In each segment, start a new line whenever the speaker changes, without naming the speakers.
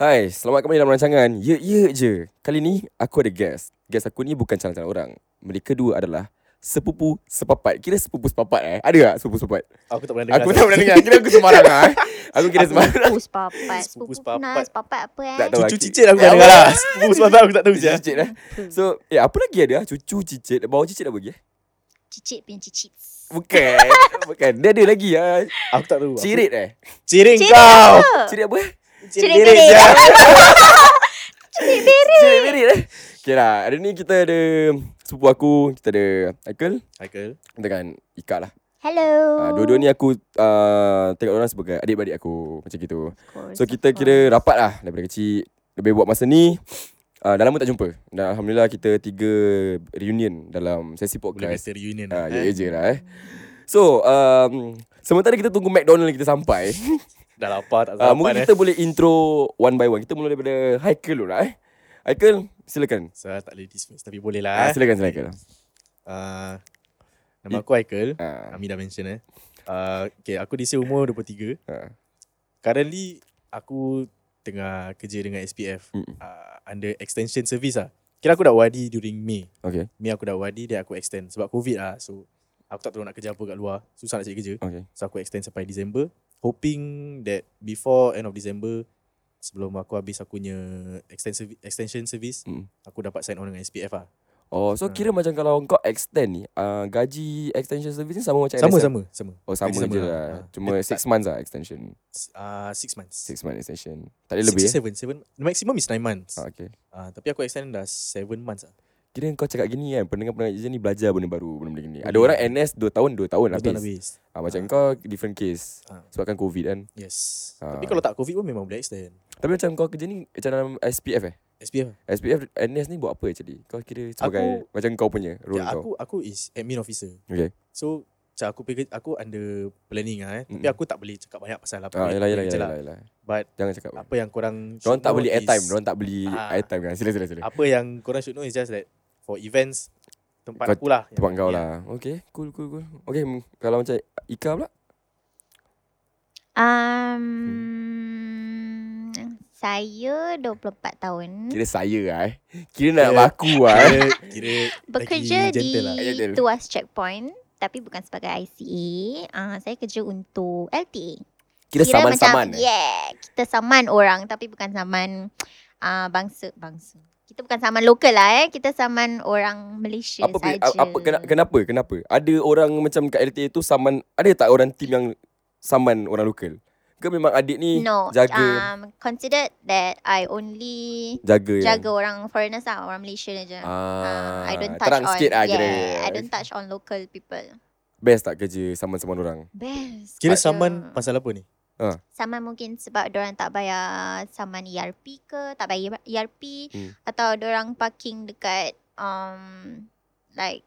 Hai, selamat kembali dalam rancangan Ye Ye Je Kali ni aku ada guest Guest aku ni bukan calon-calon orang Mereka dua adalah Sepupu sepapat Kira sepupu sepapat eh Ada tak sepupu sepapat?
Aku tak pernah dengar.
Aku tak pernah dengar Kira aku sembarang lah eh Aku kira sembarang
Sepupu sepapat
Sepupu
Sepupu
sepapat.
kenal sepapat apa eh
Tak tahu.
Cucu cicit aku tak dengar lah. Sepupu sebab aku tak tahu je.
Cucu cicit eh So eh, apa lagi ada ah? Cucu cicit Bawah cicit apa lagi eh
Cicit punya cicit
Bukan Bukan Dia ada lagi ah.
Aku tak tahu.
Cirit eh
Ciring
Cirit
kau.
apa?
Cirit apa eh
Cirit
Cirit
berit.
je.
Cicit beri
Cirit merit eh Okay lah Hari ni kita ada Sepupu aku Kita ada Michael
Michael.
Dengan Ika lah
Hello
uh, Dua-dua ni aku uh, Tengok orang sebagai adik-adik aku Macam gitu So kita kira rapat lah Daripada kecil Lebih buat masa ni uh, Dah lama tak jumpa Dan Alhamdulillah kita tiga Reunion Dalam sesi
Boleh
podcast
kata reunion.
Ah,
lah,
ya
eh.
je lah eh. So, um, sementara kita tunggu McDonald kita sampai,
Dah lapar
uh,
tak sarapan
mungkin
eh.
kita boleh intro one by one. Kita mula daripada Haikal dulu lah eh. Haikal, silakan.
Saya tak boleh dismiss tapi boleh lah.
Ah,
eh.
silakan, silakan.
Ah, Nama aku Michael.
Ah,
Ami dah mention eh. Ah, Okay, aku di sini umur 23.
ah.
Currently, aku tengah kerja dengan SPF.
Mm.
Ah, Under extension service lah. Kira aku dah wadi during May.
Okay,
May aku dah wadi dan aku extend sebab COVID lah. So, aku tak tahu nak kerja apa kat luar. Susah nak cari kerja.
okay.
So aku extend sampai December Hoping that before end of December Sebelum aku habis aku punya extend servi- extension service
Mm.
Aku dapat sign on dengan SPF lah
Oh, so
Ah.
kira macam kalau kau extend ni, uh, gaji extension service ni sama macam NSF?
Sama-sama sama.
Oh, sama,
Gaji sama
je
lah.
lah.
Ah.
Cuma
Dia
6 months lah extension.
Uh, six months
6 month extension. Tak
Six
boleh lebih
to
eh?
seven, seven. The maximum is nine months
Ah, okay.
uh, Tapi aku extend dah seven months lah
Kira kau cakap gini kan, pendengar-pendengar je ni belajar benda baru, benda-benda gini. Ada
Boleh.
orang NS 2 tahun, 2 tahun
Hmm. Dua
habis.
tahun habis
Ah, macam
Ah.
kau different case.
Ah.
Sebab kan COVID kan.
Yes
Ah.
Tapi kalau tak COVID pun memang boleh extend
Tapi macam kau kerja ni macam dalam SPF eh?
SPF lah.
SPF NS ni buat apa actually? Kau kira sebagai aku, macam kau punya role kau.
Ya, aku, aku is admin officer
Okay.
So macam aku pergi, aku under planning lah eh. Tapi
Mm.
aku tak boleh cakap banyak pasal apa
Ah, yalah,
yang aku
yalah,
kerja
yalah,
lah.
yalah, yalah.
But
Jangan cakap.
apa yang korang should
Diorang tak
know
beli
is-
airtime, diorang tak beli
Ah.
airtime kan. Sila, sila, sila.
apa yang korang should know is just that for events tempat
Kau-
aku lah. yang
Tempat kau
ni
lah. Okay, cool, cool, cool. Okay, m- kalau macam Ika pula?
Hmm?
Um Saya 24 tahun
Hmm. Kira saya lah eh. Kira nak
Kira-
baku lah eh.
Kira, kira
Bekerja
lagi
di
gentle lah.
Gentle.
Tuas Checkpoint Tapi bukan sebagai ICA uh, Saya kerja untuk LTA
Kira saman-saman.
macam,
eh.
Yeah Kita saman orang Tapi bukan saman uh, Bangsa Bangsa Kita bukan saman lokal lah eh Kita saman orang Malaysia
Apa, pe-
saja.
a- apa kena- kenapa kenapa ada orang macam kat LTA tu saman ada tak orang tim yang saman orang lokal ke memang adik ni
No
jaga
um, Considered that I only
jaga yang-
Jaga orang foreigners lah Orang Malaysia je uh,
Ah,
I don't touch
terang
on
sikit lah
yeah,
kira.
I don't touch on local people
Best tak kerja saman-saman orang?
Best
kira
je.
saman pasal apa ni?
Saman mungkin sebab orang tak bayar saman ERP ke, tak bayar E ERP
Hmm.
hmm. atau orang parking dekat um like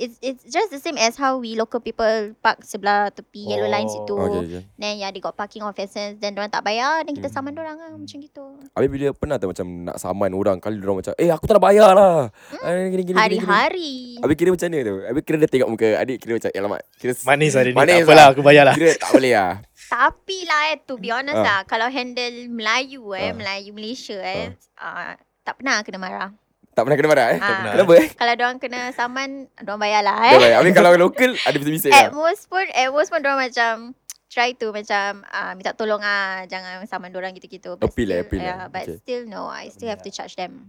it's it's just the same as how we local people park sebelah tepi oh. yellow line
Oh.
situ.
Oh. Okay, okay.
Then yeah, they got parking offences then orang tak bayar then kita
Hmm.
saman orang lah macam gitu.
Habis bila pernah tak macam nak saman orang kali orang macam eh aku tak nak bayar lah. Hmm? Gini, gini, gini, gini.
Hari-hari.
Habis kira macam mana tu? Habis kira dia tengok muka adik kira macam alamak. Kira
Manis hari ni.
Manis lah.
Manis tak apalah aku bayar lah.
kira tak boleh lah.
Tapi lah eh, to be honest
Ah.
lah kalau handle Melayu
Ah.
eh, Melayu Malaysia eh, uh, tak pernah kena marah.
Tak pernah kena marah eh.
Ah.
pernah.
Kenapa eh?
Kalau orang kena saman, orang bayar lah eh.
Tak payah. Habis kalau lokal ada bising-bising
at
lah.
most pun at most pun dorang macam try to macam uh, minta tolong ah jangan saman dorang gitu-gitu. But
Appeal lah,
still-
appeal lah.
yeah, but
Okay.
still no, I still have to charge them.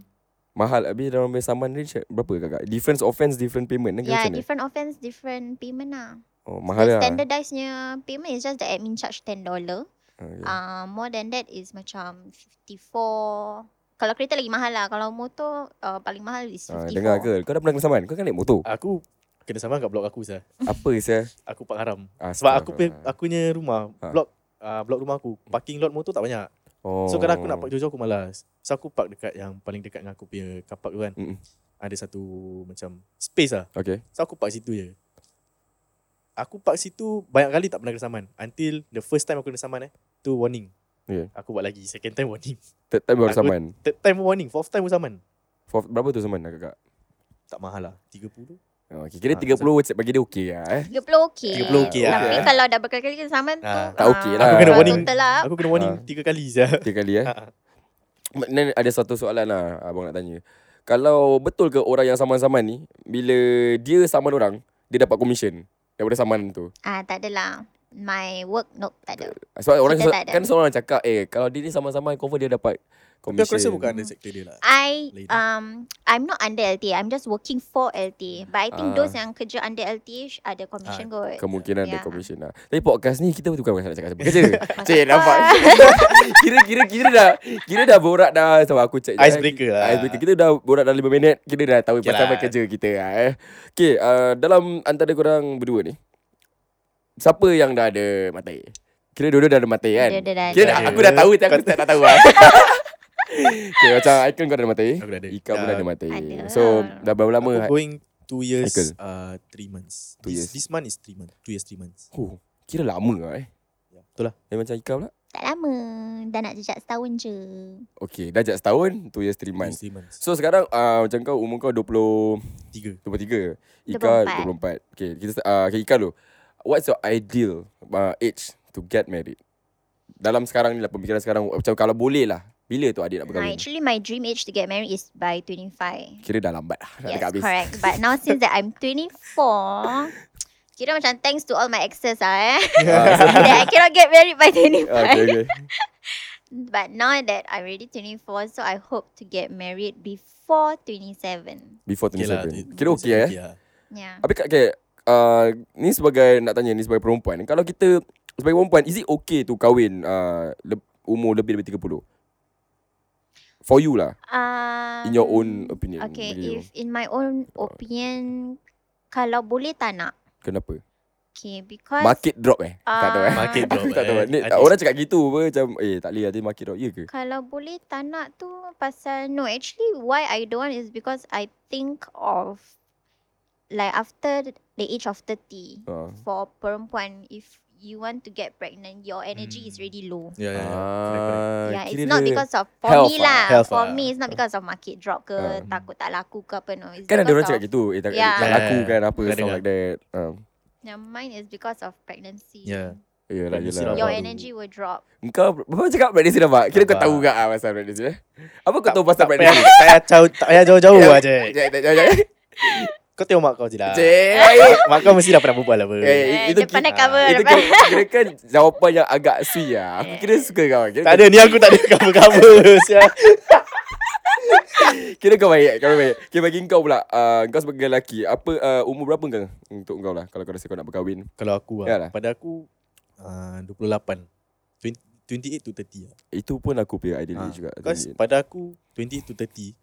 Mahal. Habis orang punya saman ni cik- berapa kakak? Difference offense, different payment. Kan? macam
yeah,
mana?
different offense, different payment lah.
Oh, mahal lah.
Standardizednya payment is just the admin charge $10.
Okay.
Uh, more than that is macam 54 kalau kereta lagi mahal lah. Kalau motor uh, paling mahal is 54.
Ah, dengar ke? Kau dah pernah kena saman? Kau kan naik motor?
Aku kena saman kat blok aku sah.
Apa saya?
Aku Pak Haram.
Ah,
Sebab aku punya,
astagfirullah.
aku punya rumah,
Ha.
blok uh, blok rumah aku, parking lot motor tak banyak.
Oh.
So kadang aku nak park jauh-jauh aku malas. So aku park dekat yang paling dekat dengan aku punya kapak tu kan.
Mm-mm.
Ada satu macam space lah.
Okay.
So aku park situ je. Aku park situ banyak kali tak pernah kena saman. Until the first time aku kena saman eh. Tu warning.
Okay.
Aku buat lagi. Second time warning.
Third time baru
Aku-
saman.
Third time pun warning. Fourth time pun saman.
Fourth, berapa tu saman kakak?
Tak mahal lah. 30.
Oh, okay. Kira
Ah,
30 WhatsApp bagi dia okey lah eh.
30 okey.
30 okey lah.
Tapi kalau dah berkali-kali kena saman tu.
Ah,
ya. tak
ah,
okey lah.
Aku kena
bukan
warning.
Total lah.
Aku kena warning
Ah.
tiga kali je.
Tiga kali eh.
Ah, ah.
Dan ada satu soalan lah abang nak tanya. Kalau betul ke orang yang saman-saman ni, bila dia saman orang, dia dapat komisen daripada saman tu?
Ah, tak adalah. My work, nope, tak ada.
Sebab orang
Kita tak ada.
kan seorang orang cakap, eh kalau dia ni saman-saman, confirm dia dapat
Tapi
komisen.
aku rasa bukan under sector dia lah.
I
Lady.
um I'm not under LTA. I'm just working for LTA. But I
Ah.
think those yang kerja under LTA sh- ada commission
Ah,
kot.
Kemungkinan yeah. ada
Ya.
komisen lah. Tapi podcast ni kita bukan pasal nak cakap sebab kerja. Cik,
Pasal-
nampak. kira kira kira dah kira dah borak dah sama aku cek. je, eh.
Icebreaker lah.
Icebreaker. Kita dah borak dah 5 minit. Kita dah tahu
Okay
pasal
lah.
kerja kita lah eh. Okay, uh, dalam antara korang berdua ni. Siapa yang dah ada matai? Kira dua-dua dah ada matai kan?
Dia- dia dah
Kira
ada.
dah, aku dah tahu tapi aku tak, tak tahu lah. okay, macam Aikon kau dah ada matai.
Aku dah ada.
Ika pun
Dah-
ada matai.
ada.
So, dah berapa lama?
Aku going two years,
Michael?
uh, three months.
Two
this,
years.
This month is three months. Two years, three months.
Oh, kira lama lah eh.
Yeah. Betul lah.
Eh, macam Ika pula?
Tak lama. Dah nak jejak setahun je.
Okay, dah jat setahun, 2 years 3
Two years,
months.
three months.
So sekarang uh, macam kau umur kau 20,
Tiga.
23. Ika 24. 24. Okay, kita uh, okay, Ika dulu. What's your ideal uh, age to get married? Dalam sekarang ni lah pemikiran sekarang macam kalau boleh lah. Bila tu adik nak
Nah,
berkahwin?
Ah, actually my dream age to get married is by 25.
Kira dah lambat lah. Dah
Yes,
dekat habis.
correct. But now since that I'm 24, kira macam thanks to all my exes ah eh. that I cannot get married by 25.
Ah, okay, okay.
But now that I'm already 24, so I hope to get married before 27.
Before
Okay lah,
27.
tu-
Kira okay eh.
lah.
Yeah.
Habis kat okay, uh, ni sebagai nak tanya ni sebagai perempuan. Kalau kita sebagai perempuan, is it okay tu kahwin uh, le- umur lebih daripada 30? For you lah.
Um,
In your own opinion
Okay,
bagi you.
if in my own opinion, kalau boleh tak nak.
Kenapa?
Okay, because
Market drop eh? tak tahu eh.
Ah.
Market drop,
tak tahu.
eh.
Ni,
Ada-
orang cakap gitu pun macam eh tak boleh nanti market drop. Ya ke?
kalau boleh tak nak tu pasal no actually why I don't want is because I think of like after the age of
Eh,
30
Ha.
for perempuan if you want to get pregnant your energy is
Hmm.
really low.
Ya, ya, ya.
Ah,
Yeah,
kira
it's not
dia-
because of for
health
me
ah,
lah.
health
for
ah.
me, it's not because of market drop ke,
Ah.
takut tak laku ke apa no. It's
Kan ada
because
orang
of-
cakap gitu Eh tak,
Yeah.
tak laku
Yeah.
kan Apa
Dengar,
stuff
dengar.
like that um,
Yeah, ya, mine is because of pregnancy.
Yeah.
Yelah
Pregnancy
yelah
rabak.
Your
Baru.
energy will drop.
Engkau Bapak cakap pregnancy nampak Kira kau
Rabak.
tahu gak ah, Pasal pregnancy eh Apa kau
Tak-
tahu pasal Ya.
Tak payah,
pregnancy
tak payah jauh, tak payah jauh-jauh lah je.
Cik Cik Cik
Kau tengok mak kau je
Ah.
lah.
Cik
Mak kau mesti dah pernah berbual lah. apa.
Eh,
Eh,
itu
dia
ki-
pandai
ah,
cover.
Itu
Itu
kira, kira kan jawapan yang agak sui lah Aku
Eh.
kira suka kau Kira,
Tak ada, ni aku tak ada cover-cover. sia.
kira kau baik Kau baik Okay bagi kau pula uh, Kau sebagai lelaki Apa uh, umur berapa kau Untuk kau lah Kalau kau rasa kau nak berkahwin
Kalau aku
Ya
lah.
lah.
Pada aku, ah, 28. 20 28 to 30 lah.
Itu pun aku punya ideal age
Ah,
juga
Because
28.
pada aku 28 to 30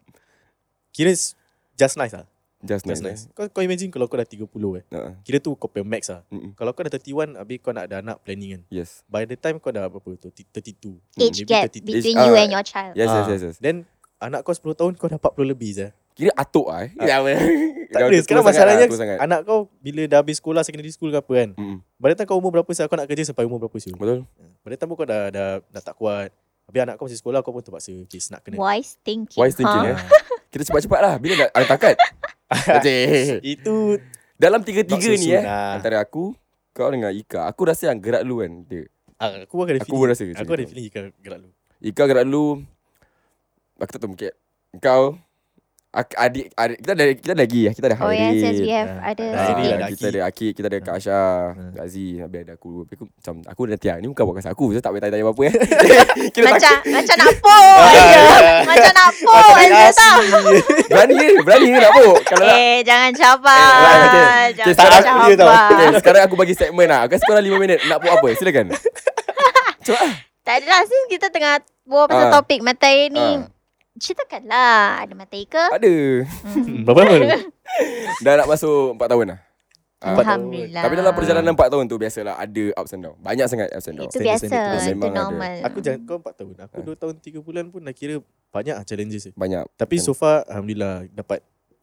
Kira s- just nice lah
Just nice
Just nice Kau, kau imagine kalau kau dah 30 eh
uh,
Kira tu kau punya max lah
Mm-mm.
Kalau kau dah 31 Habis kau nak ada anak planning kan
Yes
By the time kau dah berapa tu 32
Hmm,
maybe
Age gap
33.
between
Age-
you
ah,
and your child.
Yes yes
Ah,
yes, yes.
Then anak kau 10 tahun Kau dah 40 lebih je
Kira atuk lah eh
Ah. Tak
Dah
ada
tua sangat
Sekarang
lah,
masalahnya
tua sangat.
Anak kau Bila dah habis sekolah Secondary school ke apa kan
Mm-mm.
By the time kau umur berapa sah Kau nak kerja sampai umur berapa sih
Betul
By the time kau dah, dah, dah tak kuat Habis anak kau masih sekolah Kau pun terpaksa Kes nak kena
Wise thinking.
Wise thinking
huh?
eh Kira cepat-cepat lah Bila dah ada takat Cik.
Itu
Dalam tiga-tiga
Not so
ni
soon
eh
lah.
Antara aku Kau dengan Ika Aku rasa yang gerak dulu kan dia.
ah, Aku pun ada
Aku pun
feeling
rasa macam
Aku ada
tu.
feeling Kau gerak lu
Ika gerak dulu Aku tak tahu mungkin Kau ak- adik, adik, kita ada kita ada lagi eh. kita ada
Oh
Hairi.
yes, yes, we have
Ah,
ada
Ah,
ah, Zairi
sikit.
ada
kita
Aki.
ada Aki, kita ada Kak Asha,
Ha.
Aziz, habis ada aku. Habis aku macam aku dan Tia. Ni bukan buat pasal aku, saya tak boleh tanya apa-apa eh. Kira
Macam
tak
macam nak
Ah,
pun
ya.
je. Macam nak pun je tau.
berani ke? Berani ke nak pok? Kalau nak
Eh, jangan cabar.
Eh, right, okay. Okay,
Jangan
tak
aku dia tau.
Okay,
cabar.
sekarang aku bagi segmen lah. Aku kasi korang 5 minit. Nak pok apa? Silakan. Cuba ah.
Tak adalah, since kita tengah buat pasal
Ah.
topik materi ni,
Ah.
ceritakanlah. Ada materi ke? Hmm,
Tak ada.
Berapa lama?
Dah nak masuk 4 tahun lah. Ah,
Alhamdulillah.
Tapi dalam perjalanan 4 tahun tu biasalah ada ups and down. Banyak sangat ups and down.
Itu
standard-
biasa,
standard
tu
itu
memang ada.
normal.
Aku jangan kau 4 tahun. Aku
Ah.
2 tahun 3 bulan pun dah kira banyak ah challenges. dia.
Banyak.
Tapi
Kan.
so far alhamdulillah dapat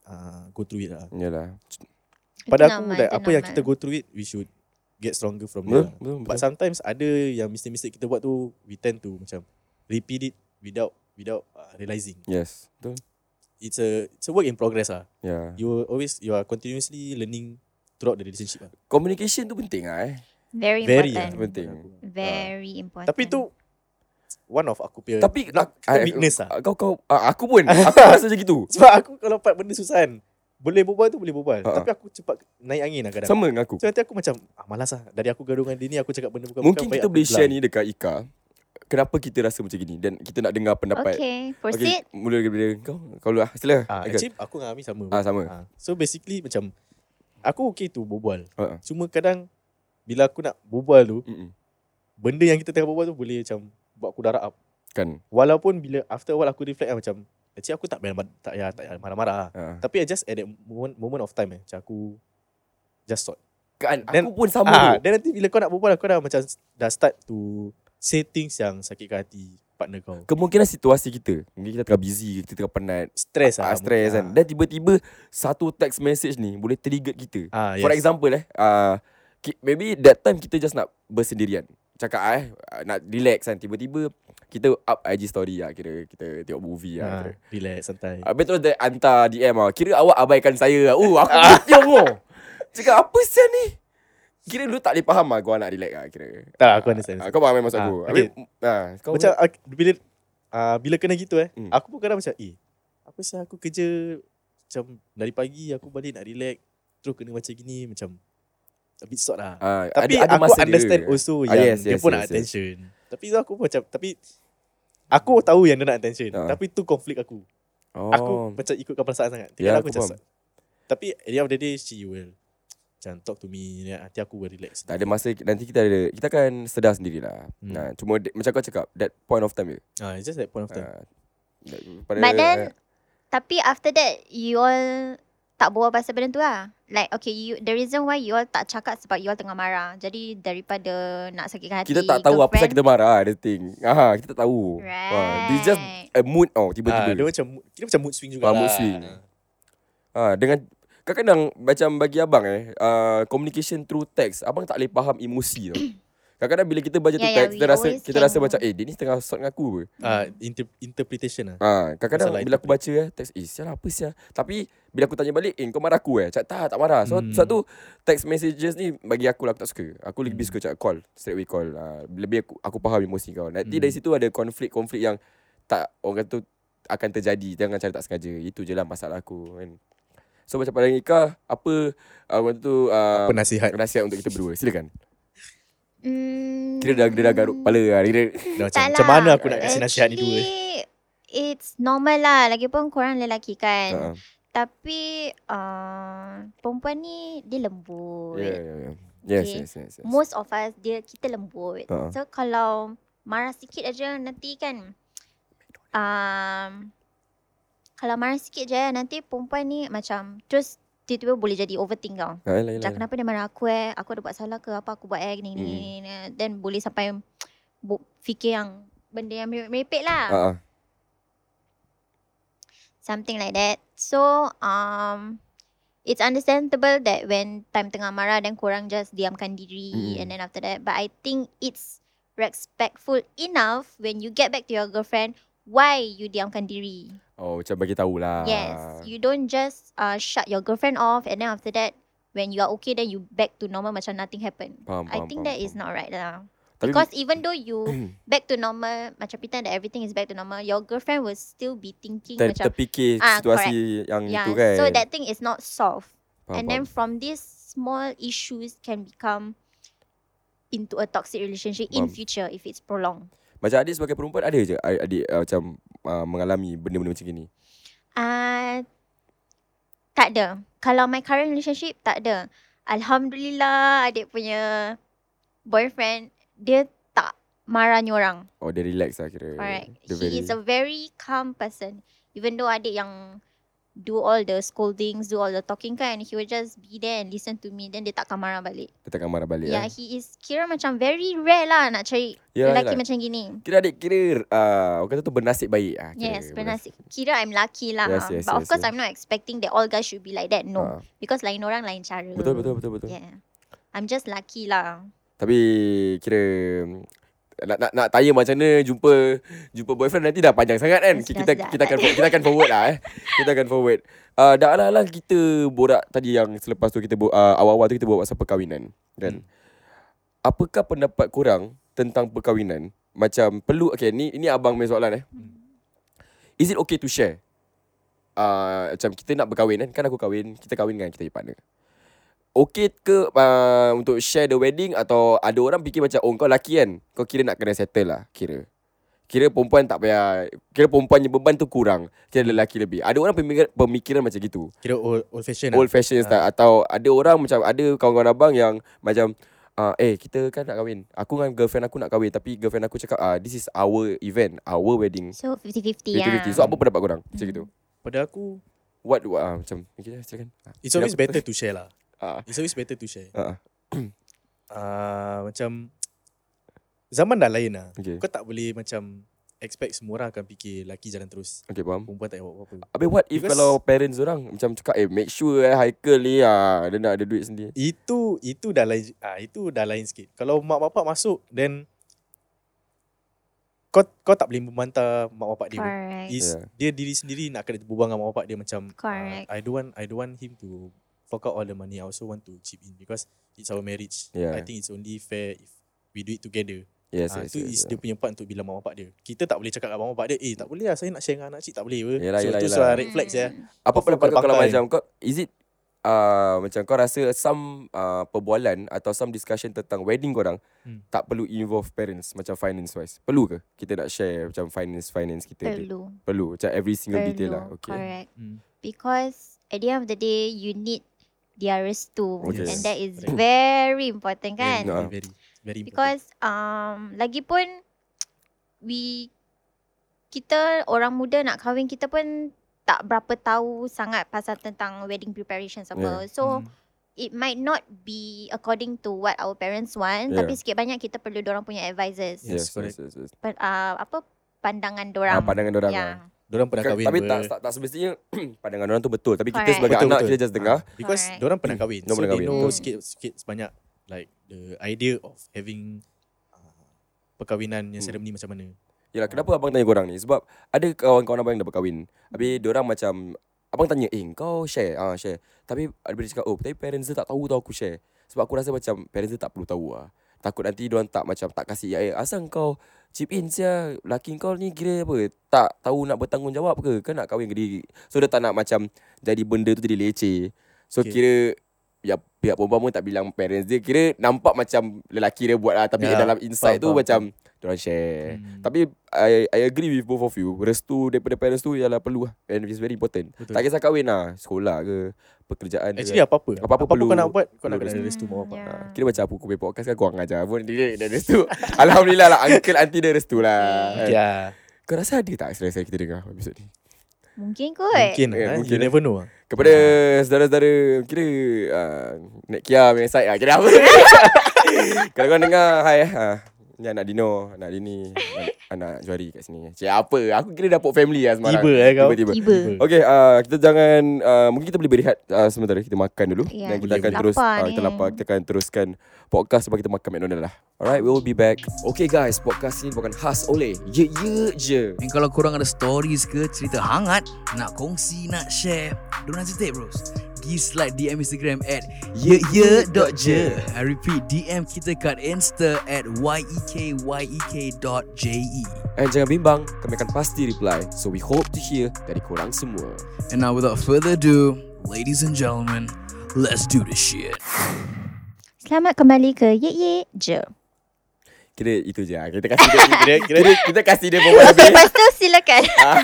uh, go through it lah.
Yalah.
Itu
Pada aku
normal,
like,
itu
apa yang
normal.
kita go through it we should get stronger from
Betul?
there. lah.
Betul?
But
betul.
sometimes ada yang mistake-mistake kita buat tu we tend to macam repeat it without without uh, realizing.
Yes. Betul. Ya.
It's a it's a work in progress lah.
Yeah.
You will always you are continuously learning throughout the relationship lah.
Communication tu penting lah eh.
very
Very
important.
lah.
Penting.
Very important.
Tapi tu one of aku punya
Tapi
not,
ak- I-
weakness lah.
Ah, Kau kau ah, aku pun aku pun rasa macam gitu.
Sebab aku kalau part benda susah kan Boleh berbual tu boleh berbual
Ha, ha.
Tapi aku cepat naik angin lah kadang
Sama dengan aku.
So nanti aku macam ah, Malas lah Dari aku gaduh dengan dia ni Aku cakap benda bukan
Mungkin
baik
kita
aku
boleh
bilang.
share ni dekat Ika. Kenapa kita rasa macam gini dan kita nak dengar pendapat.
Okay,
Okay,
proceed.
mula daripada kau. Kau dulu ah. Sila.
ah,
Ika.
Actually aku dengan Ami sama
ah sama.
Ah, So basically macam Aku okay tu berbual
Ha, ha.
Cuma kadang Bila aku nak berbual tu
Mm-mm.
Benda yang kita tengah berbual tu Boleh macam Buat aku darah up
Kan.
Walaupun bila After a while aku reflect lah, Macam Actually aku tak payah Tak payah, tak payah marah-marah lah.
Ah.
Tapi I just at that moment, moment of time eh, Macam aku Just sort
Kan
Then-
aku pun sama
Ah,
tu.
dan nanti bila kau nak berbual kau dah macam dah start to say things yang sakitkan hati partner kau.
Kemungkinan situasi kita Mungkin kita tengah busy Kita tengah penat
Stress
ah,
ah,
Stress kan
mungkin,
Dan tiba-tiba Satu text message ni Boleh trigger kita
Ah, ah yes.
For example eh uh, ki- Maybe that time kita just nak bersendirian Cakap ah, eh ah, Nak relax kan Tiba-tiba Kita up IG story lah Kira kita tengok movie lah
ah,
kira.
relax santai.
Habis terus dia hantar DM lah Kira awak abaikan saya lah Oh aku
Ah, ya,
bertiung lah Cakap apa sian ni Kira lu tak boleh faham lah Kau nak relax lah kira
Tak aku understand.
Ah, Kau faham maksud
Ah,
aku
okay.
Habis ah, kau
macam aku, bila ah, bila kena gitu eh,
Hmm.
aku pun kadang macam eh apa sah aku kerja macam dari pagi aku balik nak relax terus kena macam gini macam a bit sort lah.
Ah,
Tapi
ada, ada
aku
masa dia.
understand also
Ah,
yang
yes,
dia
yes,
pun
yes,
nak
yes.
attention. Tapi tu aku pun macam tapi aku tahu yang dia nak attention.
Hmm. Ah.
Tapi tu konflik aku.
oh.
Aku macam ikutkan perasaan sangat. Tinggal
Ya, aku
aku, macam
faham.
sat- Tapi at the end of the day she will macam talk to me then nanti aku will relax.
tak ada masa nanti kita ada kita akan sedar sendirilah. Hmm.
Hmm.
Nah, cuma de, macam kau cakap that point of time je.
Ah, it's just that point of time.
Ah, like, pada
But then, tapi after that, you all tak berbual pasal benda tu lah. Like, okay, you, the reason why you all tak cakap sebab you all tengah marah. Jadi, daripada nak sakitkan hati
kita tak tahu apa pasal
girlfriend,
kita marah the thing. Ah, kita tak tahu. Ah,
Right.
this just a mood oh
Ah, dia
tiba-tiba.
macam dia macam mood swing juga.
Ah, mood swing. Ah, dengan kadang-kadang macam bagi abang eh, ah, communication through text, abang tak boleh faham emosi tau. Kadang-kadang bila kita baca tu
Yeah, yeah,
text, kita
Ya, we
rasa
always
kita
can-
rasa macam eh dia ni tengah sort dengan aku apa.
Ah, inter- interpretation lah.
Ha, kadang-kadang
Masalah
bila
itu
aku baca eh, teks, eh sial apa sial. Tapi bila aku tanya balik, eh kau marah aku eh. Cak tak, tak marah. So, hmm.
Hmm.
sebab tu text messages ni bagi aku lah aku tak suka. Aku lebih
Hmm.
suka cakap call, straight away call. Ha, lebih aku, aku faham emosi kau. Nanti
Hmm.
dari situ ada konflik-konflik yang tak orang kata tu akan terjadi dengan cara tak sengaja. Itu je lah masalah aku kan. So macam pada Ika, apa uh, waktu tu uh,
Apa nasihat
nasihat untuk kita berdua? Silakan.
Hmm,
Kira dah, dia dah garuk kepala lah. Dia,
dah macam,
tak
macam
lah.
mana aku nak kasih nasihat ni eh? dua.
Actually, It's normal lah. Lagipun korang lelaki kan.
uh,
Tapi, uh, perempuan ni, dia lembut.
yeah, yeah, yeah. Ya, Yes,
Okay.
yes, yes, yes.
most of us dia kita lembut.
Ha.
Uh-huh. So kalau marah sikit aja nanti kan um, kalau marah sikit je nanti perempuan ni macam terus tiba-tiba boleh jadi overthink tau.
Ha, yelah, yelah,
Macam kenapa dia marah aku eh? Aku ada buat salah ke? Apa aku buat eh? Gini, gini,
Mm.
gini, gini. Then boleh sampai bu- fikir yang benda yang merepek-merepek lah.
yelah. Ha, ha.
something like that. So um, it's understandable that when time tengah marah then korang just diamkan diri
Mm-mm.
mm. and then after that. But I think it's respectful enough when you get back to your girlfriend why you diamkan diri.
Oh, macam bagi tahulah.
yes, you don't just uh, shut your girlfriend off and then after that when you are okay then you back to normal macam nothing happened.
Faham,
I
faham,
think
faham,
that is
faham.
not right lah.
Tapi-
Because even though you back to normal, macam pretend that everything is back to normal, your girlfriend will still be thinking
ter,
macam
terfikir
Ah,
situasi yang
Yeah,
itu kan.
so that thing is not solved.
faham,
and then from these small issues can become into a toxic relationship in
Faham.
future if it's prolonged.
macam adik sebagai perempuan ada je adik, adik uh, macam uh, mengalami benda-benda macam gini.
Ah, uh, tak ada. Kalau my current relationship tak ada. Alhamdulillah adik punya boyfriend dia tak marah ni orang.
Oh, dia relax lah kira.
Alright.
Dia
He is a very calm person. Even though adik yang do all the scoldings, do all the talking kan, he will just be there and listen to me then dia takkan marah balik.
Dia takkan marah balik.
Yeah, yeah
eh.
he is kira macam very rare lah nak cari
Yalah,
yeah, lelaki
yalah.
yeah. macam gini.
Kira adik kira ah orang kata tu bernasib baik ah. Kira,
Yes, bernasib. Kira I'm lucky lah.
Yes,
Yes,
yes,
yes, But of
yes,
course
yes.
I'm not expecting that all guys should be like that. No.
Ah,
Because lain orang lain cara.
betul betul betul betul.
Yeah. I'm just lucky lah.
Tapi kira nak nak, nak tanya macam mana jumpa jumpa boyfriend nanti dah panjang sangat kan.
Yes,
kita
dah,
kita
dah.
akan kita akan forward lah eh. Kita akan forward. Ah uh, dah lah lah kita borak tadi yang selepas tu kita bo- uh, awal-awal tu kita borak pasal perkahwinan kan.
Hmm.
Apakah pendapat korang tentang perkahwinan? Macam perlu okay ni ini abang punya soalan eh. Is it okay to share? Uh, macam kita nak berkahwin kan Kan aku kahwin Kita kahwin dengan kita punya partner Okay ke uh, Untuk share the wedding Atau ada orang fikir macam Oh kau lelaki kan Kau kira nak kena settle lah Kira Kira perempuan tak payah Kira perempuan punya beban tu kurang Kira lelaki lebih Ada orang pemikiran, pemikiran macam gitu
Kira old, old fashion lah.
Old fashion style Atau ada orang macam Ada kawan-kawan abang yang Macam uh, Eh kita kan nak kahwin Aku dengan girlfriend aku nak kahwin Tapi girlfriend aku cakap uh, This is our event Our wedding
So 50-50 lah.
50-50 So apa pendapat korang Macam gitu
Pada aku
What what ah macam okay, silakan.
It's always
Kenapa?
better to share lah
Ah.
It's always better to share
Ah, ah.
uh, Macam Zaman dah lain lah
Okay.
Kau tak boleh macam Expect semua orang akan fikir Lelaki jalan terus
Okay faham.
Perempuan tak payah buat apa-apa
Habis what if
Because-
kalau parents orang macam cakap eh make sure eh Haikal ni ah dia nak ada duit sendiri.
Itu itu dah lain ah itu dah lain sikit. Kalau mak bapak masuk then kau kau tak boleh membantah mak bapak dia. Correct.
Correct.
Is
Yeah.
yeah. dia diri sendiri nak kena berbual dengan mak bapak dia macam
Correct.
Uh, I don't want I don't want him to fork out all the money. I also want to chip in because it's our marriage.
Yeah.
I think it's only fair if we do it together.
Yes,
Ah,
yes,
tu
yes.
is dia punya part untuk bilang mak bapak dia. Kita tak boleh cakap kat mak bapak dia, "Eh, tak boleh lah saya nak share dengan anak cik tak boleh apa."
Yelah,
so
yelah,
tu
yelah.
suara red flag ya.
Apa
Mm.
Of course,
pendapat kau kalau
pakai.
macam kau is it ah macam kau rasa some ah, perbualan atau some discussion tentang wedding korang
Hmm.
tak perlu involve parents macam finance wise. Perlu ke kita nak share macam finance finance kita ni?
Perlu.
Perlu macam every single detail lah.
Perlu,
Okay.
Correct.
Hmm.
Because at the end of the day, you need their restu.
Okay.
And that is
Correct.
very important
Very,
kan.
Ah.
very, very important.
Because um, lagipun we kita orang muda nak kahwin kita pun tak berapa tahu sangat pasal tentang wedding preparations apa. Yeah. So
Hmm.
it might not be according to what our parents want
Yeah.
yeah. tapi sikit banyak kita perlu orang punya advices. Yeah.
Yes,
Yes,
yes,
correct.
yes, yes.
Per, uh, apa pandangan Ya,
Ah,
orang.
pandangan orang.
yeah.
Yeah.
Diorang pernah kahwin
Tapi
apa.
tak, tak tak semestinya pandangan orang tu betul tapi kita
Correct.
sebagai
Betul,
anak
betul.
kita just dengar.
Ah, because
Correct.
Correct. dorang pernah kahwin.
Dorang
so
pernah kahwin,
they know
betul.
sikit-sikit sebanyak like the idea of having uh, perkahwinan yang
Hmm.
seremoni macam mana.
Yalah kenapa abang tanya korang ni Sebab Ada kawan-kawan abang yang dah berkahwin
Hmm.
Habis diorang macam Abang tanya Eh kau share ah share Tapi ada dia cakap Oh tapi parents dia tak tahu tau aku share Sebab aku rasa macam Parents dia tak perlu tahu lah Takut nanti diorang tak macam Tak kasih ya, eh, Asal kau Chip in sia Laki kau ni kira apa Tak tahu nak bertanggungjawab ke Kan nak kahwin ke diri So dia tak nak macam Jadi benda tu jadi leceh So okay.
Okay.
kira Ya, pihak perempuan pun tak bilang parents dia Kira nampak macam lelaki dia buat lah Tapi
Ya,
dalam inside tu
faham, faham.
macam Diorang share Eh,
Hmm.
tapi I I agree with both of you. Restu daripada parents tu ialah perlu lah. And it's very important. Betul.
Betul.
Tak kisah kahwin lah, sekolah ke, pekerjaan
Actually
ke.
apa-apa.
Apa-apa perlu-
kau nak buat, kau nak
perlu
kena ada restu mak bapak.
Ha,
Yeah.
kira macam aku kumpul podcast kan Kau orang ajar pun Dia dia restu Alhamdulillah lah Uncle auntie dia restu lah
Okay. ah. Yeah.
Kau rasa ada tak Selesai kita dengar episod ni
Mungkin kot.
Mungkin,
Eh,
yeah,
mungkin,
you
eh.
never know. ah.
Kepada saudara-saudara Kira uh, Nek Kia punya side lah Kira apa Kalau kau dengar Hai uh, Ni anak Dino Anak Dini anak- Anak Juari kat sini Cik apa Aku kira dapur family lah semalam
Tiba eh kau.
Tiba-tiba
Tiba.
Okay, uh, kita jangan uh, mungkin kita boleh berehat uh, sementara kita makan dulu
Ya,
dan kita akan
boleh.
terus
Lapar
uh, kita
ni.
lapar kita akan teruskan podcast sebab kita makan McDonald lah. Alright, we will be back. Okay guys, podcast ini bukan khas oleh Ye Ye je.
Dan kalau korang ada stories ke cerita hangat, nak kongsi, nak share, diorang cerita bros. Gi slide DM Instagram at yeye.je. I repeat, DM kita kat Insta at e yek.je.
And jangan bimbang, kami akan pasti reply. So we hope to hear dari korang semua.
And now without further ado, ladies and gentlemen, let's do this shit.
Selamat kembali ke Ye Ye je.
Kira itu je. lah. Kita kasih dia kira,
Kira-
kira,
kira-
kita kasih dia berbual
Okay,
lebih.
lepas tu silakan.
Ah,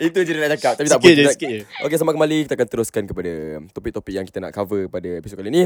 itu je dia nak cakap. Tapi tak lah. apa.
Sikit je,
kita-
sikit je.
Okay, selamat kembali. Kita akan teruskan kepada topik-topik yang kita nak cover pada episod kali ni.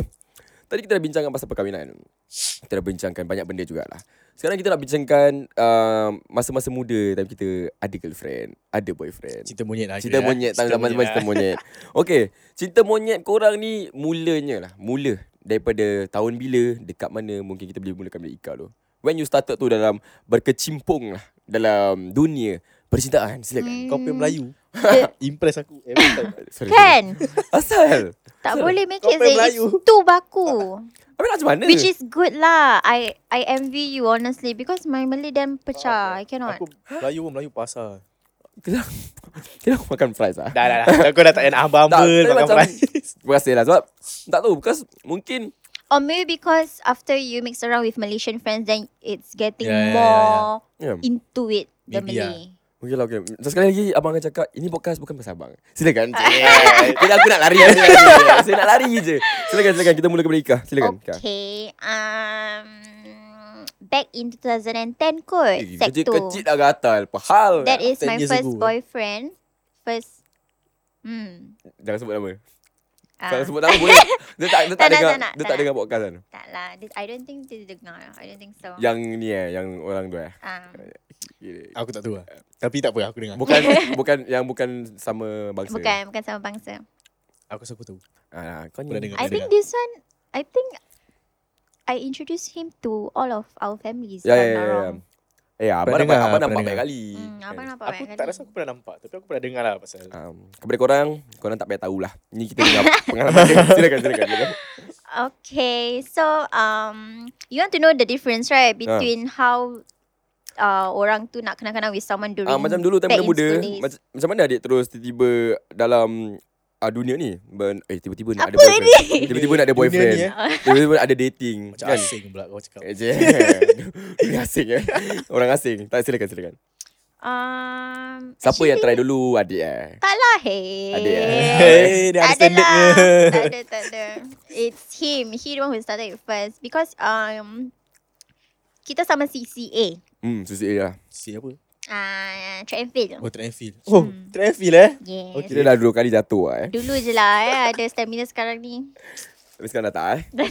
Tadi kita dah bincangkan pasal perkahwinan. Kita dah bincangkan banyak benda jugalah. Sekarang kita nak bincangkan um, masa-masa muda time kita ada girlfriend, ada boyfriend.
Cinta monyet lah
Cinta
kira, eh.
monyet lah. Zaman zaman cinta monyet Okay Cinta monyet korang ni Mulanya lah Mula Daripada tahun bila Dekat mana Mungkin kita boleh mulakan dari Ika tu When you started tu dalam Berkecimpung lah Dalam dunia Percintaan Silakan
eh. Kau punya Melayu
Dia-
Impress aku every time
Sorry,
Kan?
sorry. Asal
Tak boleh make
Kau
it
pakai
Zek. It's
Melayu.
too baku.
Habis nak macam mana
Which is good lah. I I envy you honestly because my Malay damn pecah. I cannot.
Aku Melayu pun Melayu pasar
Kenapa Kenapa makan fries lah
Dah dah dah Kau dah tak nak
Tak,
humble
tapi
Makan
macam-
fries
Terima kasih lah sebab Tak tahu Because mungkin
Or maybe because after you mix around with Malaysian friends, then it's getting
Yeah, Um, yeah, yeah,
more
yeah.
into it. The
Maybe,
Malay.
Okey Ya, lah okay. So, sekali lagi Abang akan cakap Ini podcast bukan pasal abang Silakan Bila aku nak lari aku nak lari. Saya nak lari je Silakan silakan Kita mulakan dari Ika Silakan Ika
Okay. Um, back in 2010 kot.
Eh,
Sec
Kecil,
2.
kecil dah gatal Pahal
That is
10
my
years
first
ago, eh.
boyfriend. First. Hmm.
Jangan sebut nama
ah,
Kalau sebut nama boleh Dia tak, dia tak,
Tak nak,
dengar
tak nak,
Dia tak
tak nak.
dengar podcast kan
tak lah. This- I don't think dia dengar. I don't think so.
Yang ni eh Yang orang tu eh
Ah.
Aku tak tahu lah Tapi tak apa aku dengar
Bukan bukan Yang bukan sama bangsa
Bukan, bukan sama bangsa.
Aku rasa aku tahu
ah, Kau
Pernah
ni
dengar.
I think this one, I think I introduced him to all of our families.
Ya
if
ya ya
I'm not
ya.
wrong.
Eh abang
Pernah
nampak
dengar,
Abang
pernah
nampak
dengar.
banyak kali Kan.
Hmm, abang nampak
Aku
banyak
tak
kali.
rasa aku pernah nampak Tapi aku pernah dengar lah pasal
Um, kepada korang Korang tak payah tahulah Ni kita dengar pengalaman dia Silakan silakan, silakan.
Okay, so um, you want to know the difference, right,
Ah.
between how uh, orang tu nak kenal-kenal with someone during
Ah, macam dulu time
back in
muda-muda
school days.
macam, macam mana adik terus tiba-tiba dalam ah, dunia ni ben, eh tiba-tiba nak ada
Apa
boyfriend.
ni?
Tiba-tiba nak ada
Dunia
boyfriend.
ni, eh.
Tiba-tiba ada dating
Macam
kan.
asing pula kau cakap
Eh, je. Dunia asing eh. Orang asing. Tak silakan silakan.
Um,
Siapa yang try
actually,
dulu adik eh?
Tak lah, hey.
Adik, eh?
Hey, dia ada
tak ada
standard
lah.
ke?
tak ada, tak ada. It's him. He the one who started it first. Because um, kita sama CCA.
Hmm, Susi lah.
Si apa?
Ah, track and field.
Oh, track and field. Oh,
Hmm.
track and field eh?
Yes.
Okay.
Kita dah dua kali jatuh lah, eh.
Dulu je lah eh, ada stamina sekarang ni.
Tapi sekarang dah tak eh.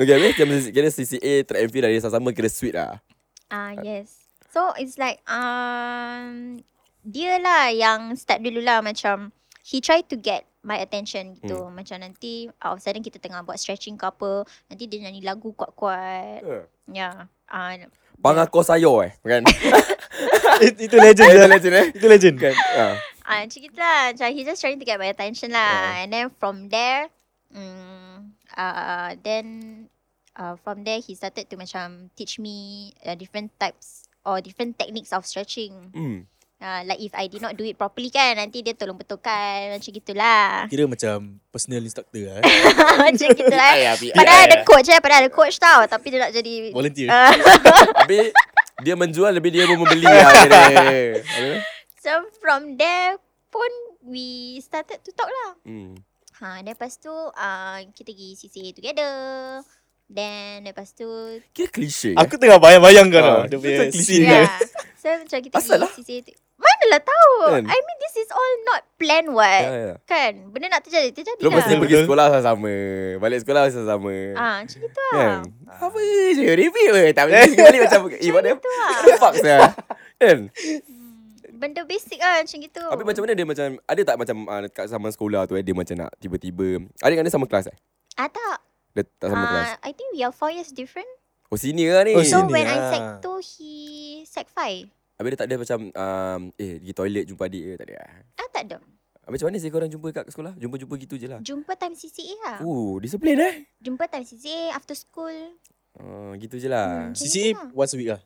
okay, habis jam kira CCA track and field dah sama-sama kira sweet lah.
Ah yes. So it's like um dia lah yang start dulu lah macam he tried to get my attention gitu. Macam nanti out of sudden kita tengah buat stretching ke apa, nanti dia nyanyi lagu kuat-kuat. Ya. Yeah. Ah
Pangako sayo eh, kan?
It- Itu legend
Legend
lah.
legend eh.
Itu legend.
Kan? Ah.
Ah, macam gitu lah. Macam he just trying to get my attention lah.
Ah.
And then from there, mm, uh, then uh, from there he started to macam teach me uh, different types or different techniques of stretching.
Hmm.
Uh, like if I did not do it properly kan, nanti dia tolong betulkan. Macam gitulah.
Kira macam personal instructor lah. eh.
macam gitulah.
Ayah,
Padahal ada coach eh. Padahal ada coach tau. Tapi dia nak jadi...
Volunteer.
Uh,
Habis dia menjual lebih dia pun membeli lah kira. Habis?
so from there pun we started to talk lah.
Hmm.
Ha, then lepas tu uh, kita pergi CCA together. Then lepas tu
Kira klise. eh?
Aku tengah bayang-bayang kau tau.
Ah, itu
Dia punya
tak
scene dia.
yeah. ya. So macam kita
Asal lah.
pergi CCA tu. Mana lah tahu.
Kan?
I mean this is all not planned what.
Ya, ya.
Kan? Benda nak terjadi, terjadi
Lepas ni
Betul,
lah.
pergi
betul.
sekolah sama-sama. Balik sekolah sama-sama.
Ah, macam gitu
Kan?
lah.
Apa je Repeat pun Tak boleh pergi balik macam Eh what the
Itu lah.
fuck saya Kan
Benda basic lah macam gitu.
Tapi macam mana dia macam Ada tak macam uh, Kat zaman sekolah tu eh, Dia macam nak tiba-tiba Adik kan dia sama kelas eh
Ah tak.
Dia tak sama kelas
Uh, I think we are four years different.
Oh senior lah ni
Oh,
So
Sini,
when I
ah.
sec 2, he sec 5.
Habis dia tak ada macam um, Eh pergi toilet jumpa adik ke Tak ada eh?
Ah tak ada.
Habis macam mana sih korang jumpa kat sekolah Jumpa-jumpa gitu je lah
Jumpa time CCA lah.
Oh disiplin eh
Jumpa time CCA after school.
Oh, gitu je lah.
Hmm.
CCA once a week lah.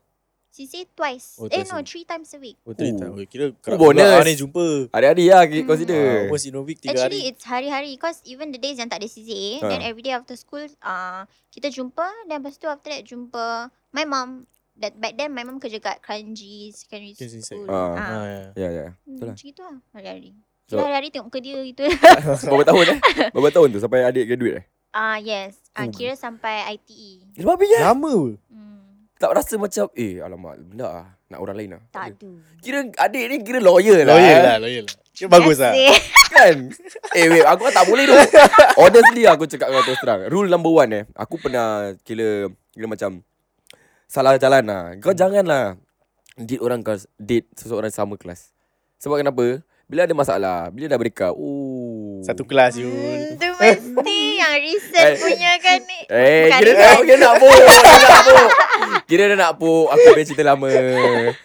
CCA twice.
Oh,
eh
twice a
no,
week.
three times a week.
Oh, three
Oh.
time. Oh, Kira
bonus.
kerap-kerap ni jumpa.
Hari-hari lah kita
Hmm.
consider.
Ah, Once in a week, tiga
Actually
hari.
it's hari-hari Cause even the days yang tak ada CCA
Ha.
Then every day after school uh, Kita jumpa Then lepas tu after that jumpa My mom that Back then my mom kerja kat Kranji Secondary
Kranji
School
Sec. Ah.
Ah,
Ah, ya.
Ya, ya.
hmm,
betul lah.
Macam gitu lah hari-hari
So-
so, Hari-hari tengok muka dia gitu
Berapa tahun eh? Berapa tahun tu sampai adik graduate eh?
Ah yes uh,
Oh.
Kira sampai ITE
Dia babi je.
Lama pun.
hmm,
Tak rasa macam, eh alamak, benda lah. Nak orang lain lah.
Tak ada
Kira adik ni kira lawyer lah.
Loyal
eh.
lah, loyal lah. Kira bagus lah.
Asyik.
Kan Eh wait Aku tak boleh tu Honestly aku cakap kau terus terang Rule number one eh Aku pernah Kira Kira macam Salah jalan lah Kau janganlah Date orang kau Date seseorang sama kelas Sebab kenapa Bila ada masalah Bila dah break up oh.
Satu kelas Yul
Hmm, tu mesti yang recent
Eh.
punya kan ni.
Eh,
Bukan
kira
kan?
nak, kira nak puk. Kira nak puk. Kira dia nak puk. Aku punya cerita lama.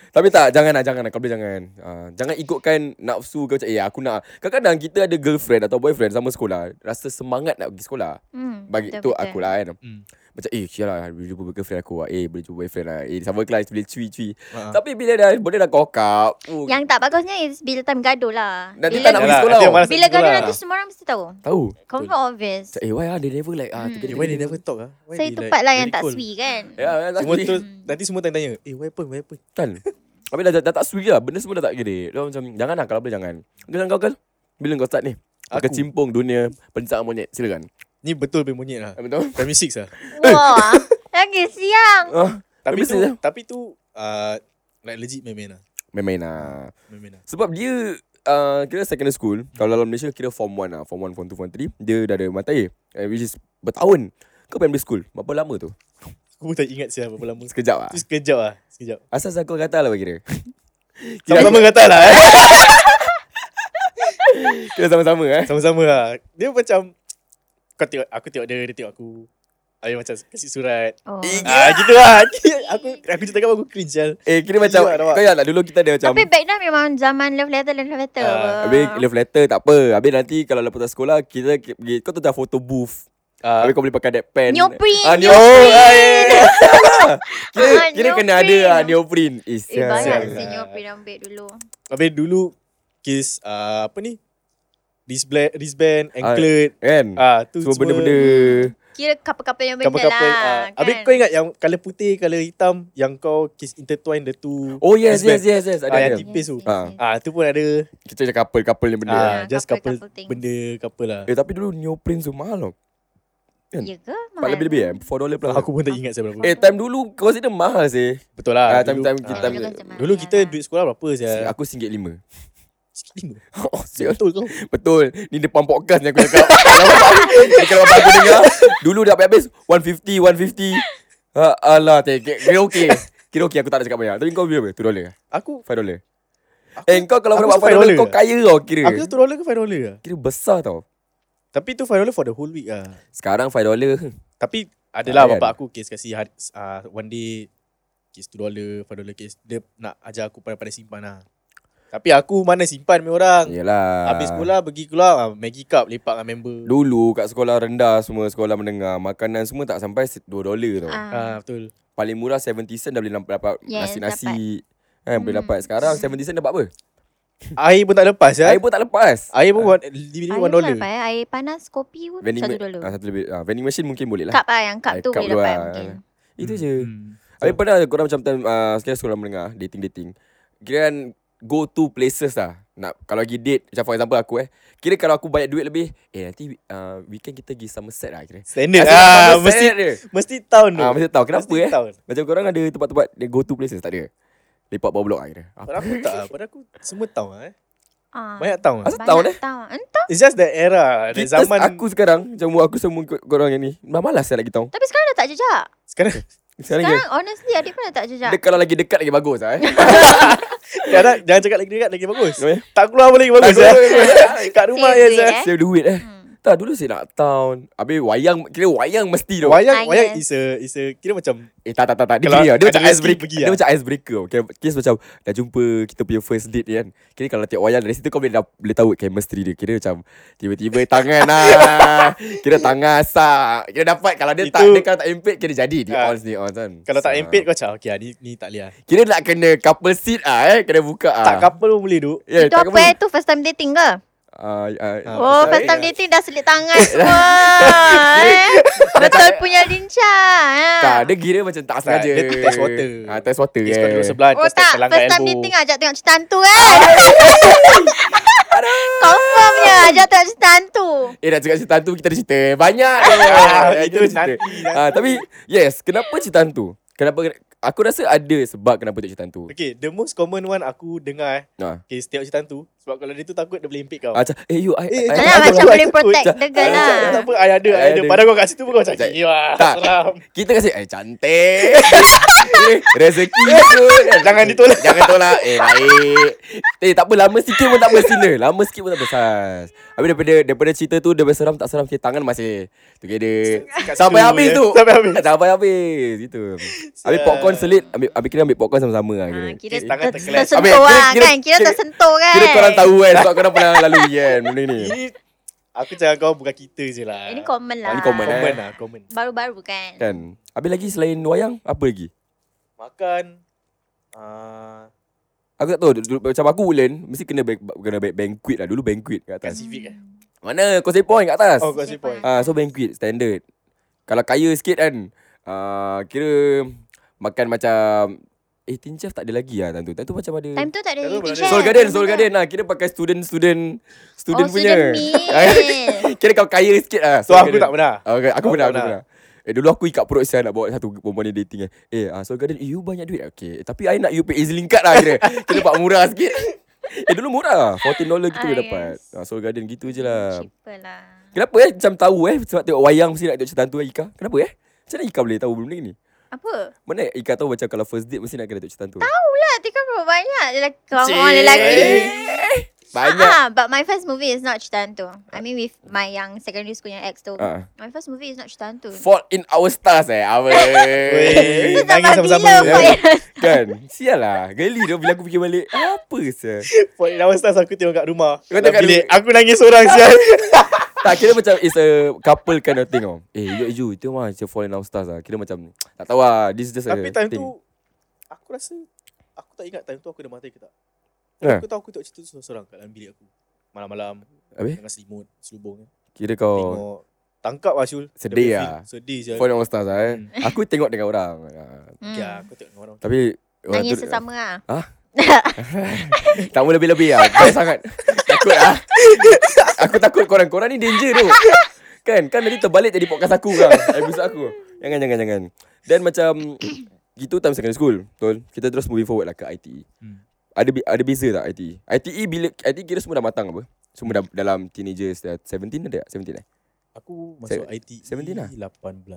Tapi tak, jangan lah, jangan lah. Kau boleh jangan. Uh, jangan ikutkan nafsu kau macam, eh aku nak. Kadang-kadang kita ada girlfriend atau boyfriend sama sekolah. Rasa semangat nak pergi sekolah.
Hmm,
Bagi tu
betul, betul.
aku lah kan.
Hmm.
Macam, eh sial lah, boleh jumpa girlfriend aku lah. Eh, boleh jumpa boyfriend lah. Eh, sama kelas, boleh cui-cui.
Ha.
Tapi bila dah, boleh dah cock up. Oh,
Yang tak bagusnya is bila time gaduh lah.
Nanti
bila
tak nak
Yalah,
pergi sekolah.
nanti yang malas nak
bila
pergi
gaduh
sekolah.
nanti semua orang mesti tahu.
Tahu.
Confirm obvious.
Macam, eh, why ah, they never like, ah,
Hmm.
tiga-tiga.
Eh, why they never talk ah? Why
Saya
they
tempat lah yang
very
tak
cold?
sweet kan.
Ya,
Semua
exactly.
tu nanti semua tanya, "Eh, why happen? Why happen?"
Kan Habis dah, dah, dah tak sui lah Benda semua dah tak gede Dia macam Jangan lah kalau boleh jangan Jangan kau kan Bila kau start ni
Aku.
Kecimpung dunia Pencaan monyet Silakan
Ni betul pun monyet lah.
Ah, Betul
Primary 6 lah.
Wah, lagi siang.
ah,
Tapi
Primary
tu,
six lah.
tapi tu uh, like legit main-main lah.
Main-main lah
Main-main lah.
Sebab dia uh, Kira secondary school Kalau dalam Malaysia Kira form 1 lah Form 1, form 2, form 3 Dia dah ada mata air eh, Which is Bertahun Kau primary school Berapa lama tu
Aku pun tak ingat siapa berapa lama.
Sekejap lah
Tu sekejap lah. Sekejap.
Asas aku kata lah kira
Sama-sama kata lah eh.
Kira sama-sama eh
Sama-sama lah. Dia macam, kau tengok, aku tengok dia, dia tengok aku. Habis macam kasih surat.
Oh.
Eh,
Ah, gitu lah. aku aku cerita kau aku cringe lah.
Eh kira macam
Gila, nampak?
Kau ingat tak dulu kita ada macam
Tapi back then memang zaman love letter dan love letter.
Ah,
Habis love letter tak apa Habis nanti kalau lepas tak sekolah Kita ke- pergi Kau tu dah photo booth
Ah,
Habis kau boleh pakai that pen
Neoprene,
ah, neo-
neoprene.
ah, yeah, yeah. Kira,
Ah,
kira kena ada
neoprene.
ah, neoprene Eh,
Eh,
sial.
banyak
sial.
senior
Ah.
pinambit dulu.
habis dulu, kiss, uh, apa ni? Wristband, wristband anklet.
Kan
Ah, tu
Semua
semua hmm.
benda-benda
Kira couple-couple yang benda
Couple-couple
lah.
ah.
kan?
Habis kau ingat yang Color putih, color hitam Yang kau kiss intertwine the two
Oh yes yes
Wristband.
yes yes
Ah,
Ada ada
yang tipis tu.
Ah.
Ah tu pun ada
Kita cakap couple Couple ni benda
ah,
Ya,
Just couple,
couple-couple thing.
Benda couple lah
Eh tapi dulu neoprene tu mahal tau kan?
Ya ke?
Pak lebih-lebih eh 4 dollar plus
Aku pun tak ingat saya berapa
Eh time dulu Kau consider mahal sih
Betul
Ah,
lah
time-
dulu,
time
ah,
kita- time-
Dulu kita
Ya.
duit sekolah berapa
Si-
saya
Aku RM1.5
Sikit lima Eh,
Oh sial
Betul kau
Betul Ni depan podcast ni aku cakap Jangan bapak- Kalau bapak aku dengar Dulu dah habis 150 150 ha, Alah tak, Kira kira okey Kira okey aku tak nak cakap banyak Tapi kau berapa? 2 dollar
Aku
5 dollar
Aku-
Eh kau kalau
aku
dapat 5
5
dollar
dollar.
Kau kaya tau kira
Aku tu dollar ke five dollar lah
Kira besar tau
Tapi tu five dollar for the whole week lah
Sekarang 5 dollar
Tapi Adalah
Ah, kan?
bapak aku Kes kasih hari, ah, One day Kes tu dollar Five dollar kes Dia nak ajar aku Pandai-pandai simpan lah Tapi aku mana simpan ni orang
Yelah
Habis sekolah pergi keluar ah, Maggi cup lepak dengan member
Dulu kat sekolah rendah semua Sekolah menengah Makanan semua tak sampai 2 dollar tau
Ah.
Ah betul
Paling murah 70 sen dah boleh namp- dapat
Yes,
Nasi-nasi Kan boleh
Hmm.
dapat Sekarang 70 sen dapat apa?
Air pun tak lepas ya.
Air pun Ah. tak lepas
Air pun one, literally
Air
one
pun
dollar.
dapat eh. Air panas, kopi pun
Vending
satu
ma-
dollar.
Ah, satu lebih. Ah, vending machine mungkin boleh lah.
Cup lah yang cup
Ah,
tu
cup
boleh
tu
dapat
lah.
mungkin.
Itu je.
Hmm.
Habis pernah korang macam time uh, sekali sekolah menengah, dating-dating. Kira kan go to places lah. Nak, kalau pergi date, macam for example aku eh. Kira kalau aku banyak duit lebih, eh nanti uh, weekend kita pergi Somerset lah kira.
Standard.
Asyik
Ah,
Somerset
mesti
dia.
mesti tahun tu.
Ah, mesti tahu kenapa
Mesti
eh.
Tahun.
Macam korang ada tempat-tempat dia go to places tak ada? Lepak bawah blok lah kira. Apa?
Pada aku tak. ah. Pada aku semua tahun eh.
Ah.
Banyak tahun. ah.
Asal tahun eh?
tahun. Entah.
It's just the era, the
Kita,
zaman.
aku sekarang, macam umur aku semua kor- korang yang ni. Dah malas lah lagi tahu.
Tapi sekarang dah tak jejak.
Sekarang
Sekarang,
Sekarang honestly adik pun dah tak
kira,
jejak.
dia kalau lagi dekat lagi bagus lah eh.
jangan jangan cakap lagi dekat lagi bagus.
Eh?
Tak keluar pun lagi bagus
keluar
eh.
lagi
Kat rumah
Save
ya.
duit,
Zah.
eh?
Save duit eh.
Hmm.
Tak dulu saya nak town Habis wayang Kira wayang mesti tu
Wayang
Ah,
wayang is
yes.
a is a kira macam
Eh tak tak tak, tak. Dia,
Kalau
gini, tau. dia
ada
macam
rezeki,
icebreaker
pergi
Dia
lah.
macam icebreaker tau. Kira, kira macam Dah jumpa kita punya first date ni kan Kira kalau tengok wayang Dari situ kau boleh, dah, boleh tahu chemistry dia Kira macam Tiba-tiba tangan lah Kira tangan sak Kira dapat Kalau dia tak
Itu-
Dia kalau tak impit Kira jadi Dia
Ah.
on sini on kan
kalau tak
Sak.
empit kau cakap okey ah, ni ni tak lihat.
Kira nak kena couple seat ah eh Kena buka ah
Tak couple pun boleh duk.
yeah,
Itu
ya, tak
apa eh tu first time dating ke?
Ah, ah,
Oh,
tak-
first time dating dah selit tangan semua. eh. Betul punya lincah. eh.
Tak, dia kira macam tak sengaja
dia test water.
ah, Test water
Kes
eh.
kau duduk sebelah kau
Oh
step
tak,
pelanggan
first time
elbow.
dating ajak tengok cerita hantu
Ah,
kan?
ya.
Confirm ya, ajak tengok cerita hantu.
Eh nak cakap cerita hantu Kita ada cerita Banyak dia.
Ah,
Kita
itu
ada cerita
nanti.
ah, Tapi Yes Kenapa cerita hantu Kenapa Aku rasa ada sebab Kenapa tak cerita hantu
Okay, the most common one aku dengar eh.
Ah.
Okay, setiap cerita tu. Sebab Sebab kalau dia tu takut Dia boleh impit kau
Macam Eh you I,
Eh,
I,
tak
Tak
nak
lah
aku
macam
takut,
boleh
takut.
protect
Tak-
the girl
Eh,
lah.
Tak apa I ada I
I
ada
ada.
Padahal kau kat situ pun Kau macam
Tak.
Gila
Tak.
Seram
Kita kasi Eh cantik Eh rezeki pun
Jangan ditolak.
Jangan tolak Eh baik Eh tak apa Lama sikit pun tak apa sini Lama sikit pun tak apa Sas Habis daripada Daripada cerita tu Daripada seram tak seram Kita tangan masih Together
Kat
Sampai
situ
habis
je.
tu
ya. Sampai habis
Sampai habis Gitu Habis popcorn selit Ambil, ambil kira ambil popcorn sama-sama lah
Ha,
kira.
kira
Eh, tangan
ter-
terkelas.
Habis,
tersentuh
kira-
lah kan. Kira
kira-
tersentuh kan.
Kira korang tahu kan Sebab korang pernah lalui kan Benda ni
Ini Aku cakap kau bukan kita je lah
Ini common lah.
Ini common, eh.
Common lah Common
Baru-baru kan.
Kan Habis lagi selain wayang Apa lagi
Makan uh,
Aku tak tahu dulu, Macam aku ulen Mesti kena ba- kena ba- banquet lah Dulu banquet kat
Kat
atas
Civic eh
Mana kau point kat atas
Oh kat Civic
Ah, so banquet standard. Kalau kaya sikit kan, ah, kira makan macam eh tin chef tak ada lagi lah time tu. Time tu macam ada
Time tu tak ada
Time
Oh,
tu belum
Unity
ada.
Seoul Garden, Seoul Garden lah. Kira pakai student student student
oh,
punya. Kan?
student meal.
kira kau kaya sikit lah.
So aku tak pernah
Okay, aku
Kau
pernah,
tak
aku
pernah.
pernah. Eh dulu aku ikat perut saya nak bawa satu perempuan ni dating eh. Eh, ah, Seoul Garden, eh, you banyak duit. Okay, eh, tapi I nak you pay EZ-Link card lah kira. kira dapat murah sikit. Eh dulu murah $14 gitu
Ah,
boleh dapat
yes.
ah, Seoul Garden gitu je lah
Cheaper lah.
Kenapa eh macam tahu eh Sebab tengok wayang mesti nak tengok cerita hantu eh, Ika Kenapa eh Macam mana Ika boleh tahu benda ni
Apa?
Mana Ika tahu macam kalau first date mesti nak kena tengok cerita hantu
Tak, tika berapa banyak lelaki. Orang
Cik.
Eh,
lelaki.
Banyak
Ah, but my first movie is not cerita hantu. I mean with my yang secondary school yang ex tu.
Ah.
My first movie is not cerita hantu.
Fall in our stars eh Apa
Weh,
Tu
nangis
sampai
sama-sama.
Ya.
bila buat yang-
Kan Sial lah Geli tu bila aku fikir balik Apa sah
Point lawan stars aku tengok kat rumah
Kau
Kau
tengok kat
tengok bilik Aku nangis seorang sial
Tak kira macam It's a couple kind of thing oh. Eh you you Itu mah macam fall in our stars lah Kira macam Tak tahu lah This is just a
Tapi time
thing.
tu Aku rasa Aku tak ingat time tu aku ada mati ke tak
Ha.
Aku tahu aku tengok cerita tu seorang-seorang kat dalam bilik aku Malam-malam
Habis
Dengan selimut Selubung
Kira kau
Tengok Tangkap lah Syul
Oh. Sedih
Dia punya
ah.
feel. Sedih sial
Fall in our stars lah eh
Hmm.
Aku tengok dengan orang ah,
Hmm.
Ya aku tengok dengan orang
Tapi orang
Nangis
tu-
sesama lah.
Tak mau lebih-lebih lah Kau sangat Takut lah Aku takut korang Korang ni danger tu Kan Kan nanti terbalik jadi podcast aku kan Episode aku Jangan jangan jangan Then macam Gitu time secondary school Betul Kita terus moving forward lah ke ITE
Hmm.
Ada be- ada beza tak E? ITE ITE bila ITE kira semua dah matang apa Semua dah dalam teenagers dah 17 ada tak 17 eh
Aku masuk IT
17 lah.
18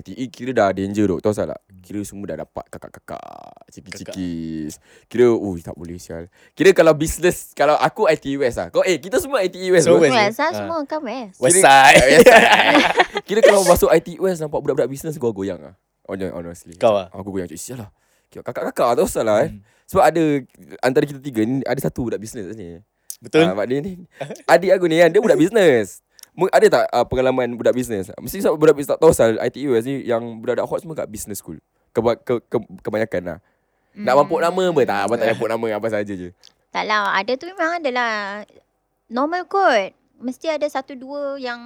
ITE E kira dah danger tu Tahu tak tak
Hmm.
Kira semua dah dapat kakak-kakak Cikis-cikis Kira Ui tak boleh sial Kira kalau business Kalau aku ITE West lah Kau eh kita semua ITE West
So,
bro.
West.
West lah
Ah.
semua kan West.
West
West side
Yes. eh. Kira kalau masuk IT West Nampak budak-budak bisnes Gua goyang lah Hon- Honestly
Kau Hmm. lah
Aku goyang Cik sial lah Kira Kakak-kakak tak usah lah eh Sebab ada Antara kita tiga ni Ada satu budak bisnes kat sini
Betul
Ah, Maknanya ni Adik aku ni kan Dia budak bisnes Mu- ada tak uh, pengalaman budak bisnes? Mesti sebab budak bisnes tak tahu pasal ITU ni yang budak-budak hot semua kat business school. Keba- ke- ke- kebanyakan lah. Nak
Hmm.
mampuk nama apa? Tak, abang tak mampuk nama. Abang saja je.
Tak lah, ada tu memang ada lah. Normal kot. Mesti ada satu dua yang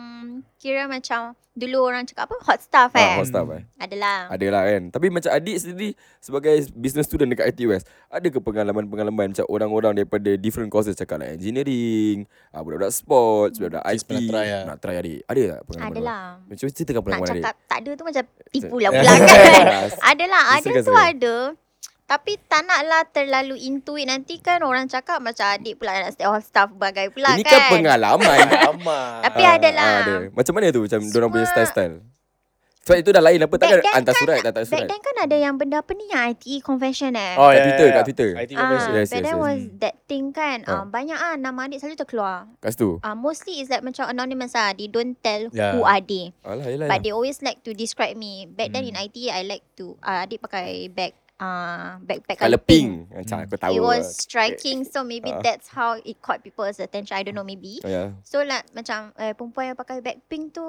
kira macam dulu orang cakap apa? Hot stuff
Ah,
eh.
hot stuff eh.
Adalah.
Ada lah kan Tapi macam adik sendiri Sebagai business student dekat IT West Ada ke pengalaman-pengalaman Macam orang-orang daripada Different courses Cakap like engineering ah, Budak-budak sports Budak-budak
Just
IT
pernah try lah.
Nak try adik Ada tak pengalaman orang?
Adalah.
Macam ceritakan
lah. Nak
pengalaman adik
cakap tak ada tu macam tipu lah pula kan. Adalah, ada
Silakan,
tu
silakan.
ada. Tapi tak naklah terlalu into it nanti kan orang cakap macam adik pula nak stay all staff bagai pula
Ini kan
kan.
pengalaman
Lama
Tapi
Ah,
ada lah.
ah, ada. Macam mana tu Macam dorang punya
Semua-
style-style Sebab itu dah lain lah. apa Takkan
Back then
hantar
kan-
surat Tak tak
Back
surat Oh,
then kan ada yang benda apa ni Ah, yang ITE confession eh.
kat Twitter, kat Twitter.
IT
Ah,
E Yes,
confession
yes, but
yes,
yes,
yes.
was that thing kan.
Ah.
Ah. banyak ah nama adik selalu terkeluar.
Kat situ
Ah mostly is like macam anonymous ah. They don't tell
Ya.
Yeah.
who are they.
Alah yelah
But they always like to describe me. Back then in
Hmm.
IT I like to ah adik pakai bag ah backpack
Colour pink Macam
Hmm.
aku tahu lah.
It was striking so maybe
Ah.
that's how it caught people's attention. I don't know maybe.
Ya
So like macam eh, perempuan yang pakai back pink tu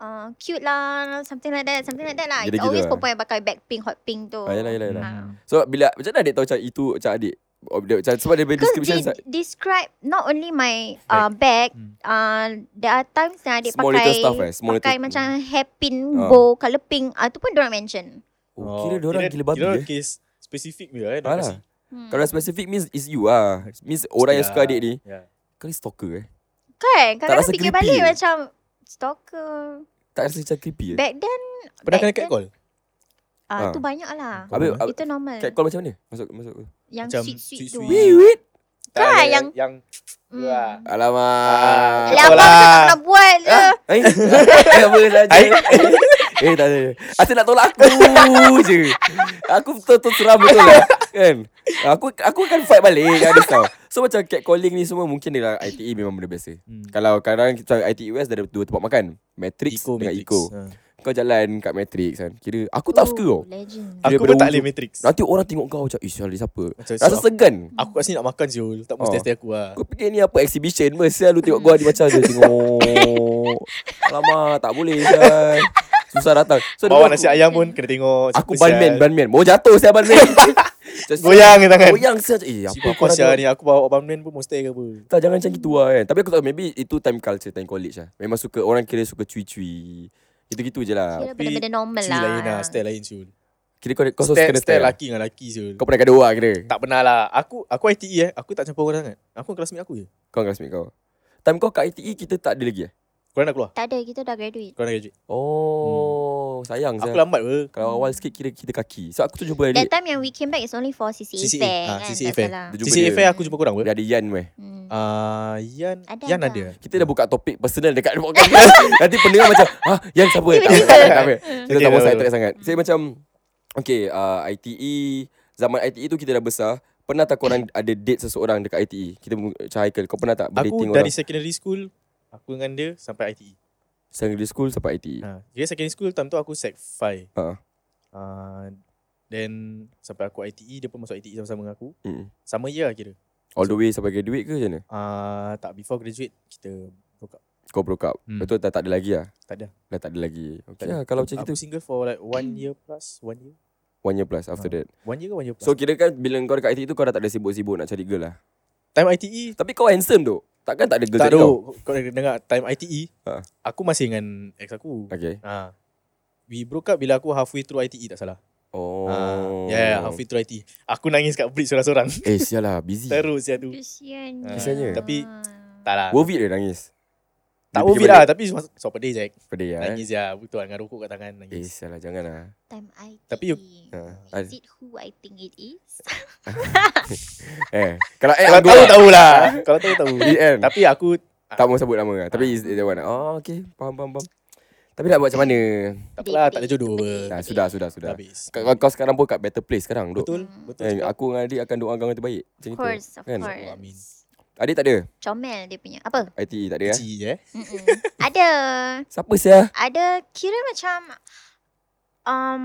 uh, cute lah something like that something like that lah.
Jadi
It's
gitu
always
lah.
perempuan yang pakai back pink hot pink tu.
Ah, yelah, yelah, yelah.
Hmm.
Ah.
So bila Macam mana adik tahu Macam itu Macam adik Oh, dia- Macam sebab dia punya
Because
description
they
sa-
describe not only my uh, bag,
Hmm.
uh, there are times yang adik
Small
pakai
little stuff eh, small
pakai
little-
macam hairpin,
Ah.
bow, colour pink, uh, tu pun diorang mention.
Oh, kira diorang gila babi
Kira
eh.
case spesifik dia eh.
Alah.
Hmm.
Kalau specific means is you ah. Means orang yang suka adik ni.
Yeah.
Kau ni stalker eh. rasa
kan, kadang-kadang fikir
creepy
balik
ke?
macam stalker.
Tak rasa macam creepy eh.
Back then,
Pernah
back
kena cat
then,
call?
Ah.
ah, tu banyak lah.
Habis
Common,
ab-
Itu normal.
cat call macam mana? Masuk masuk.
Yang
Macam
sweet-sweet
sweet-sweet.
tu.
Wait wait.
Tak
Bukan
Ah,
kan yang-
yang ya. Wah.
Hmm.
Alamak.
Alah,
Betul
abang
lah.
tu tak nak buat lah.
Eh, apa saja. eh, tak ada. Asyik nak tolak aku je. Aku betul-betul seram betul lah. Kan? Aku aku akan fight balik kan dia tahu. So macam catcalling ni semua mungkin lah, dalam ITE E memang benda biasa.
Hmm.
Kalau kadang kita ITE West ada dua tempat makan. Matrix
Eco
dengan
Matrix.
Eco.
Ha.
Kau jalan kat Matrix kan. Kira aku
Oh.
tak suka tau.
Legend.
Dia
Aku pun
pada
tak boleh
wujud.
Matrix.
Nanti orang tengok kau macam, ish, ni siapa?
Macam so,
Rasa
aku,
segan.
aku kat sini nak makan Zul. Tak
Oh.
mesti stay aku lah.
Kau fikir ni apa exhibition Mesti selalu tengok gua ni macam je Tengok Alamak tak boleh kan Susah datang so, dulu
Bawa
aku-
nasi ayam pun kena tengok.
Aku
siapa
banman
sial.
Banman Mau jatuh saya banman Just-
Goyang ke tangan.
Goyang saya macam, Eh apa
Siapa
kau
kau sial
ada
ni Aku bawa banman pun Mustang ke apa
tak, jangan macam gitu lah kan Tapi aku tak tahu Maybe itu time culture Time college lah Memang suka Orang kira suka cui-cui Gitu-gitu je lah
Kira benda-benda normal
Cui
lah.
lain lah Style lain Zul
Kira kau, kau selalu
Style,
kena
style
style lah
laki dengan laki Zul
Kau pernah gaduh lah kira
Tak pernah lah Aku aku ITE eh Aku tak campur orang sangat Aku dengan classmate aku je
Kau dengan classmate kau Time kau kat ITE Kita tak ada lagi eh
Korang nak keluar
Tak ada, kita dah graduate.
Korang nak graduate
Oh Sayang
Hmm. Aku
saya
lah- lambat ke
Kalau awal sikit Kira kita kaki So aku tu jumpa
That
dia
time yang we came back is only for CCA,
CCA,
fair
ah,
kan.
CCA
tak
fair.
salah.
Dia jumpa
CCA
dia.
fair aku jumpa korang
Dia
apa
ada Yan weh
Hmm.
Ah, Yan
Ada,
Yan
ada.
ada
Kita dah buka topik personal dekat podcast ni. Nanti pendengar macam, "Ha, yang siapa?" Tak apa, tak apa, tak apa. Kita
Okay,
tak mau
tak apa.
side track sangat. Saya macam okay, uh, ITE zaman ITE tu kita dah besar. Pernah tak korang ada date seseorang dekat ITE? Kita mu- macam Haikal, kau pernah tak
Aku
berdating
dari
orang?
secondary school Aku dengan dia Sampai E. ITE
Secondary school sampai E? ITE.
ha. Dia secondary school Time tu aku sec 5
Ha.
Ah, Then Sampai aku ITE Dia pun masuk ITE sama-sama dengan aku
Mm.
Sama year lah kira
All the way sampai graduate ke macam mana?
Ah, Tak before graduate Kita
Kau broke up.
Hmm.
Betul tak tak ada lagi ah?
Tak ada.
Dah tak ada lagi. Okay
Tak ada.
lah, kalau macam gitu
Aku single for like One year plus One year
one year plus after
Ah.
that.
One year ke one year plus
So kira kan bila kau dekat ITE tu kau dah tak ada sibuk-sibuk nak cari girl lah.
Time ITE
Tapi kau handsome tu. Takkan tak ada girl
Tak
cari kau?
tahu Kau dah dengar Time ITE
Ha.
Aku masih dengan Ex aku
Okay.
ha. We broke up Bila aku halfway through ITE Tak salah
Oh.
Oh. Yeah, yeah, halfway through IT. Aku nangis kat bridge seorang-seorang.
Eh sial lah busy
Teruk sia tu.
Kesian.
Ah,
Kesiannya.
tapi- Tak lah.
Worth it dia nangis Dia
tak worth
fikir
it lah. Tapi so- so pedih je.
Pedih lah eh
Nangis ya. Betul dengan rokok kat
Eh
tangan. Nangis.
sial lah jangan lah
Time I
Tapi
Tapi
you-
Ah,
Is it who I think it is?
Eh Kalau eh
Kalau
aku
tahu,
lah.
tahu lah. Kalau tahu, tahu.
EM
Tapi aku,
Tak mau sebut nama lah
Ah.
Tapi is that one lah. Oh okay Faham faham faham Tapi nak buat macam mana
tak apalah. Tak ada jodoh apa.
Pedih.
Dah sudah sudah
Dah
sudah
habis.
Kau, kau sekarang pun kat better place sekarang duk.
Betul. Betul.
Eh,
cakap.
aku dengan adik akan doakan kau yang terbaik Macam
Of
itu
course, of
Kan?
course.
Amin.
Adik tak ada
Comel dia punya. Apa?
ITE tak ada eh
Kecil je. eh.
Mm-mm. ada.
Siapa sia
Ada kira macam um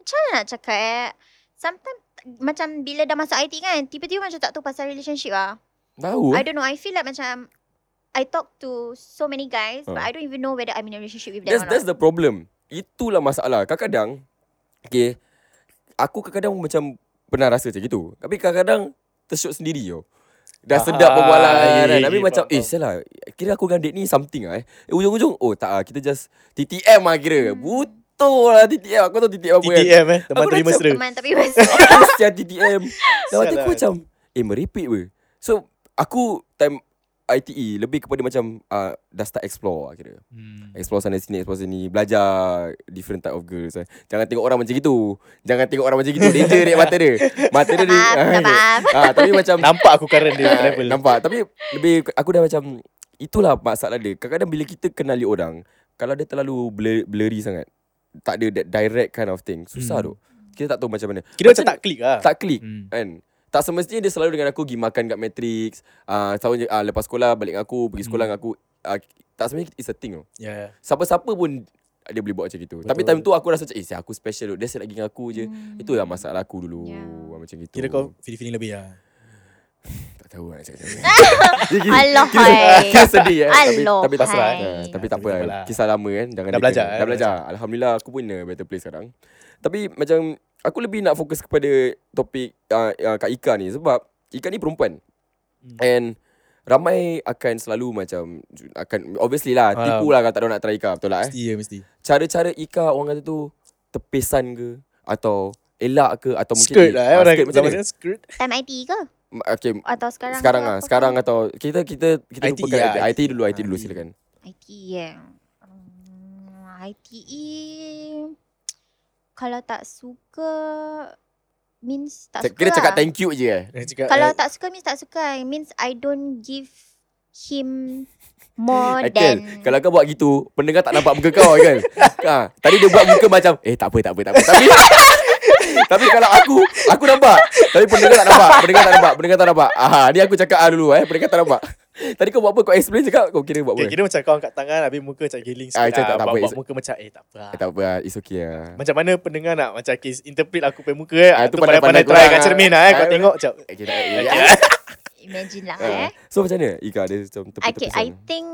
macam mana nak cakap eh? Sometimes macam bila dah masuk IT kan, tiba-tiba macam tak tahu pasal relationship ah.
Tahu
I don't know. I feel like macam I talk to so many guys, but
Ah.
I don't even know whether I'm in a relationship with them
That's
or
that's
not.
the problem. Itulah masalah. Kadang-kadang okay, aku kadang-kadang macam pernah rasa macam gitu. Tapi kadang-kadang tersyok sendiri yo. Dah
Ah,
sedap perbualan
ye, ye,
kan.
ye,
Tapi
faham,
macam eh
faham.
salah. Kira aku dengan date ni something lah eh. eh ujung-ujung oh tak lah, kita just TTM lah kira.
Hmm.
Betul lah TTM. Aku tahu TTM apa kan.
TTM eh. Teman
Aku dah
terima
cakap
sera.
Teman tapi masih.
Aku setiap TTM. Dan waktu
Sialan.
aku macam eh merepek weh. So aku time ITE lebih kepada macam uh, dah start explore lah kira.
Hmm.
Explore sana sini Explore sini Belajar Different type of girls eh. Jangan tengok orang macam gitu Jangan tengok orang macam gitu Danger dia mata dia Mata dia, dia
Maaf,
ah,
maaf.
ah, Tapi macam
Nampak aku current dia
ah,
travel.
Nampak Tapi lebih Aku dah macam Itulah masalah dia Kadang-kadang bila kita kenali orang Kalau dia terlalu blur, blurry sangat Tak ada that direct kind of thing Susah
Hmm.
tu Kita tak tahu macam mana
Kira macam tak klik lah.
Tak klik
Hmm.
kan tak semestinya dia selalu dengan aku pergi makan kat Matrix ah tahun je ah, lepas sekolah balik dengan aku pergi sekolah
Hmm.
dengan aku ah, tak semestinya it's a thing tau
Yeah.
Siapa-siapa pun dia boleh buat macam gitu. Tapi
Betul.
time tu aku rasa macam eh sial, aku special tu. Dia asyik nak pergi dengan aku je.
Hmm.
Itulah masalah aku dulu.
Ya.
Yeah. Macam gitu.
Kira kau feeling-feeling lebih lah.
Eh? tak tahu lah nak cakap.
Alohai.
Kira sedih eh. Tapi
Alohai.
tapi tak
Pasrah, eh.
Ah, tapi tak
Tapi
apa
tak
lah.
apalah.
Kisah lama kan. Jangan
Dah
dia
belajar,
kena.
eh,
Dah belajar. Alhamdulillah aku pun in a better place sekarang. Tapi macam aku lebih nak fokus kepada topik uh, uh, Kak Ika ni sebab Ika ni perempuan.
Hmm.
And ramai akan selalu macam akan obviously lah
Ah.
tipu lah kalau tak ada nak try Ika betul lah eh.
Mesti ya, mesti.
cara-cara Ika orang kata tu tepesan ke atau elak ke atau mungkin
Skirt lah eh.
Ah,
Orang
skirt macam
zaman
mana?
sekarang skirt.
Time IT ke?
Ma- Okay,
Atau sekarang?
sekarang sekarang
ke
ah,
apa
sekarang
ke?
atau kita kita kita
IT,
lupakan
ya,
IT, IT,
IT.
dulu IT dulu
IT.
silakan.
IT eh. Um, ITE. Kalau tak suka means tak
Cak-
suka
Kira
lah.
cakap thank you je eh.
Dia cakap,
Kalau
eh,
tak suka means tak suka. Means I don't give him more
Akil,
than
kalau kau buat gitu, pendengar tak nampak muka kau kan. ha, tadi dia buat muka macam, eh tak apa, tak apa, tak apa. Tapi, tapi kalau aku, aku nampak. Tapi pendengar tak nampak, pendengar tak nampak, pendengar tak nampak. Aha, ni aku cakap ah dulu eh, pendengar tak nampak. Tadi kau buat apa? Kau explain cakap kau kira buat
okay,
apa?
kira macam kau angkat tangan Habis muka macam giling
Ah, macam
sikit ah,
tak- tak
buat,
apa,
buat
it's-
muka macam Eh tak apa lah.
Eh, tak apa, lah, it's okay lah.
Macam mana pendengar nak Macam kes interpret aku punya muka eh
Ah,
ah,
tu
Tu
pandai-pandai
pandai-pandai try
korang
kat
ah.
cermin lah eh Kau
Ah,
tengok macam
Okay, tak, okay,
Okay.
yeah.
imagine lah
Ah.
eh.
So macam mana Ika dia macam terputus
Okay, I think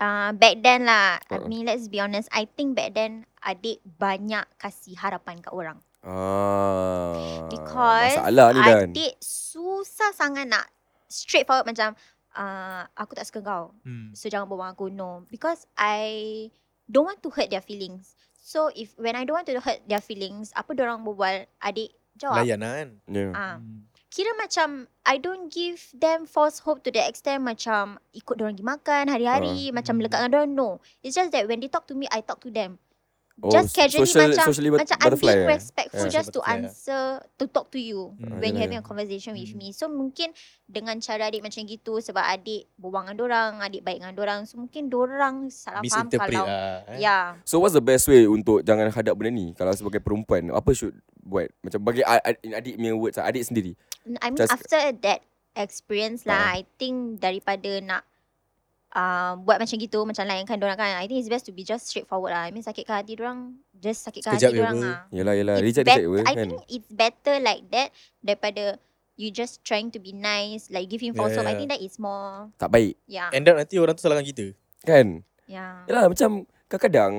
uh, back then lah. I
Uh-uh.
mean, let's be honest. I think back then adik banyak kasih harapan kat orang.
ah,
Because
Masalah ni kan
adik susah sangat nak straightforward macam uh, aku tak suka kau.
hmm.
So jangan berbual dengan aku no Because I Don't want to hurt their feelings So if When I don't want to hurt their feelings Apa dorang berbual Adik Jawab
Layanan
yeah.
Ah,
Hmm.
Kira macam I don't give them false hope To the extent macam Ikut dorang pergi makan
Oh.
Hari-hari Macam
Hmm.
lekat dengan dorang No It's just that When they talk to me I talk to them
Oh,
Just
so-
casually
social-
macam
socially but-
Macam I'm
butterfly,
being
eh?
respectful
Yeah.
Just to
Social butterfly,
answer To talk to you
Ah, yelah,
when you having a
yelah.
conversation with
Hmm.
me. So mungkin dengan cara adik macam gitu sebab adik berbual dengan dorang, adik baik dengan dorang. So mungkin dorang salah faham
Misinterpret
kalau
ah,
lah eh.
Ya.
So what's the best way Untuk jangan hadap benda ni Kalau sebagai perempuan Apa should buat Macam bagi a- a- adik punya words Adik sendiri
I mean
Just-
after that experience
Ah.
lah, I think daripada nak Uh, buat macam gitu Macam layankan dorang kan I think it's best to be just straightforward lah I mean sakitkan hati dorang Just sakitkan
Sekejap
hati
je
dorang
apa. Ah,
lah
Yelah yelah
It's
Reject
bet-
reject apa
I
kan
think it's better like that Daripada You just trying to be nice Like give him false
Yeah, yeah.
hope I
Eh,
think that is more ya,
Tak baik
Yeah
End up nanti orang tu salahkan kita
Kan
Yeah
Yelah macam Kadang-kadang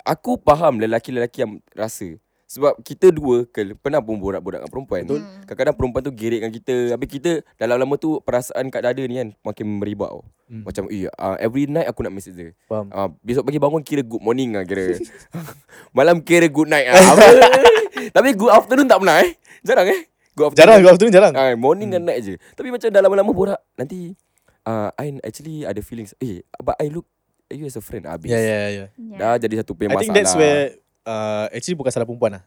Aku faham lelaki-lelaki yang rasa Sebab kita dua ke, Pernah pun borak-borak dengan perempuan
Betul.
Hmm.
Kadang-kadang perempuan tu gerik dengan kita Habis kita Dalam lama tu Perasaan kat dada ni kan Makin meribak tau.
Hmm.
Macam eh, uh, Every night aku nak message dia
Faham.
uh, Besok pagi bangun Kira good morning lah kira Malam kira good night lah Apa? Tapi good afternoon tak pernah eh Jarang eh Good
Jarang Hmm. kau tu jarang
Ah, morning and night je. Tapi macam dah lama-lama borak nanti uh, I actually ada feelings. Eh, but I look at you as a friend habis.
Ya ya ya
yeah.
Dah jadi satu punya
I
masalah.
think that's where uh, Actually bukan salah perempuan lah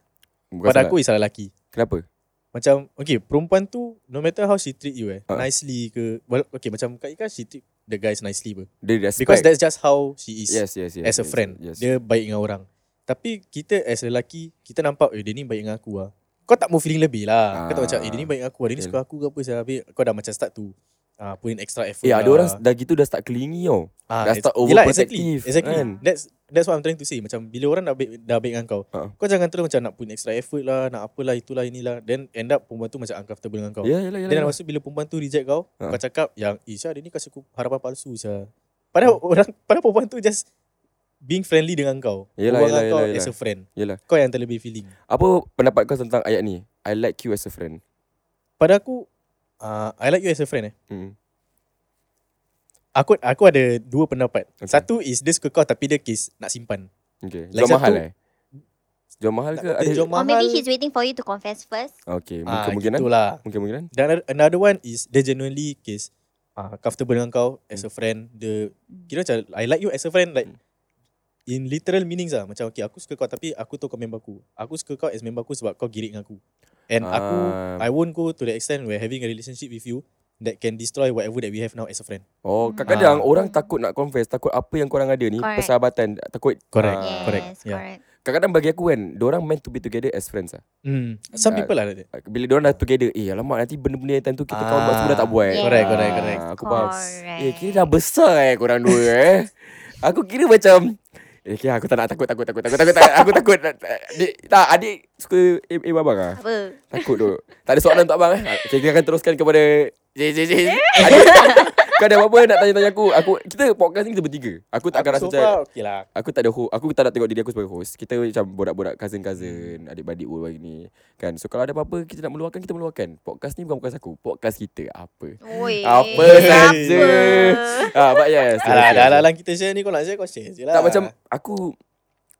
Bukan
Pada
salah.
aku is salah lelaki
kenapa?
Macam Okay perempuan tu No matter how she treat you eh
Ah.
Nicely ke well, Okay macam Kak Ika she treat the guys nicely ber.
Dia respect.
Because that's just how she is
yes, yes, yes,
As
yes,
a friend
Yes.
Dia baik dengan orang Tapi kita as lelaki Kita nampak Eh dia ni baik dengan aku lah Kau tak mau feeling lebih lah Kau tak
Ah.
macam Eh dia ni baik dengan aku lah Dia ni
Betul.
suka aku ke apa saya Habis kau dah macam start tu uh, Put in extra
Eh,
effort lah.
ada orang dah gitu dah start clingy tau.
Ah,
dah
ex-
start
yelah,
overprotective,
Exactly, exactly.
kan?
That's that's what I'm trying to say. Macam bila orang dah baik, dah baik dengan kau,
Ah.
kau jangan terus macam nak put extra effort lah, nak apalah itulah inilah. Then end up perempuan tu macam uncomfortable dengan kau.
Ya, yelah, yelah.
Then
yelah.
lepas tu bila perempuan tu reject kau,
Ah.
kau cakap yang eh Syah dia ni kasih aku harapan palsu Syah.
Ha.
Padahal orang padahal perempuan tu just being friendly dengan kau.
Yelah,
Berbual
yelah,
dengan kau
yelah,
as a friend.
Yelah.
Kau yang terlebih feeling.
Apa pendapat kau tentang ayat ni? I like you as a friend.
Pada aku uh, I like you as a friend eh.
Hmm.
Aku aku ada dua pendapat.
Okay.
Satu is dia suka kau tapi dia kiss nak simpan.
Okay. Jual
Like
mahal
satu-
eh? Jual mahal
Tak
ke?
kata
Ada.
jual
Or
mahal.
maybe he's waiting for you to confess first.
Okay, mungkin kan?
Ah,
kemungkinan.
Gitulah.
Mungkin kemungkinan.
Dan another one is Dia genuinely case uh, Comfortable dengan kau As a
Hmm.
friend Dia Kira macam I like you as a friend Like
Hmm.
In literal meanings lah Macam okay Aku suka kau Tapi aku tahu kau member aku Aku suka kau as member aku Sebab kau girik dengan aku And
Ah.
aku I won't go to the extent Where having a relationship with you That can destroy whatever that we have now as a friend
Oh,
Hmm.
kadang-kadang
Ah.
orang takut nak confess, takut apa yang korang ada ni,
Correct.
persahabatan, takut
Correct
Ah.
yes,
Correct
correct.
yeah.
Kadang-kadang bagi aku kan Diorang meant to be together as friends lah
Hmm. Some
Ah,
people lah like that
Bila diorang dah together Eh alamak nanti benda-benda yang time tu Kita kawan buat
Ah,
semua dah tak buat
correct,
Ah,
correct, correct.
Aku faham
Correct.
Eh kira dah besar eh korang dua eh Aku kira macam Eh kira aku tak nak takut takut takut takut takut tak, Aku takut tak, tak. Adik, tak adik suka aim, aim abang ah.
Apa?
Takut tu Tak ada soalan untuk abang eh okay, Kita akan teruskan kepada Jis jis jis Adik Kau ada apa-apa nak tanya-tanya aku Aku Kita podcast ni kita bertiga Aku tak akan rasa
so
macam
far okay lah
aku tak ada ho- aku tak nak tengok diri aku sebagai host. Kita macam borak-borak cousin-cousin, adik-beradik orang ni kan. So kalau ada apa-apa kita nak meluahkan kita meluahkan. Podcast ni bukan podcast aku, podcast kita apa.
Oi.
Apa saja. Ah, but yes. yes,
Alah, dah
yes.
lah lang kita share ni Kau nak share kau share je lah
Tak macam aku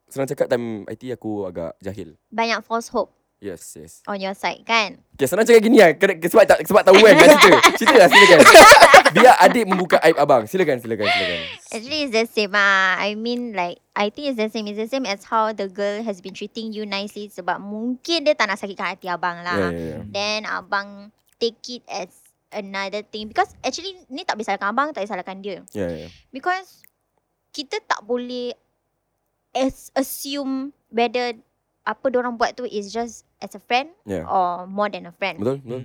senang cakap time IT aku agak jahil.
Banyak false hope
Yes, yes.
on your side kan?
Okay, senang cakap gini lah. Kena, sebab, tak, sebab tahu kan kat cerita. Cerita lah, silakan. Biar adik membuka aib abang. Silakan, silakan, silakan.
Actually it's the same ah. I mean like I think it's the same. It's the same as how the girl has been treating you nicely sebab mungkin dia tak nak sakitkan hati abang
Yeah,
lah.
yeah, yeah.
Then abang take it as another thing because actually ni tak boleh salahkan abang, tak boleh salahkan dia.
yeah, yeah.
Because kita tak boleh as assume whether apa orang buat tu is just as a friend
Yeah.
or more than a friend.
Betul? Betul?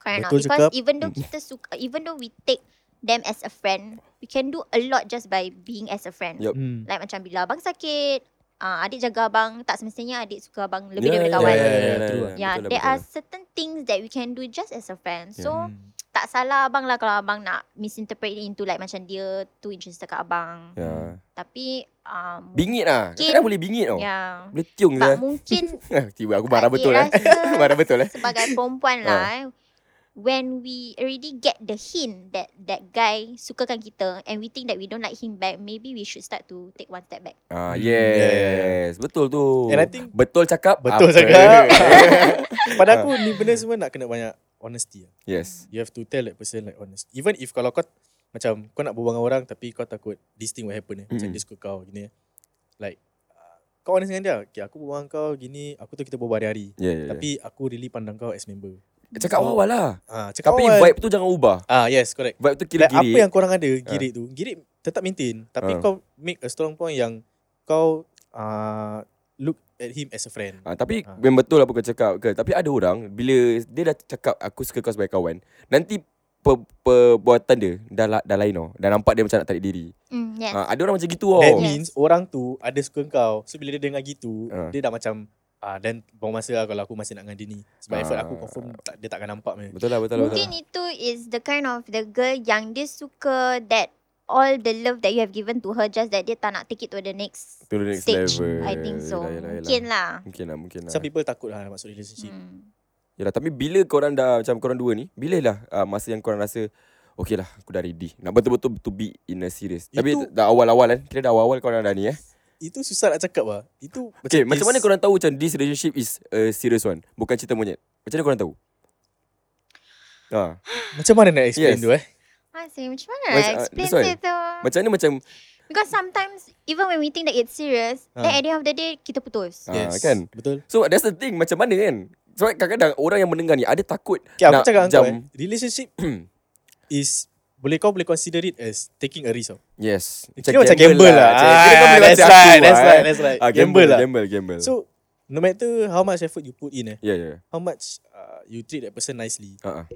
Correct or not?
Betul
Because
cakap. Mm.
even though kita suka, even though we take them as a friend, we can do a lot just by being as a friend.
Yup.
Hmm.
Like macam bila abang sakit, uh, adik jaga abang, tak semestinya adik suka abang lebih
Yeah,
daripada
yeah,
kawan. Ya,
yeah, yeah,
true lah.
Yeah,
Betul lah,
there
betul
are
lah.
certain things that we can do just as a friend.
Yeah.
So
Hmm.
tak salah abang lah kalau abang nak misinterpret it into like macam dia tu interested kat abang.
Ya.
Tapi um,
Bingit lah. Kadang-kadang boleh bingit tau.
yeah.
Boleh tiung
But
je.
mungkin
Tiba aku marah
adik
betul eh.
rasa
marah betul eh.
sebagai perempuan
Ah.
lah eh, when we already get the hint that that guy sukakan kita and we think that we don't like him back maybe we should start to take one step back
Ah,
Hmm.
yes. Betul tu.
And I think-
betul cakap. apa
Betul cakap.
dia.
Pada aku ni benda semua nak kena banyak honesty lah.
yes.
You have to tell that person like honest. Even if kalau kau macam kau nak berbual dengan orang tapi kau takut this thing will happen eh. Macam
Mm-mm.
dia suka kau gini. eh. Like uh, kau honest dengan dia. Okay, aku berbual dengan kau gini, aku tu kita berbual hari-hari.
Yeah, yeah,
Yeah. Tapi aku really pandang kau as member.
yeah. Cakap awal-awal lah.
Ah, cakap
Tapi
awal.
vibe tu jangan ubah.
Ah, yes, correct.
Vibe tu
Kira
kira
like apa
kiri.
yang korang ada girik tu Girik tetap maintain Tapi
Ah.
kau make a strong point yang Kau uh, look at him as a friend
Ah, tapi
Ah.
memang betul apa kau cakap ke. Tapi ada orang bila dia dah cakap aku suka kau sebagai kawan, nanti pe- perbuatan dia dah la- dah lain tau. Dah nampak dia macam nak tarik diri.
mm, yes
Ah, ada orang macam gitu tau.
That
Yes.
means orang tu ada suka kau So bila dia dengar gitu
Ah.
Dia dah macam ah, Dan buang masa lah kalau aku masih nak dengan dia ni Sebab
Ah.
effort aku confirm tak, dia takkan nampak punya.
Betul lah, betul lah. betul
mungkin
lah.
itu is the kind of the girl yang dia suka that all the love that you have given to her just that dia tak nak take it to the next
To the next
stage
level.
I think so
Yelah, yelah, yelah.
mungkin lah
Mungkin lah, mungkin lah.
Some people takut lah masuk relationship
hmm.
Yalah, tapi bila korang dah macam korang dua ni, bila lah uh, masa yang korang rasa Okay lah, aku dah ready. Nak betul-betul to be in a serious. Tapi
Itu-
dah awal-awal kan. Kira dah awal-awal korang dah ni eh.
Itu susah nak cakap lah Itu
Okay, macam mana
is-
korang tahu macam this relationship is a serious one? Bukan cerita monyet. Macam mana korang tahu? Ha.
Macam mana nak explain
Yes.
tu eh
Asyik, macam mana
Macam-
nak
uh,
ah,
explain
that's why.
dia tu
Macam mana macam
because sometimes even when we think that it's serious
Ah.
then at the end of the day kita putus
Ah, kan?
Betul
So that's the thing Macam mana kan Sebab kadang-kadang Orang yang mendengar ni Ada takut
Okay, aku
Nak
cakap dengan kau eh
jump.
Relationship is Boleh kau boleh consider it as Taking a risk tau
Yes
Kira macam gamble lah.
Macam- kira kau
Ah,
boleh
that's
baca aku
right,
lah,
that's
eh.
right, that's right.
Ah,
Gamble
Gamble
lah.
Gamble gamble So
So no matter how much effort you put in eh,
Yeah yeah
how much uh, you treat that person nicely,
uh-huh.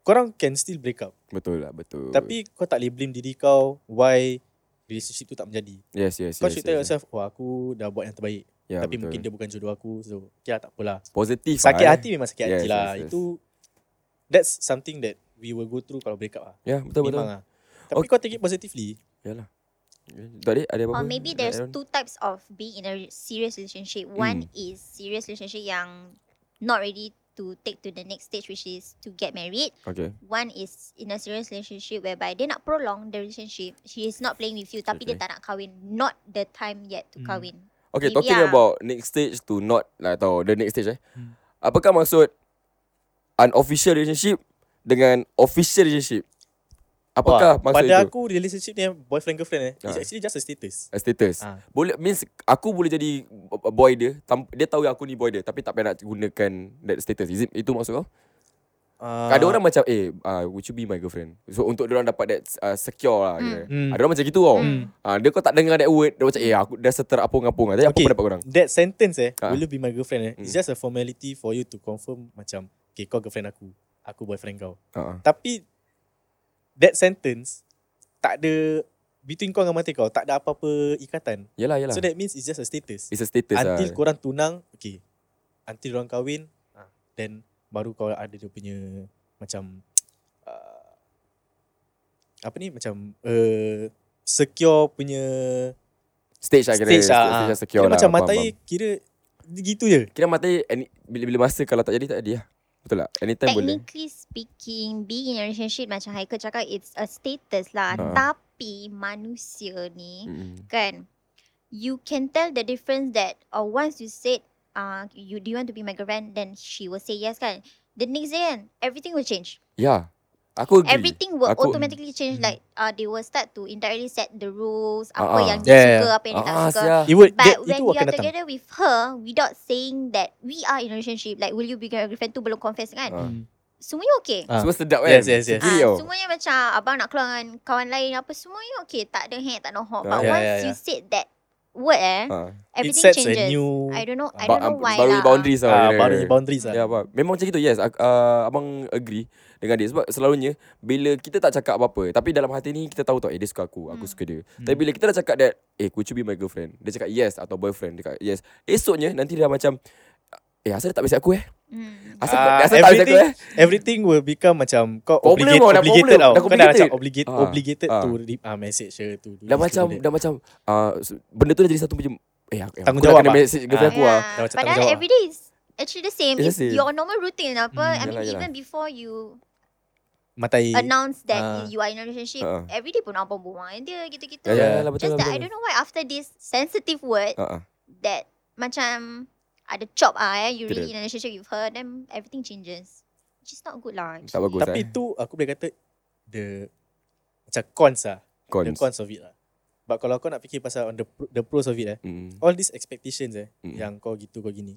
korang can still break up.
Betul lah betul
Tapi kau tak boleh blame diri kau why relationship tu tak menjadi.
Yes yes yes,
Kau should tell
yes, yes.
yourself, oh aku dah buat yang terbaik.
yeah,
Tapi mungkin dia bukan jodoh aku. So okay lah tak apalah.
Ya, Positif
Sakit
lah, eh.
hati memang sakit hati
Yes,
lah.
yes, yes.
Itu that's something that we will go through kalau break up lah.
Ya yeah, betul betul
Memang lah. Tapi
Okay.
kau take it positively.
Yalah Tak ada ada apa-apa
Or maybe there's
Aaron?
two types of being in a re- serious relationship.
Hmm.
One is serious relationship yang not ready to take to the next stage which is to get married.
Okay
One is in a serious relationship whereby dia nak prolong the relationship. She is not playing with you tapi
Okay.
dia tak nak kahwin. Not the time yet to
Hmm.
kahwin.
Okay
Maybe
talking
ah.
about Next stage to not lah, Atau the next stage eh
Hmm.
Apakah maksud Unofficial relationship Dengan Official relationship Apakah
Wah,
maksud
pada
itu
aku relationship ni boyfriend girlfriend eh. It's
Ah.
actually just a status.
A status
Ah.
Boleh means aku boleh jadi b- boy dia. Tam, dia tahu yang aku ni boy dia tapi tak payah nak gunakan that status. Is it itu maksud kau?
Uh,
Uh. Ada orang macam eh uh, would you be my girlfriend? So untuk dia orang dapat that uh, secure lah kira.
Hmm.
Ada orang macam gitu tau.
Hmm.
Ah dia kau tak dengar that word, dia macam eh aku dah seterapung-apung. Tapi apa
Okay.
pendapat korang?
That sentence eh
Ah.
Will you be my girlfriend eh It's
Mm.
just a formality for you to confirm Macam Okay kau girlfriend aku Aku boyfriend kau
Ha. Uh-huh.
Tapi That sentence Tak ada Between kau dengan mata kau Tak ada apa-apa ikatan
Yalah yalah.
So that means it's just a status
It's a status
Until
lah.
korang tunang Okay Until orang kahwin ah, Then Baru kau ada dia punya Macam uh, Apa ni Macam uh, Secure punya
stage lah kira.
Stage lah ah.
stage secure
Kira
lah.
macam
faham,
matai
faham.
Kira Gitu je
Kira matai any- bila-bila masa kalau tak jadi tak jadi lah. Betul lah. Anytime boleh.
Technically speaking, being in a relationship macam Haikal cakap it's a status lah.
Ah.
Tapi manusia ni
Mm-mm.
kan you can tell the difference that uh, once you said uh, you do you want to be my girlfriend then she will say yes kan the next day kan everything will change
Yeah. Ya. Aku agree.
Everything will
Aku-
automatically change
Hmm.
like uh, they will start to indirectly set the rules, apa
Ah, ah.
yang dia
Yeah,
suka, apa yang dia tak
Ah,
lah, suka.
sia.
It would,
But
that, itu
when we
akan
are
datang.
together with her without saying that we are in a relationship, like will you be girlfriend girlfriend tu belum confess kan?
Ah.
Hmm.
Semuanya okay.
Ah.
Semua sedap kan?
Yes, yes, yes.
Sendiri tau.
Ah, semuanya macam abang nak keluar dengan kawan lain apa semuanya okay, tak ada hang, tak ada hok.
Ah.
But
Yeah,
once
yeah,
you said that word eh,
Ah.
It
everything
sets a
changes.
new
I don't know, I
Ba-
don't know
ab-
why
baru
lah.
boundaries tau.
ah,
Yeah,
baru
yeah, yeah.
boundaries lah.
Ya abang Memang macam itu Yes ak- uh, Abang agree Dengan dia Sebab selalunya Bila kita tak cakap apa-apa Tapi dalam hati ni Kita tahu tak Eh dia suka aku Aku
Hmm.
suka dia
Hmm.
Tapi bila kita dah cakap that Eh could you be my girlfriend Dia cakap yes Atau boyfriend Dia cakap yes Esoknya nanti dia dah macam Eh asal dia tak basic aku eh
Hmm.
Asal,
Ah,
asal tak basic aku
everything-
eh
Everything will become macam kau
Problem
obligate,
tau, dah
obligated
problem,
tau.
dah
Kau dah macam
complicated.
obligated,
Ah,
obligated
ah.
to re- ah, message her to do
Dah
this,
macam
to do that.
Dah macam uh, Benda tu dah jadi satu macam Eh aku, eh, aku
Tanggungjawab
nak kena
ah.
message girlfriend
Ah.
aku lah
Dah
Yeah.
macam
Padahal
tanggungjawab.
every day is actually the same.
It's
It's,
the same.
your normal routine apa.
Hmm,
I mean
yalah, yalah.
even before you
matai
announce that
Ah.
you are in a relationship,
Ah.
every day pun abang buang dia gitu-gitu.
Ya, ya, ya, betul
Just
lah,
that
betul
I don't know why after this sensitive word
lah. Ah, ah.
that macam ada chop ah eh, you really
Correct.
in a relationship with her then everything changes. Which is not good lah.
Tak bagus
Tapi
eh
tu aku boleh kata the macam cons lah. The
Cons
cons of it lah. But kalau kau nak fikir pasal on the pro- the pros of it eh,
Mm.
all these expectations eh
Mm.
yang kau gitu kau gini.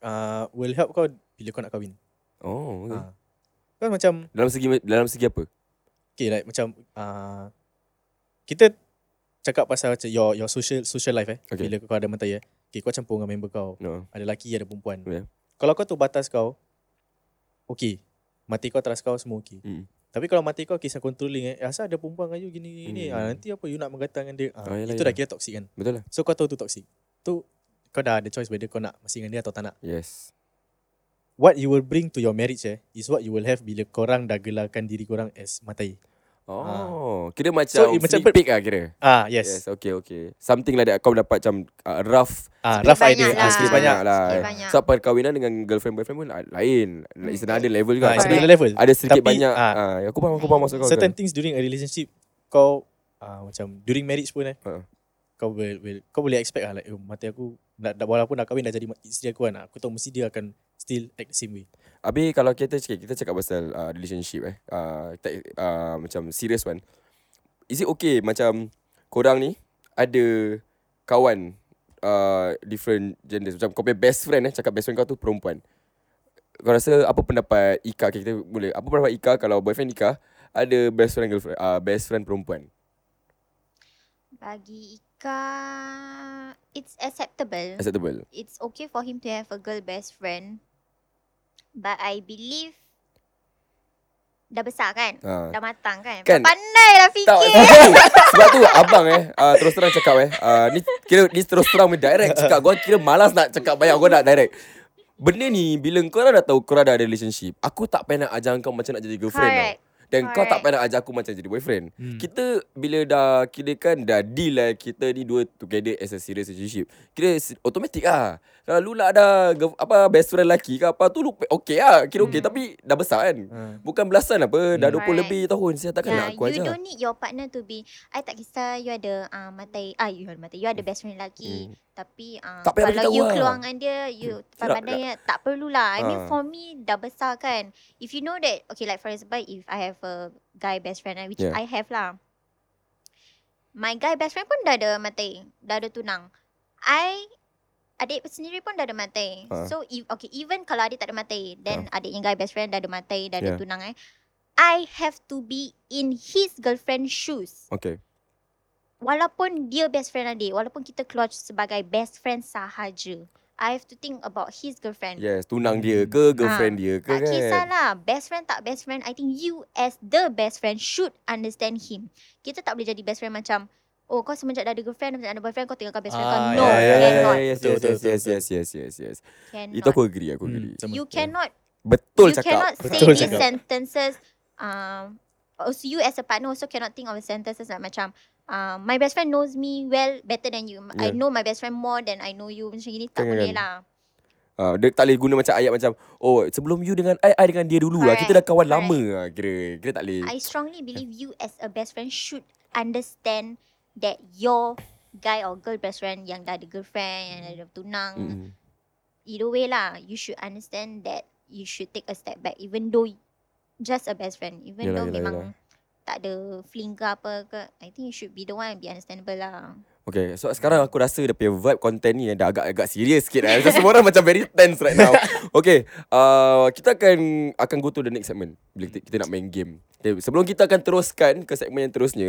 Uh, will help kau bila kau nak kahwin.
Oh okay.
Ah. Kau macam
Dalam segi Dalam segi apa
okay like macam uh, kita cakap pasal macam your your social social life eh
Okay.
okay. bila kau ada mentai eh okay, kau campur dengan member kau
No
ada lelaki ada perempuan
Yeah.
kalau kau tu batas kau okay mati kau teras kau semua okay
Mm.
tapi kalau mati kau kisah controlling eh eh, asal ada perempuan dengan you gini gini
Mm.
ah, nanti apa you nak menggatal dengan dia ah,
Ah, yalah,
itu dah kira toxic kan
Betul lah
so kau tahu tu toxic tu kau dah ada choice whether kau nak masih dengan dia atau tak nak
Yes
what you will bring to your marriage eh is what you will have bila korang dah gelarkan diri korang as matai
Oh, kira
Ah. So,
macam so,
it
macam
macam
sneak
ber-
peek lah kira.
ah
Yes.
yes,
yes, okay, okay. Something like that. Kau dapat macam uh, rough
ah
Sikit
rough idea
banyak lah.
ah, sikit banyak
lah.
Sikit banyak.
So perkahwinan dengan girlfriend boyfriend pun ah, lain. Hmm. It's another level juga.
ah, it's
Ada,
another level
ada sedikit
Tapi,
banyak.
ah,
Ah, aku faham, aku faham maksud kau.
certain things during a relationship kau uh, macam during marriage pun eh
Ha.
kau will, will, kau boleh expect lah like oh, mati aku nak, dah, walaupun dah kahwin dah jadi ma- isteri aku kan aku tahu mesti dia akan still act the same way
Abi kalau kita cakap kita cakap pasal uh, relationship eh. Uh, tak, uh, macam serious one. Is it okay macam korang ni ada kawan uh, different genders macam kau punya best friend eh cakap best friend kau tu perempuan. Kau rasa apa pendapat Ika okay, kita boleh apa pendapat Ika kalau boyfriend Ika ada best friend girlfriend uh, best friend perempuan.
Bagi Ika it's acceptable.
Acceptable.
it's okay for him to have a girl best friend. But I believe dah besar kan?
Ha.
Dah matang kan?
Kan?
kan? Pandai lah fikir.
Tak sebab tu, sebab tu abang eh uh, terus terang cakap eh uh, ni kira ni terus terang punya direct cakap gua kira malas nak cakap banyak gua nak direct. Benda ni bila kau dah tahu kau dah ada relationship, aku tak payah nak ajar kau macam nak jadi girlfriend tau.
Correct.
Dan kau tak
Correct.
payah nak ajar aku macam jadi boyfriend.
hmm.
Kita bila dah kira kan dah deal lah kita ni dua together as a serious relationship. Kira se- automatic lah. Kalau lu nak ada girl- apa best friend lelaki ke apa tu lu pe- okay lah. Kira okay
Hmm.
tapi dah besar kan.
Ah.
Bukan belasan apa, dah
Hmm.
20
Correct.
lebih tahun. Saya takkan nak
Yeah,
aku
you
ajar.
don't need your partner to be I tak kisah you ada uh, matai ah you ada matai you ada best friend lelaki
Hmm.
tapi uh,
Tak payah
kalau
beritahu
you
lah.
keluar dengan dia you
Hmm. Tak-
pandai tak perlulah I mean
Ah.
for me dah besar kan if you know that okay like for example if I have a guy best friend which
Yeah.
I have lah my guy best friend pun dah ada matai dah ada tunang I adik sendiri pun dah ada matai
Ah.
so if, okay even kalau adik tak ada matai then adiknya guy best friend dah ada matai dah ada
Yeah.
tunang eh I have to be in his girlfriend shoes.
Okay.
Walaupun dia best friend adik, walaupun kita keluar sebagai best friend sahaja. I have to think about his girlfriend.
Yes, tunang dia ke, girlfriend
Ah,
dia ke
Tak
kan.
kisahlah, best friend tak best friend. I think you as the best friend should understand him. Kita tak boleh jadi best friend macam, oh kau semenjak dah ada girlfriend, semenjak ada boyfriend, kau tinggalkan best friend kau.
Ah,
No,
ya, ya, ya, ya,
cannot.
yes,
Betul,
yes, yes,
betul,
yes,
betul.
yes, yes, yes, yes.
Cannot.
Itu aku agree, aku
Hmm,
agree.
sama.
you cannot
Betul
you
cakap.
cannot say
Betul
these
cakap.
sentences. Um, also you as a partner also cannot think of the sentences like macam uh, my best friend knows me well better than you. I
Yeah.
know my best friend more than I know you. Macam gini
Kan,
tak
kan,
boleh
kan.
lah.
Ah, dia tak boleh guna macam ayat macam oh sebelum you dengan I, I dengan dia dulu lah. Kita dah
Correct,
kawan
correct.
lama lah kira. Kira tak boleh.
I strongly believe you as a best friend should understand that your guy or girl best friend yang dah ada girlfriend, yang dah ada tunang,
Mm-mm.
either way lah, you should understand that you should take a step back even though just a best friend even
Yelah,
though
yelah,
memang
yelah.
tak ada fling ke apa ke I think you should be the one be understandable lah
Okay, so sekarang aku rasa dia punya vibe content ni dah agak-agak serious sikit lah. Macam semua orang macam very tense right now. Okay, uh, kita akan akan go to the next segment. Bila kita, kita nak main game. Okay, sebelum kita akan teruskan ke segmen yang terusnya,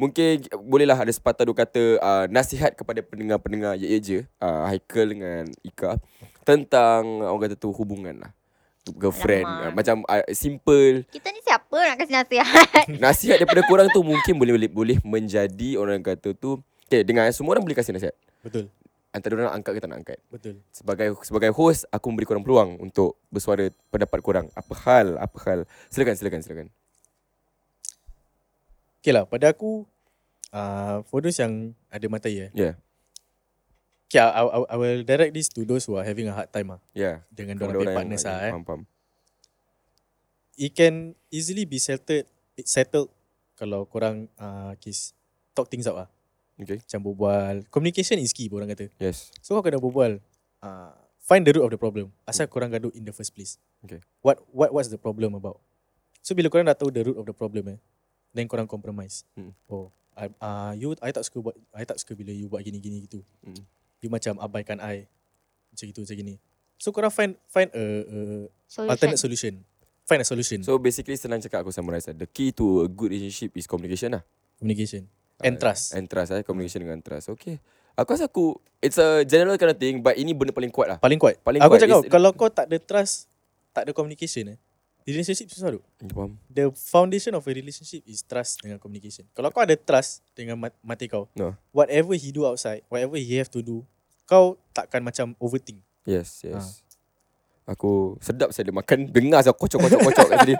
mungkin bolehlah ada sepatah dua kata uh, nasihat kepada pendengar-pendengar ye Ye je, uh, Haikal dengan Ika, tentang orang kata tu hubungan lah. Girlfriend. Uh,
Alamak.
macam uh, simple,
kita ni siapa nak kasi nasihat
Nasihat daripada korang tu mungkin boleh boleh, boleh menjadi orang kata tu Okay, dengar eh, semua orang boleh kasih nasihat.
Betul.
Antara orang nak angkat ke tak nak angkat.
Betul.
Sebagai sebagai host, aku memberi korang peluang untuk bersuara pendapat korang. Apa hal, apa hal. Silakan, silakan, silakan.
Okay lah, pada aku, uh, for those yang ada mata air. eh.
Yeah.
Okay, I, I, I will direct this to those who are having a hard time ah
Ya.
dengan
Yeah.
dorang punya partners lah eh.
Faham, faham.
It can easily be settled it settled kalau korang uh, kiss talk things out lah.
Okay.
Macam berbual. Communication is key, orang kata.
Yes.
So kau kena berbual. Uh, find the root of the problem. Asal korang gaduh in the first place.
Hmm. Okay.
What what what's the problem about? So bila korang dah tahu the root of the problem eh, then korang compromise.
Hmm.
Oh, I, uh, you I tak suka buat I tak suka bila you buat gini gini gitu.
Hmm.
You macam abaikan I. Macam gitu macam gini. So korang find find a, a
solution
alternate solution. Find a solution.
So
So,
basically senang cakap aku summarize lah. The key to a good relationship is communication lah.
communication. And
Ah,
trust.
And trust eh. Communication dengan trust. Okay. Aku rasa aku, it's a general kind of thing but ini benda paling kuat lah.
Paling kuat.
Paling
aku
kuat
cakap
is-
kalau kau tak ada trust, tak ada communication eh. Relationship susah tu.
Faham?
the foundation of a relationship is trust dengan communication. Kalau kau ada trust dengan mat- mati kau,
No.
whatever he do outside, whatever he have to do, kau takkan macam overthink.
Yes,
Ha.
yes. Aku sedap saya dia makan dengar saya kocok-kocok-kocok kat sini.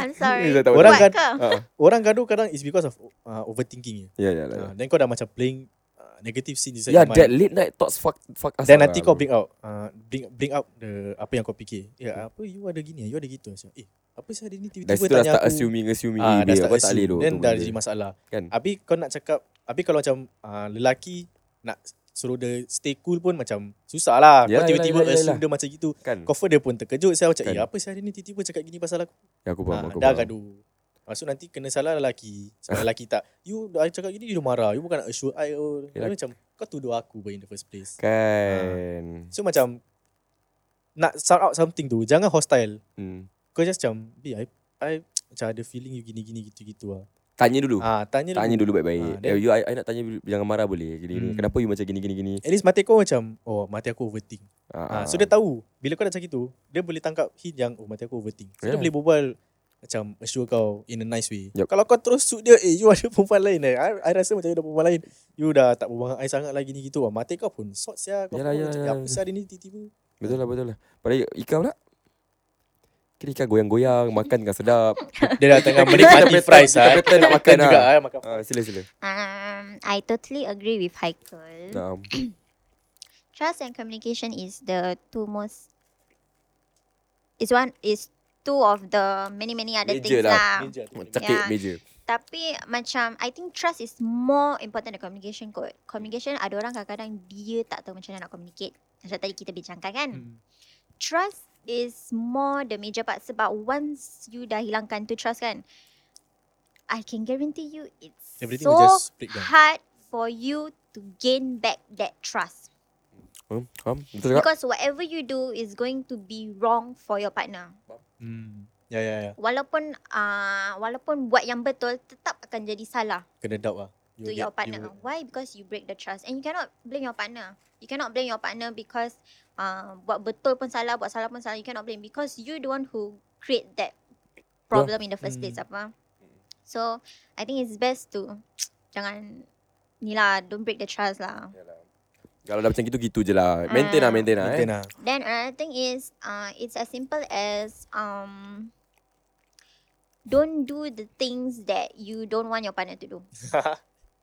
I'm
Dia
sorry
tak tahu
Orang
dah.
kan-
buat ke
Ah,
Orang gaduh kadang is because of uh, overthinking.
Ya, ya, lah, ya.
Uh, then kau dah macam playing uh, negative scene inside
Ya,
your
that
mind.
late night thoughts fuck fuck us.
Then
up lah,
nanti kau
bro.
bring out, uh, bring bring out the apa yang kau fikir. Ya, yeah, apa you ada gini, you ada gitu. Macam, Eh, apa sih dia ni
Dah
tiba-tiba
situ dah
tanya
start
aku.
assuming assuming
Ah, dah
email.
start
Kau tak boleh tu.
assume. Then
tu
dah
benda.
jadi masalah.
Kan?
Habis kau nak cakap Habis kalau macam uh, Lelaki Nak suruh dia stay cool pun Macam susah lah
Yalah,
Kau tiba-tiba
yalah, yalah,
assume
yalah.
dia macam gitu
Kan?
Cover dia pun terkejut Saya macam
ya, Kan.
Eh apa sih hari ni tiba-tiba cakap gini pasal aku
Ya, aku faham,
Ah,
aku
Dah
faham.
gaduh Lepas tu nanti kena salah lelaki Sebab lelaki tak You dah cakap gini You dah marah You bukan nak assure I oh.
Yalah.
Dia macam Kau tuduh aku by in the first place
Kan.
So macam Nak start out something tu Jangan hostile
Hmm.
Kau just macam Be I, I macam ada feeling you gini-gini gitu-gitu lah
Tanya dulu.
Ah, tanya,
Tanya dulu baik-baik.
Ah, then-
Eh, you, I, I nak tanya dulu, jangan marah boleh. Gini, gini.
Hmm.
Kenapa you macam gini gini gini?
At least mati kau macam Oh mati aku overthink
Ah,
Ha,
ah.
so dia tahu bila kau dah macam gitu, dia boleh tangkap hint yang oh mati aku overthink. So
Yeah.
dia boleh berbual macam assure kau in a nice way.
Yup.
Kalau kau terus shoot dia, eh you ada perempuan lain eh. I, I rasa macam you ada perempuan lain. You dah tak berbual dengan I sangat lagi ni gitu. Ah, mati kau pun sot sia. Kau
Yalah,
pun
yalah,
macam, "Ya,
yalah,
apa
betul.
sia dia ni tiba-tiba.
Betul lah, betul lah. Pada Ika pula? Kira Ika goyang-goyang, makan dengan sedap.
dia dah tengah
Kita
menikmati
better-
fries
kita
ah.
better nak makan
juga
ah.
ah makan.
Ah, sila, sila.
um, I totally agree with Haikul
Nah,
trust and communication is the two most is one is two of the many many other
Major
things
lah.
lah.
Ninja tu.
cekik
Ya.
meja.
Tapi macam I think trust is more important than communication kot. Communication ada orang kadang-kadang dia tak tahu macam mana nak communicate. Macam tadi kita bincangkan kan.
Hmm.
Trust is more the major part sebab once you dah hilangkan tu trust kan. I can guarantee you it's
Everything will
so
just break down.
hard for you to gain back that trust.
Hmm, faham? Betul cakap?
Because whatever you do is going to be wrong for your partner.
Hmm. Ya ya ya.
Walaupun uh, walaupun buat yang betul tetap akan jadi salah
Kena doubt ah. You
to
get-
your partner.
you-
Why? Because you break the trust and you cannot blame your partner. You cannot blame your partner because uh, buat betul pun salah, buat salah pun salah. You cannot blame because you the one who create that problem in the first
Hmm.
place apa. So I think it's best to jangan ni lah don't break the trust lah.
Kalau dah macam gitu gitu je lah. Maintain lah,
Ah.
maintain lah.
Maintain
eh.
ah.
Then another thing is, uh, it's as simple as um, don't do the things that you don't want your partner to do.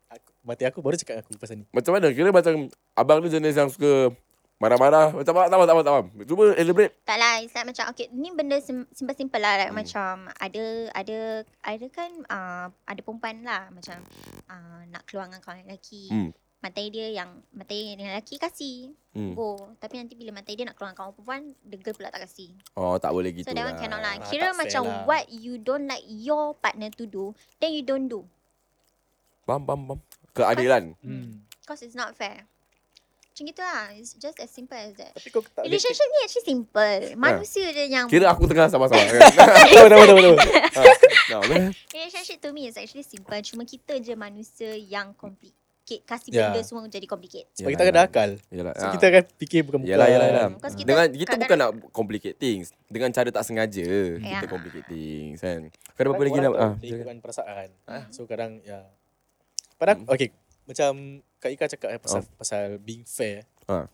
Aku- Mati aku baru cakap aku pasal ni.
Macam mana? Kira macam abang tu jenis yang suka marah-marah. Macam tak faham, tak faham, tak faham. Cuba elaborate.
Tak lah, it's like macam okay, ni benda sim- simple-simple lah, like
Hmm.
hmm. macam ada ada ada kan uh, ada perempuan lah macam uh, nak keluar dengan kawan lelaki.
Hmm.
Matai dia yang Matai dengan lelaki kasih
Hmm.
Go Tapi nanti bila matai dia nak keluar dengan kawan perempuan The girl pula tak kasih
Oh, tak boleh gitu
So that one cannot lah
Ah, tak
Kira
fair
macam
lah.
What you don't like Your partner to do Then you don't do
Bam, bam, bam. Keadilan.
Hmm.
Cause it's not fair Macam gitu lah It's just as simple as that
Tapi kau tak boleh
Relationship ni actually simple Manusia je yang
Ah. Kira aku tengah sama-sama. kan? Tahu, tahu, tahu, tahu. Ha, nah, boleh.
Relationship to me is actually simple Cuma kita je manusia yang complicate Kasih
Yeah.
benda semua jadi complicated
Sebab kita ada akal
Yalah, ah.
So kita akan fikir bukan-bukan
Yalah, yalah, yalah.
Because Hmm, kita
Dengan kita bukan
kadang-kadang-
nak complicate things. Dengan cara tak sengaja kita
Ya.
complicate things kan. Kau ada apa lagi nak? Ah,
Ah, bukan perasaan. So kadang ya. Pada
Hmm.
aku, okay, macam Kak Ika cakap eh, pasal pasal being fair.
Oh. Ah.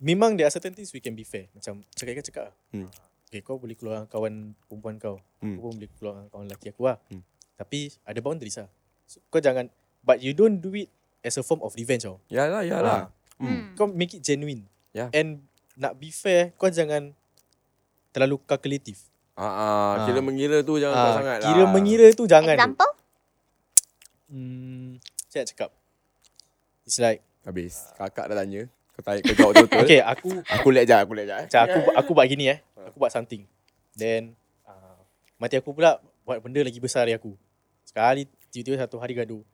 Memang there are certain things we can be fair. Macam cakap Ika cakap.
Hmm.
Hmm. Okay, kau boleh keluar dengan kawan perempuan kau.
Hmm.
Aku pun boleh keluar dengan kawan lelaki aku lah.
Hmm.
Tapi ada boundaries lah. So, kau jangan but you don't do it as a form of revenge tau.
yalah, yalah. Hmm.
Hmm.
Kau make it genuine.
Yeah.
And nak be fair, kau jangan terlalu kalkulatif.
Ah, ah, kira
Ah.
mengira tu jangan kau
Ah,
sangat lah.
kira mengira tu jangan. tu.
Example
Hmm, saya nak cakap. It's like,
Habis kakak dah tanya. Kau tanya kau jawab betul.
okay, aku
Aku lihat je, aku lihat je. eh.
macam aku aku buat gini eh. Aku buat something. Then uh, mati aku pula buat benda lagi besar dari aku. Sekali tiba-tiba satu hari gaduh.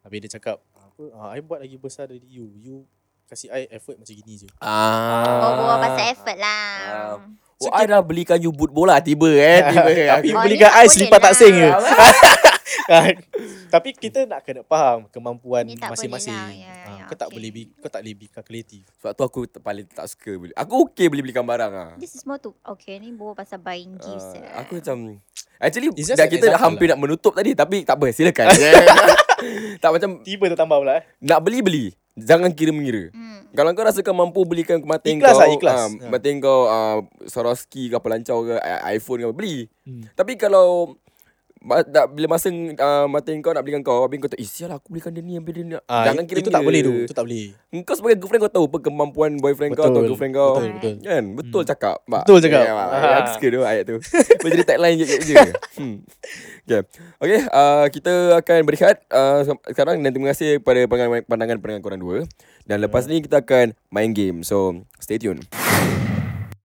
Habis dia cakap, apa? Ah, I buat lagi besar dari you. You kasih I effort macam gini je.
Ah.
Oh bawa pasal effort lah
Ah.
So,
Oh, I dah belikan you boot bola tiba eh. Tiba eh.
Tapi
Aku-
Oh,
beli
ni
kat
tak
I
boleh
selipar tak
lah.
sing je. Kan? Tapi kita nak kena faham kemampuan
Ni tak boleh
masing-masing.
lah. Ya, ya,
Ah,
ya,
kau tak
okay.
boleh be, kau tak boleh be kalkulatif.
Sebab tu aku t- paling tak suka beli. Aku okey beli belikan barang ah.
This is more to Okay ni bawa pasal buying
Ah,
gifts
Uh,
je.
aku macam Actually
It's just
dah
an
kita dah
example lah.
hampir nak menutup tadi tapi tak apa silakan. tak macam
Tiba tertambah pula eh.
nak beli beli. Jangan kira mengira.
Hmm.
Kalau kau rasakan mampu belikan kematian
Ikhlas
kau
lah, ikhlas.
ah,
Ya.
Kematian kau uh, Swarovski ke apa lancau ke i- iPhone ke apa Beli
Hmm.
Tapi kalau ma- tak- bila masa uh, mati kau nak belikan kau Habis kau tak Eh sial lah, aku belikan dia ni Habis dia nak
Ah,
Jangan kira
itu tak boleh tu. Itu tak boleh.
Kau sebagai girlfriend kau tahu apa Kemampuan boyfriend kau Atau girlfriend kau
Betul, betul.
Kan betul
Hmm.
cakap Mak.
Betul cakap.
Ya, Mak.
Ah.
Aku suka tu ayat tu Boleh jadi tagline je je hmm. Okay, okay uh, Kita akan berehat uh, se- Sekarang dan terima kasih Kepada pandangan- pandangan-pandangan korang dua Dan lepas ni kita akan Main game So stay tune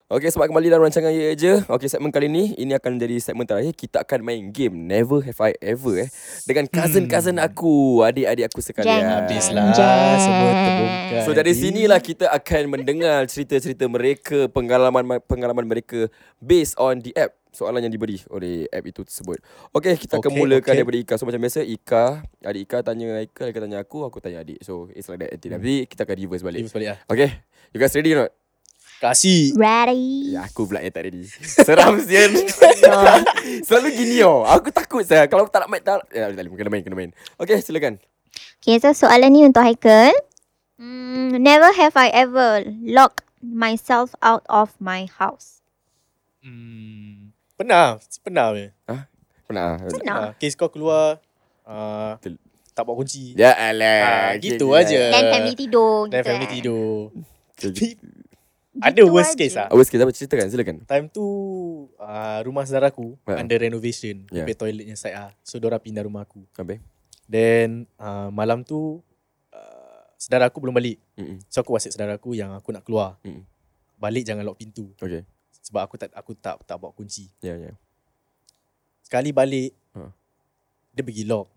Okay, selamat kembali dalam rancangan Ye Ye Je. Okay, segmen kali ni, ini akan menjadi segmen terakhir. Kita akan main game Never Have I Ever eh. Dengan cousin-cousin
Hmm.
aku, adik-adik aku sekalian.
Jangan
Habislah
Anjay.
semua terbongkar.
So dari lah sinilah kita akan mendengar cerita-cerita mereka, pengalaman pengalaman mereka based on the app soalan yang diberi oleh app itu tersebut. Okey, kita okay, akan
Okay,
mulakan okay.
okay.
daripada Ika. So macam biasa Ika, adik Ika tanya Ika, Ika tanya aku, aku tanya adik. So it's like that. Hmm. Tapi kita akan reverse balik.
Leave balik ah.
Okay, you guys ready or not?
Kasih.
Ready
Ya, aku pula yang tak ready. Seram sian.
ya.
Selalu gini oh. Aku takut saya kalau tak nak main tak. Ya, tak boleh. kena main, kena main. Okay, silakan.
Okay, so soalan ni untuk Haikal. Hmm, never have I ever locked myself out of my house.
Hmm. Pernah, pernah je.
Pernah. ah,
Pernah.
Nah. Kes kau keluar uh,
Tel-
tak bawa kunci.
Ya alah.
Ah, gitu
lah.
aja.
Dan family tidur.
Dan
gitu
family
eh.
tidur.
Okay.
Ada
Gitu
worst
aja.
case ah.
Awak sikit apa ceritakan, silakan.
Time tu uh, rumah saudara aku
Ha.
under renovation.
Ya.
Repair toiletnya side ah. So diorang pindah rumah aku.
Habis.
Then uh, malam tu uh, saudara aku belum balik.
Mm-mm.
So aku whatsapp saudara aku yang aku nak keluar.
Mm.
Balik jangan lock pintu.
Okay.
Sebab aku tak aku tak tak bawa kunci.
Ya, ya.
Sekali balik
Ha.
Dia pergi lock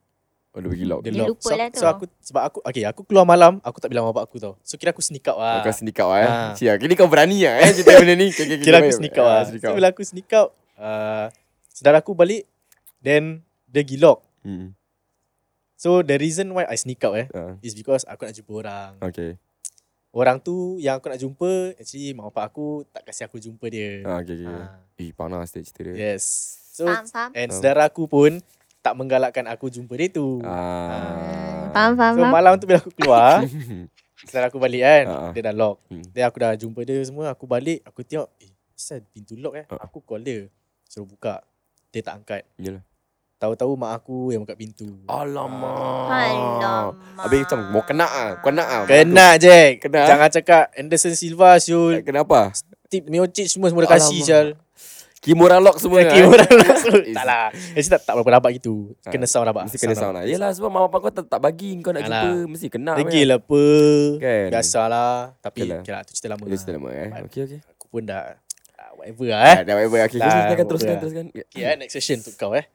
Oh, dia pergi lock.
Dia,
Dia,
Dia
lock
lupa
so,
lah tu.
So aku Sebab aku Okay aku keluar malam Aku tak bilang bapak aku tau So kira aku sneak out lah
Kau sneak out eh.
Ah.
Cia, kini kau berani lah eh cerita benda ni. Okay, okay, okay,
Kira aku
baik.
sneak
Ah,
out lah
Sneak
So
out.
bila aku sneak out uh, Saudara aku balik Then Dia pergi lock
Hmm.
So the reason why I sneak out eh
Ah,
Is because aku nak jumpa orang
Okay.
Orang tu yang aku nak jumpa Actually mak bapak aku Tak kasih aku jumpa dia
Ah, okay, okay. okay.
Ah,
Eh, panas dia cerita dia.
Yes So
Faham, faham.
And
Faham.
saudara aku pun Tak menggalakkan aku jumpa dia tu
Ah.
Faham, faham,
So
faham.
malam tu bila aku keluar Setelah aku balik kan
Ah, ah.
Dia dah lock
Hmm.
Dia aku dah jumpa dia semua Aku balik Aku tengok Eh asal pintu lock eh
Ah.
Aku call dia Suruh buka Dia tak angkat
Yelah.
Tahu-tahu mak aku yang buka pintu
Ah, Alamak.
Alamak.
Habis macam, mau kena ah, kau nak ah.
Kena je
Kena.
Jangan cakap Anderson Silva Syul
Kenapa?
Steve Miocic semua Semua dah kasih
Alamak.
Syul
Kimura lock semua
Okay,
kan?
orang langsung
Is-
Tak lah Actually tak, tak berapa rabak gitu
Ah,
Kena sound rabak
Mesti kena sound lah Yelah sebab mak bapak kau tak, tak bagi Kau nak jumpa
Alah.
Mesti kena
Degil
lah
apa
Kan?
Biasalah Tapi
Okey lah.
okay lah. tu cerita lama
Itu cerita lama eh
Baik.
Okay okay
Aku pun dah ah, Whatever lah eh
Dah dah whatever Okay
Dah,
silakan
whatever
teruskan
lah.
teruskan
Okay eh, next question untuk kau eh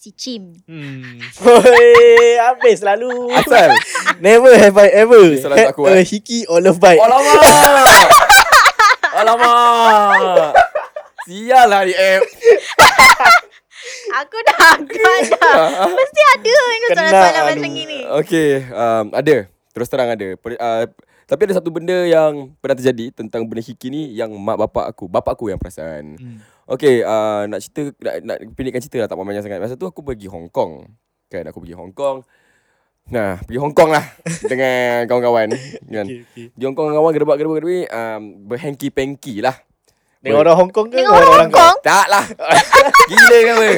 Si Chim.
Hmm Hoi Habis selalu
Asal
Never have I ever
Ni salah
Had
aku,
a
eh.
hickey or love bite
Alamak Alamak Sial lah ni app
Aku dah agak dah. Mesti ada ni
Kena,
soalan-soalan
aduh.
macam gini.
Okay um, Ada Terus terang ada per, uh, Tapi ada satu benda yang Pernah terjadi Tentang benda hiki ni Yang mak bapak aku Bapak aku yang perasan
Hmm.
Okay uh, Nak cerita Nak, nak pendekkan cerita lah Tak panjang sangat Masa tu aku pergi Hong Kong Kan aku pergi Hong Kong Nah pergi Hong Kong lah Dengan kawan-kawan kan?
Okay, okay.
Di Hong Kong kawan gerbak-gerbak gerbak um, Berhengki-pengki lah
Dengan orang Hong Kong ke
Dengan orang Hong Kong.
Tak lah Gila ke apa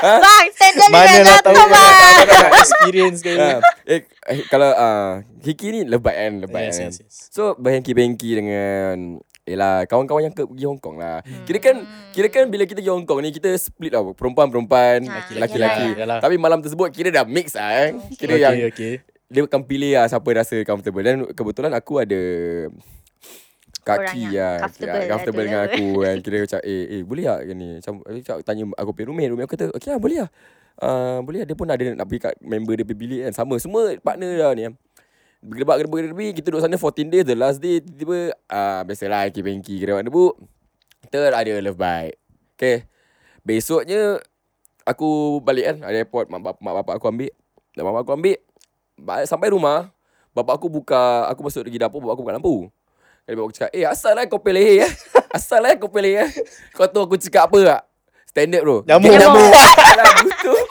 Bang, standard
Mana
dengan
lah
aku
tahu kan
bang.
Tak ada experience ke
Ah, eh, eh, Kalau uh, Hiki ni lebat kan Lebat
Yes
kan
yes yes
So berhengki-bengki dengan Yelah kawan-kawan yang ke, pergi Hong Kong lah Kira kan Kira kan bila kita pergi Hong Kong ni Kita split lah Perempuan-perempuan
Ah,
Laki-laki
yalah, yalah.
Tapi malam tersebut Kira dah mix lah eh. Kira
lah. Okay,
yang
okay.
Dia akan pilih lah Siapa rasa comfortable Dan kebetulan aku ada
Orang
Kaki
yang
lah
comfortable
Kira- Comfortable
lah
dengan
dulu.
aku kan Kira macam Eh eh boleh tak gini Macam eh, macam Tanya aku punya roommate Roommate aku kata Okay lah boleh lah uh, Boleh lah dia pun ada Nak pergi kat member dia punya bilik kan Sama semua partner lah ni kan Gerbak gerbak gerbak Kita duduk sana 14 days The last day Tiba-tiba uh, Biasalah Aki bengki Gerbak debu Kita ada love bite Okay Besoknya Aku balik kan Ada airport Mak, bap- mak bapak aku ambil Dan mak bapak aku ambil ba- Sampai rumah Bapak aku buka Aku masuk pergi dapur Bapak aku buka lampu Kali bapak aku cakap Eh asal lah kau peleh eh Asal lah kau peleh eh Kau tahu aku cakap apa tak Standard bro
Nyamuk.
Gigit
Nyamuk.
Alah, butuh.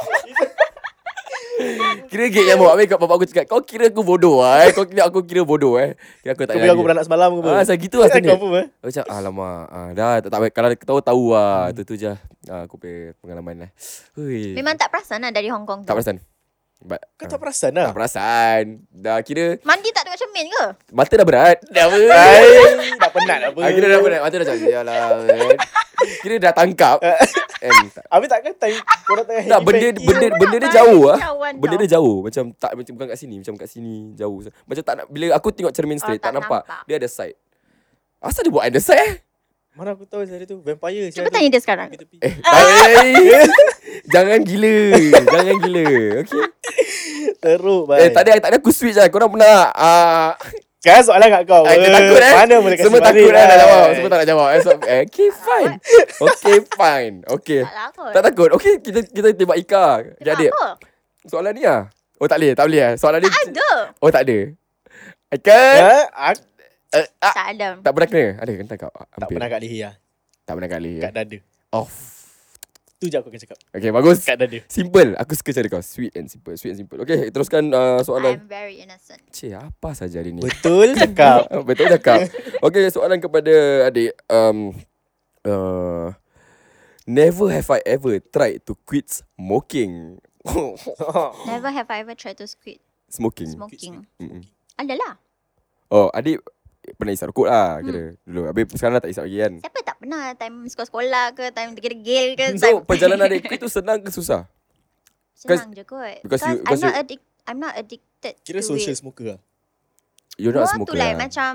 Kira gig nyamuk Habis kat bapak aku cakap Kau kira aku bodoh lah eh Kau kira aku kira bodoh eh Kira aku tak
Kau bilang aku beranak semalam ke apa?
Ah, asal gitu lah standard
Kau apa? eh?
Aku macam alamak ah, Dah tak, tak baik Kalau tahu tahu lah Tu tu je ah, Aku punya pengalaman lah Hui.
Memang tak perasan lah dari Hong Kong tu.
Tak perasan But,
Kau
ah,
tak perasan
tak
lah
perasan Dah kira
Mandi tak ada macam min ke?
Mata dah berat Dah berat
Hai, Dah penat apa
ah, Kira dah berat Mata dah macam Yalah kan. Kira dah tangkap And, tak,
Habis takkan time Korang tengah
tak benda
happy-happy
benda
Kenapa
benda
nak
dia
balik
jauh ah.
jauhan
Benda
kau?
dia jauh macam tak macam bukan kat sini macam kat sini jauh. Macam tak nak bila aku tengok cermin straight tak,
Oh, tak
nampak.
nampak.
Dia ada side. Asal dia buat ada side? eh?
Mana aku tahu saya tu Vampire
Cuba tanya dia sekarang.
Eh,
Eh, Jangan gila Jangan gila Okay
Teruk
Eh tak ada Tak ada aku switch lah Korang pernah uh,
Kan soalan kat kau
eh, Dia takut eh
Mana boleh kasi
Semua
balik,
takut eh Nak
eh.
jawab Semua tak nak jawab eh, so, eh, Okay fine Okay fine Okay
Tak takut.
Tak takut Okay kita kita tembak Ika
Tengok
Jadi
apa?
Soalan ni lah Oh tak boleh Tak boleh eh Soalan ni
Ada.
Oh tak ada Ika
Ha? Aku
eh, ah,
Tak ada.
Tak pernah kena Ada kena kau Ah,
tak
Hampir
pernah kat leher lah
Tak pernah kali
Kat dada
Off
Tu je aku akan cakap
Okay bagus
Kat dada
Simple Aku suka cara kau Sweet and simple Sweet and simple Okay teruskan uh, soalan
I'm very innocent.
Cik, apa saja hari ni?
Betul cakap
Ah, Betul cakap. Okay, soalan kepada adik. Um, uh, never have I ever tried to quit smoking.
Never have I ever tried to quit
smoking.
smoking.
Mm-mm.
Adalah.
Oh, adik pernah isap rokok lah kira dulu. Habis sekarang dah tak isap lagi kan?
Siapa tak pernah time sekolah-sekolah ke, time degil-degil ke,
So,
time
perjalanan adik quit tu senang ke susah? because-
senang je kot.
because
Because,
you- because
I'm not
you-
addic I'm not addicted
Kira
to
social
it.
smoker lah
You're not a
No, tu
smoker
like
lah.
macam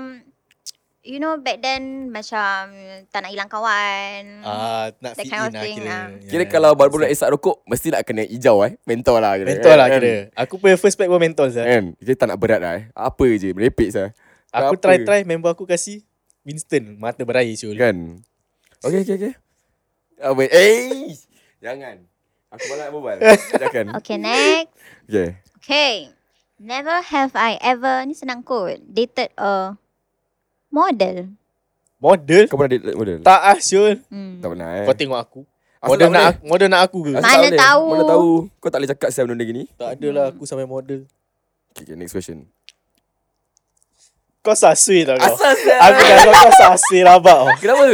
You know back then Macam Tak nak hilang kawan
Ah, nak
That
fit in
kind of
lah
thing,
kira
ah.
Kira Ya. kalau baru-baru nak isap rokok, mesti nak kena hijau eh. Mentol lah kira.
Mentol lah
Kan?
kira Aku punya first pack pun mentol sah.
Kan? Kita tak nak berat lah eh. Apa je, merepek sah.
Aku
Apa?
try-try member aku kasih Winston Mata berair Syul
Kan Okay okay okay Ah, wait. Eh Jangan Aku malas berbual Jangan
Okay next
Okay
Okay Never have I ever Ni senang kot Dated a Model
Model
Kau pernah date model?
Tak ah Syul
hmm.
Tak pernah eh
Kau tengok aku
Asal
Model
tak
nak
boleh?
aku, model nak aku ke
Asal tak
Mana
boleh?
tahu?
Mana tahu Kau tak boleh cakap siapa benda gini
Tak adalah aku sampai model
okay, okay next question
Kau sasui tau kau
Asal siapa?
Aku dah kau sasui rabak tau.
Kenapa?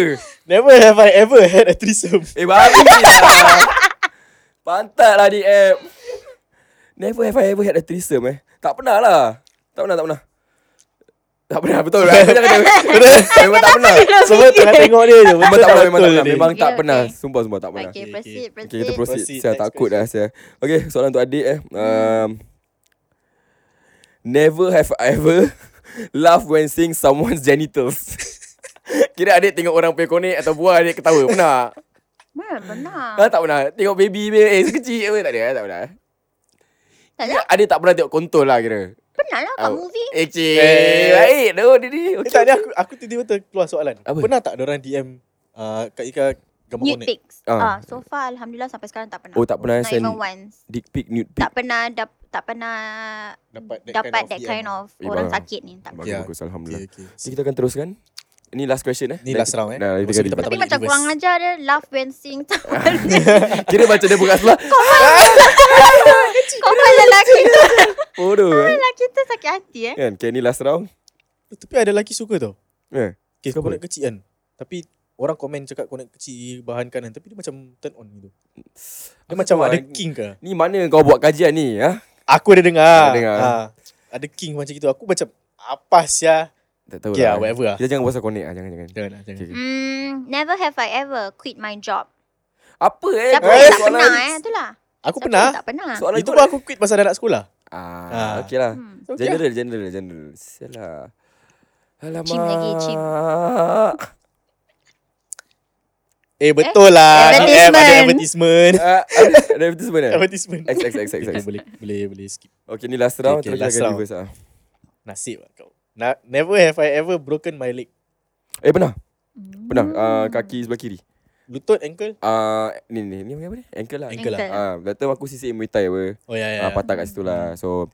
Never have I ever had a threesome
Eh babi lah Pantat lah di app Never have I ever had a threesome eh Tak pernah lah Tak pernah tak pernah Tak pernah betul lah. Aku jangan kata- Betul. Memang tak pernah.
Semua tengah tengok dia je.
Memang
betul lah,
tak pernah, memang tak
betul
pernah.
dia.
Memang tak
Okay,
pernah.
okay.
Sumpah sumpah tak pernah.
Okay,
Okay,
Okay,
proceed,
kita
proceed.
proceed.
Proceed,
Saya
next
takut dah saya. Okay, soalan untuk adik eh. Um, never have I ever laugh when seeing someone's genitals. Kira adik tengok orang punya konek atau buah adik ketawa. Pernah?
Mana pernah?
Ha, tak pernah. Tengok baby dia. Eh, sekecil apa. Tak ada. eh, Tak pernah.
Tak
Kira adik tak pernah tengok kontol lah kira.
Pernah lah kat
Au.
movie.
Eh, cik.
Eh.
Baik. Doh, dia ni.
Eh,
Okay.
tak ada aku, aku tiba-tiba terkeluar soalan.
Apa?
Pernah tak orang DM uh, Kak Ika gambar
Nude
konek?
pics.
Ah.
Ah, so far alhamdulillah sampai sekarang tak pernah.
Oh, tak pernah
Not
send
even once.
dick pic, nude pic.
Tak pernah dap, tak pernah
Dapat that
dapat
kind of
that
DM.
kind of
Eh,
orang
bang.
sakit ni. Tak pernah.
Bagus,
Ya.
bagus. Alhamdulillah.
Okay, okay.
Okay, kita akan teruskan. Ini last question eh.
Ni last round eh.
Nah, kita akan
Lepas tu kita
debate.
Tapi
Dapat
macam
universe.
kurang ajar dia laugh when sing
Kira macam dia buka sebelah.
Kau pun lelaki tu
Bodoh eh.
Lelaki tu lah. sakit hati eh
Kan, okay, ni last round.
Tapi ada lelaki suka tau.
Eh,
Okay,
Suka
konek kecil kan. Tapi orang komen cakap konek kecil bahan kanan. Tapi dia macam turn on gitu. Dia
Aku
macam
tahu
ada
lah.
king ke?
Ni mana kau buat kajian ni? Ha?
Aku ada
Ada
dengar.
dengar.
Ha, ada king macam gitu. Aku macam apa sia?
Tak tahu
Okay lah,
lah.
whatever lah.
Kita jangan pasal connect lah. Jangan, jangan.
Jangan lah, jangan.
Okay.
Hmm, never have I ever quit my job.
Apa eh?
Siapa
kau ni
yang tak
soalan-
pernah eh? Itulah.
Aku
Siapa
pernah.
yang Tak pernah.
Soalan
Itu
itu
pun aku quit pasal anak sekolah. Ah.
Ah, okay lah.
Hmm.
So, okay lah.
General, general, general. Sialah. Alamak.
Chim lagi, chim.
Eh, betul lah.
Eh,
DM ada
advertisement.
advertisement.
Ah, ada ada advertisement eh?
Advertisement.
X, X, X, X, X.
Okay, boleh, boleh, boleh skip.
Okay, ni last round.
Okay,
Okay,
okay, last
last
round.
round. Reverse, ah.
Nasib lah kau. Na- never have I ever broken my leg.
Eh, pernah? Pernah.
Hmm.
Ah, kaki sebelah kiri.
Lutut, ankle.
Ah, ni, ni, ni apa ni? Ankle lah.
Ankle lah.
Ankle.
Ah, that time aku CCA Muay Thai apa.
Oh, ya, ya.
yeah. uh, patah kat situ lah. So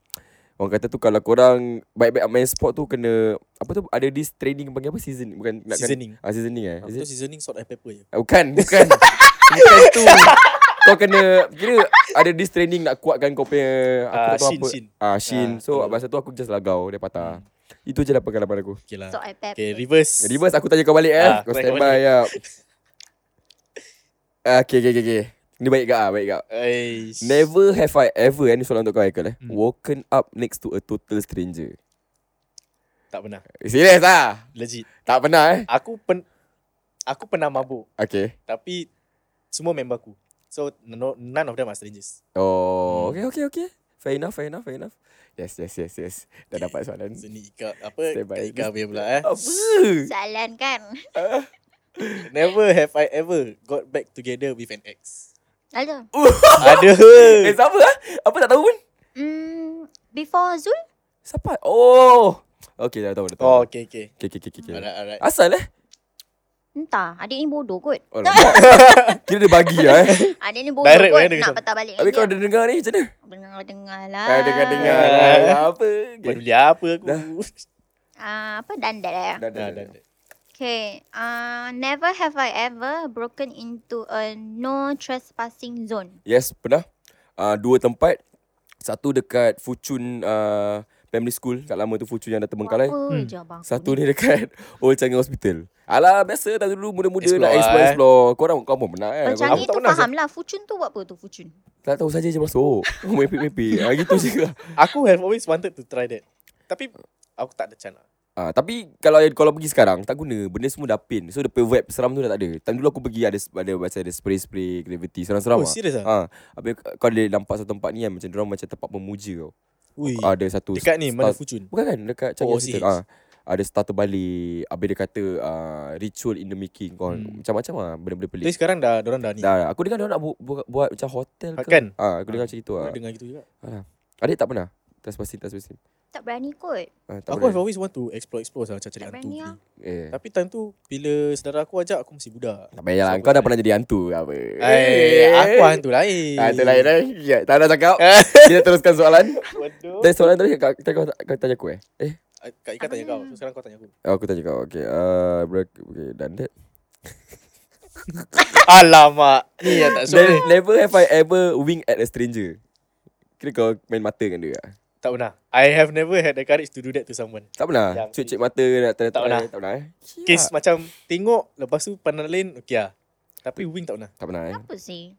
orang kata tu kalau korang baik-baik main sport tu kena apa tu ada this training panggil apa season bukan nak kena-
Seasoning.
Ah seasoning eh.
Aku
Is
tu
it?
seasoning salt and pepper je.
Ah, bukan, bukan. bukan tu. Kau kena kira ada this training nak kuatkan kau punya aku
Ah,
tak tahu
shin,
apa.
shin.
Ah shin.
Ah,
so
betul. Hmm.
masa tu aku just lagau dia patah. Itu je lah pengalaman aku.
Okay lah.
So I pep.
Okay, reverse.
Reverse aku tanya kau balik eh.
Ah,
kau
baik,
stand
baik.
by ya. Ah, okay, okay, okay, okay. Ni baik gak ah, baik gak.
Eish.
Never have I ever Ini soalan untuk kau Haikal eh
Hmm.
Woken up next to a total stranger
Tak pernah.
Serius lah
Legit.
Tak pernah eh
Aku pen aku pernah mabuk.
Okay
Tapi semua member aku. So no, none of them are strangers.
Oh
Hmm.
Okay okay okay Fair enough fair enough fair enough Yes yes yes yes Dah dapat soalan
So ni Ika apa
Stand by.
Kak Ika punya pula eh.
Apa
Soalan kan?
Never have I ever got back together with an ex.
Ada.
Ada.
Eh siapa ah? Apa tak tahu pun
Hmm, before Zul?
Siapa Oh Okay dah tahu dah tahu
Oh, okay, okay. Ah,
Okay okay okay, okay.
Alright, alright.
Asal eh
Entah. Adik ni bodoh kot.
Oh, Kira dia bagi lah eh
Adik ni bodoh
Direct,
kot.
direct dia
Nak
macam-
patah balik.
Habis
dengan
kalau dia dengar ni macam mana
dia. Dengar-dengar lah.
Ah, Dengar-dengar lah. Apa
Okay.
okay.
Peduli apa aku.
Dah.
Ah, apa dandat eh?
Dah
Dah,
dah
dah,
dah
dah.
Okay. Uh, never have I ever broken into a no trespassing zone.
Yes, pernah. Uh, dua tempat. Satu dekat Fuchun uh, Family School. Kat lama tu Fuchun yang dah terbengkalai.
Apa
Hmm.
je abang aku
Satu ni dekat Old Changi Hospital. Alah, biasa dah dulu muda-muda nak
Explore, eh.
explore-explore. Korang, kau pun pernah kan?
Macam
aku
ni
tak
tu
pernah,
faham lah. Fuchun tu buat apa tu Fuchun?
Tak tahu saja je masuk. Mepik-mepik. ah, gitu je. ke?
Aku have always wanted to try that. Tapi aku tak ada chance lah.
Ah, tapi kalau kalau pergi sekarang, tak guna. Benda semua dah pin. So, the vibe seram tu dah tak ada. Time dulu aku pergi ada ada macam ada spray-spray, gravity, seram-seram
Oh,
lah.
serius lah?
Ha, habis kau boleh nampak satu tempat ni kan macam orang macam tempat memuja tau.
Ui.
Ada satu
Dekat ni, mana
star-
Fuchun?
Bukan kan dekat Changi
Oh,
Hospital.
OCH.
Ah, ada star terbalik. Habis dia kata ah, ritual in the making kau.
Hmm.
Macam-macam lah benda-benda pelik.
Tapi sekarang dah, orang dah ni. Dah.
Dah, aku dengar dia nak bu- bu- buat macam hotel ke.
Kan?
Ah, aku dengar
Ah,
macam itu ah.
Dengar gitu juga.
Adik tak pernah. Trespassing, trespassing.
Tak berani kot.
Ah, tak
Aku have
pernah.
always want to explore explore lah macam cari
Tak
hantu.
berani
ni.
lah.
Eh.
Tapi time tu bila saudara aku ajak aku masih budak.
Tak payah lah.
So,
Kau dah
boleh.
pernah jadi hantu ke apa?
Eh, aku hantu lain.
Ah, tu lain eh. Ya, tak nak cakap. Kita teruskan soalan.
Bodoh.
Tadi soalan tadi kau, kau, kau tanya aku eh? Eh,
Kak Ika tanya Ah, kau.
Apa?
So sekarang kau tanya aku.
oh, aku tanya kau. Okay. Uh, okay, done that.
Alamak. Ni yang tak
So,
suka.
never have I ever wing at a stranger. Kira kau main mata dengan dia. lah.
Tak pernah. I have never had the courage to do that to someone.
Tak pernah.
Yang-
Cucuk mata nak tak, tak
pernah.
Tak pernah eh.
Case macam tengok lepas tu pandang lain okey lah. Tapi wing tak pernah.
Tak pernah eh.
Apa sih?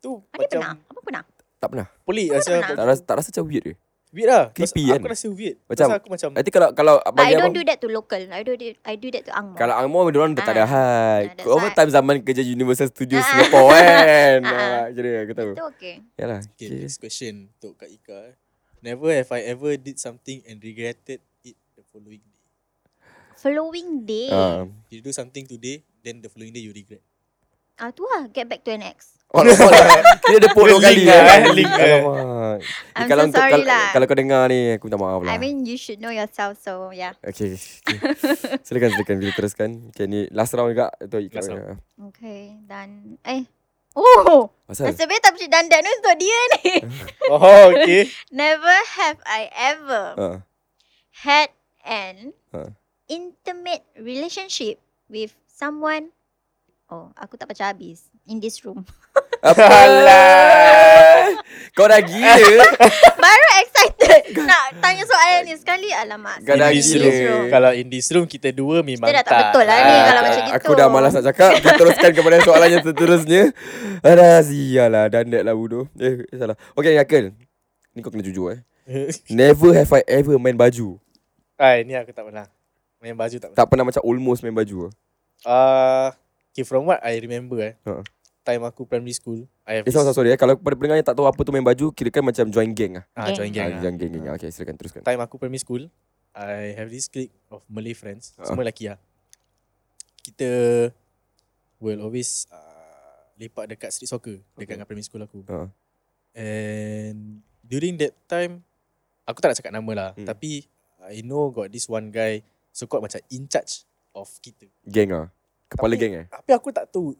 Tu
Adik
macam
pernah? Apa pernah?
Tak pernah.
pelik
Mana
asal.
pernah?
Tak rasa tak rasa macam weird ke?
Weird lah Pasal
Creepy
Aku
kan?
rasa weird
Macam-
Pasal aku macam
Nanti kalau kalau
But I
bagi
don't
abang-
do that to local. I do that, I do that to angmoh.
kalau Angmo dia orang dah tak ada
Ah,
hal.
that's
Overtime zaman kerja Universal Studios
Ah.
Singapore kan.
Ah.
Ah, Jadi aku tahu.
Itu okay.
Yalah.
Okay,
okay.
next question Untuk Kak Ika Never have I ever did something And regretted it the following day
Following day. Ah,
Ah.
You do something today Then the following day you regret
tu lah. Get back to an ex.
Oh, oh, dia ada polo
Link
kali
lah,
kan.
link lah.
Alamak. Eh,
I'm
kalau
so sorry
kau,
lah.
Kalau kau dengar ni aku minta maaf lah.
I mean, you should know yourself. So, yeah.
Okay, okay. silakan silakan kita teruskan. Okay ni last round juga tu ikat.
Last
round.
Okay. Dan, eh. Oh,
Ah, Pasal
nasib baik tak mesti dandan ni untuk dia ni.
Oh okay
Never have I ever
ha.
had an
Ha.
intimate relationship with someone. Oh, aku tak baca habis. In this room.
Apa? Kau dah gila.
Baru excited
Kan.
nak tanya soalan ni sekali. Alamak.
Kau Kan. dah
In
sekali
this
gila.
room Kalau in this room Kita dua memang
dah tak betul lah ni
Ah,
kalau
Ah,
macam
Aku
gitu.
dah malas nak cakap. Kita teruskan kepada soalan yang seterusnya. Alah, sialah. Dandek lah bodoh. Eh, salah. Okay, Yakul. Ni kau kena jujur eh. Never have I ever main baju.
Ah, ini aku tak pernah. Main baju tak pernah.
Tak pernah macam almost main baju.
Ah, okay, from what I remember eh.
Ha.
Time aku primary school, I have
Eh, sorry, sorry, sorry. eh. Kalau pada pendengar yang tak tahu apa tu main baju, kira kan macam join gang lah.
ah, join gang.
ah,
ah.
join gang, gang. Okay, silakan teruskan.
Time aku primary school, I have this clique of Malay friends,
Ha.
semua lelaki ah. Kita will always uh, lepak dekat street soccer dekat
Okay.
dengan primary school aku.
Ha.
And during that time, aku tak nak cakap nama lah,
Hmm.
tapi I know got this one guy so called macam in charge of kita.
Gang ah. Kepala
Tapi-
gang eh.
Tapi aku tak tahu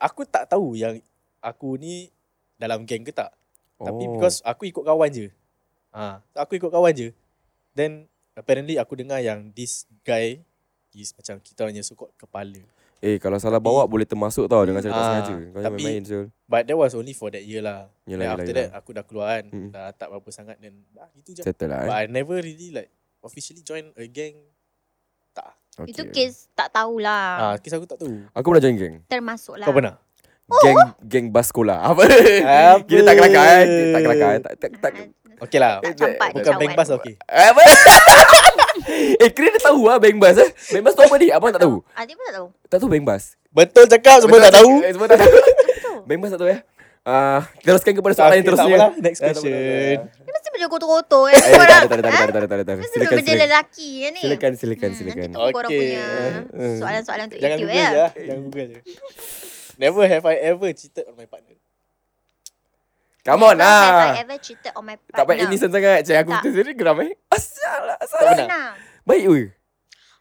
Aku tak tahu yang Aku ni Dalam geng ke tak oh. Tapi because aku ikut kawan je ha, Aku ikut kawan je Then Apparently aku dengar yang This guy Is macam kita hanya so-called kepala
Eh kalau salah
Tapi-
bawa boleh termasuk tau dengan cara tak
Ah,
sengaja. Kau jangan
tapi-
main-main Zul.
But that was only for that year lah Then
Yelah, yelah,
after
yelah.
that aku dah keluar kan
Mm.
Dah tak berapa sangat Then ah, itu je
Settle lah
But
eh.
I never really like Officially join a gang
Okay.
Itu kes tak
Ah,
tahulah.
Kes aku tak tahu
Aku pernah join geng.
Termasuk lah.
Kau pernah?
Geng geng bas sekolah. Apa? Kita tak kelakar eh. Kita tak kelakar eh. Tak
Ah,
tak tak.
Okay lah
Tak campak
Bukan
kawan.
bank bus okay
Apa? eh kira dia tahu ah bank bus eh. Bank bus tu apa ni? Abang tak tahu.
Adik ah, pun tak tahu.
Tak tahu bank bus.
Betul cakap semua tak tahu
Eh, Semua tak tahu.
Betul.
Bank bus tak tahu eh. Ah, teruskan kepada soalan yang
Okay, tak
terusnya.
apalah. Next
Eh, tak apa, tak apa,
question
tak apa.
Dia mesti benda kotor-kotor. Eh,
Eh, tak ada, tak ada, tak ada,
korang.
tak ada, tak ada, tak ada.
Mesti
Silakan,
benda
silakan.
lelaki je ni.
Silakan, silakan,
Hmm,
silakan.
Nanti tunggu korang
Okay.
punya
Eh.
soalan-soalan untuk
Jangan
YouTube
Google
ya.
je lah. Jangan Google je. Never have I ever cheated on my partner.
Come on
Have I
lah.
ever cheated on my partner?
Tak payah innocent sangat. Cik aku
Tak.
sendiri geram eh. Asal lah, asal.
Tak
Tak
pernah.
pernah.
Baik weh.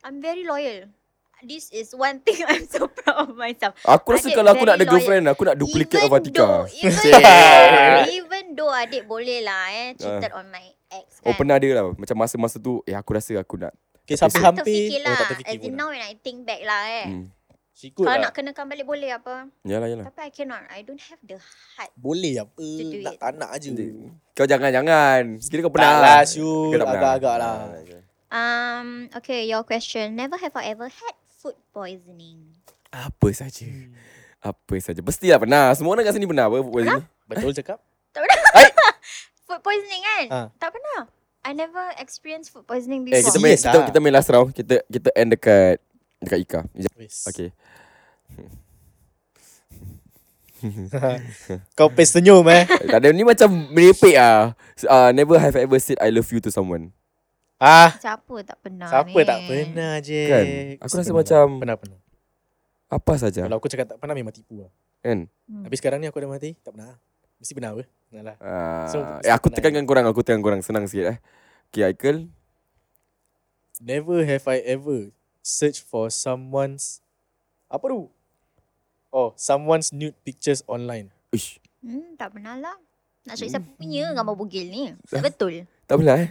I'm very loyal. This is one thing I'm so proud of myself.
Aku rasa
Adik
kalau aku
very
nak ada
loyal.
girlfriend, aku nak duplicate
even
of Atika.
Though, even, even though adik boleh lah eh cheated
Ah.
on my ex kan.
Oh pernah ada lah Macam masa-masa tu Eh aku rasa aku nak
Okay,
tak
sampai-sampai.
terfikir lah.
Oh, tak
As
terfikir
in
pun.
now when I think back lah eh.
hmm. Eh.
She good
Kalau
lah.
nak kenakan balik boleh apa.
Yalah yalah
Tapi I cannot. I don't have the heart.
Boleh apa.
To do
Nak
it.
tak nak je.
Kau jangan-jangan Kira kau pernah
Tak lah,
Kau
Syul.
tak pernah?
Agak-agak lah.
Ah, okay.
Um, okay, your question. Never have I ever had food poisoning.
Ah, Apa saja Apa saja Mestilah pernah Semua orang kat sini pernah apa Buat sini
Betul cakap?
Food poisoning kan?
Ah.
Tak pernah. I never experienced food poisoning before.
Eh kita main
Serious
kita,
lah.
kita main last round Kita kita end dekat Dekat Ika Sekejap.
Wis.
Okay
Kau pes senyum eh.
Tak ada ni macam merepek ah. Uh, never have I ever said I love you to someone.
ah,
Siapa tak pernah eh?
siapa
ni?
tak pernah je.
Kan? Aku rasa macam-
Pernah, pernah.
Apa saja
Kalau aku cakap tak pernah memang tipu lah.
kan?
Hmm.
Tapi sekarang ni aku dah mati, tak pernah. Mesti pernah apa? Pernah lah.
Ah,
So,
eh, aku
senang.
tekankan korang, aku tekankan korang senang sikit eh. Okay, Aikal.
Never have I ever searched for someone's apa tu? Oh, someone's nude pictures online.
Ish,
Hmm, tak pernah lah. Nak cari siapa punya gambar bugil ni. Eh, Betul.
tak pernah Hmm. eh.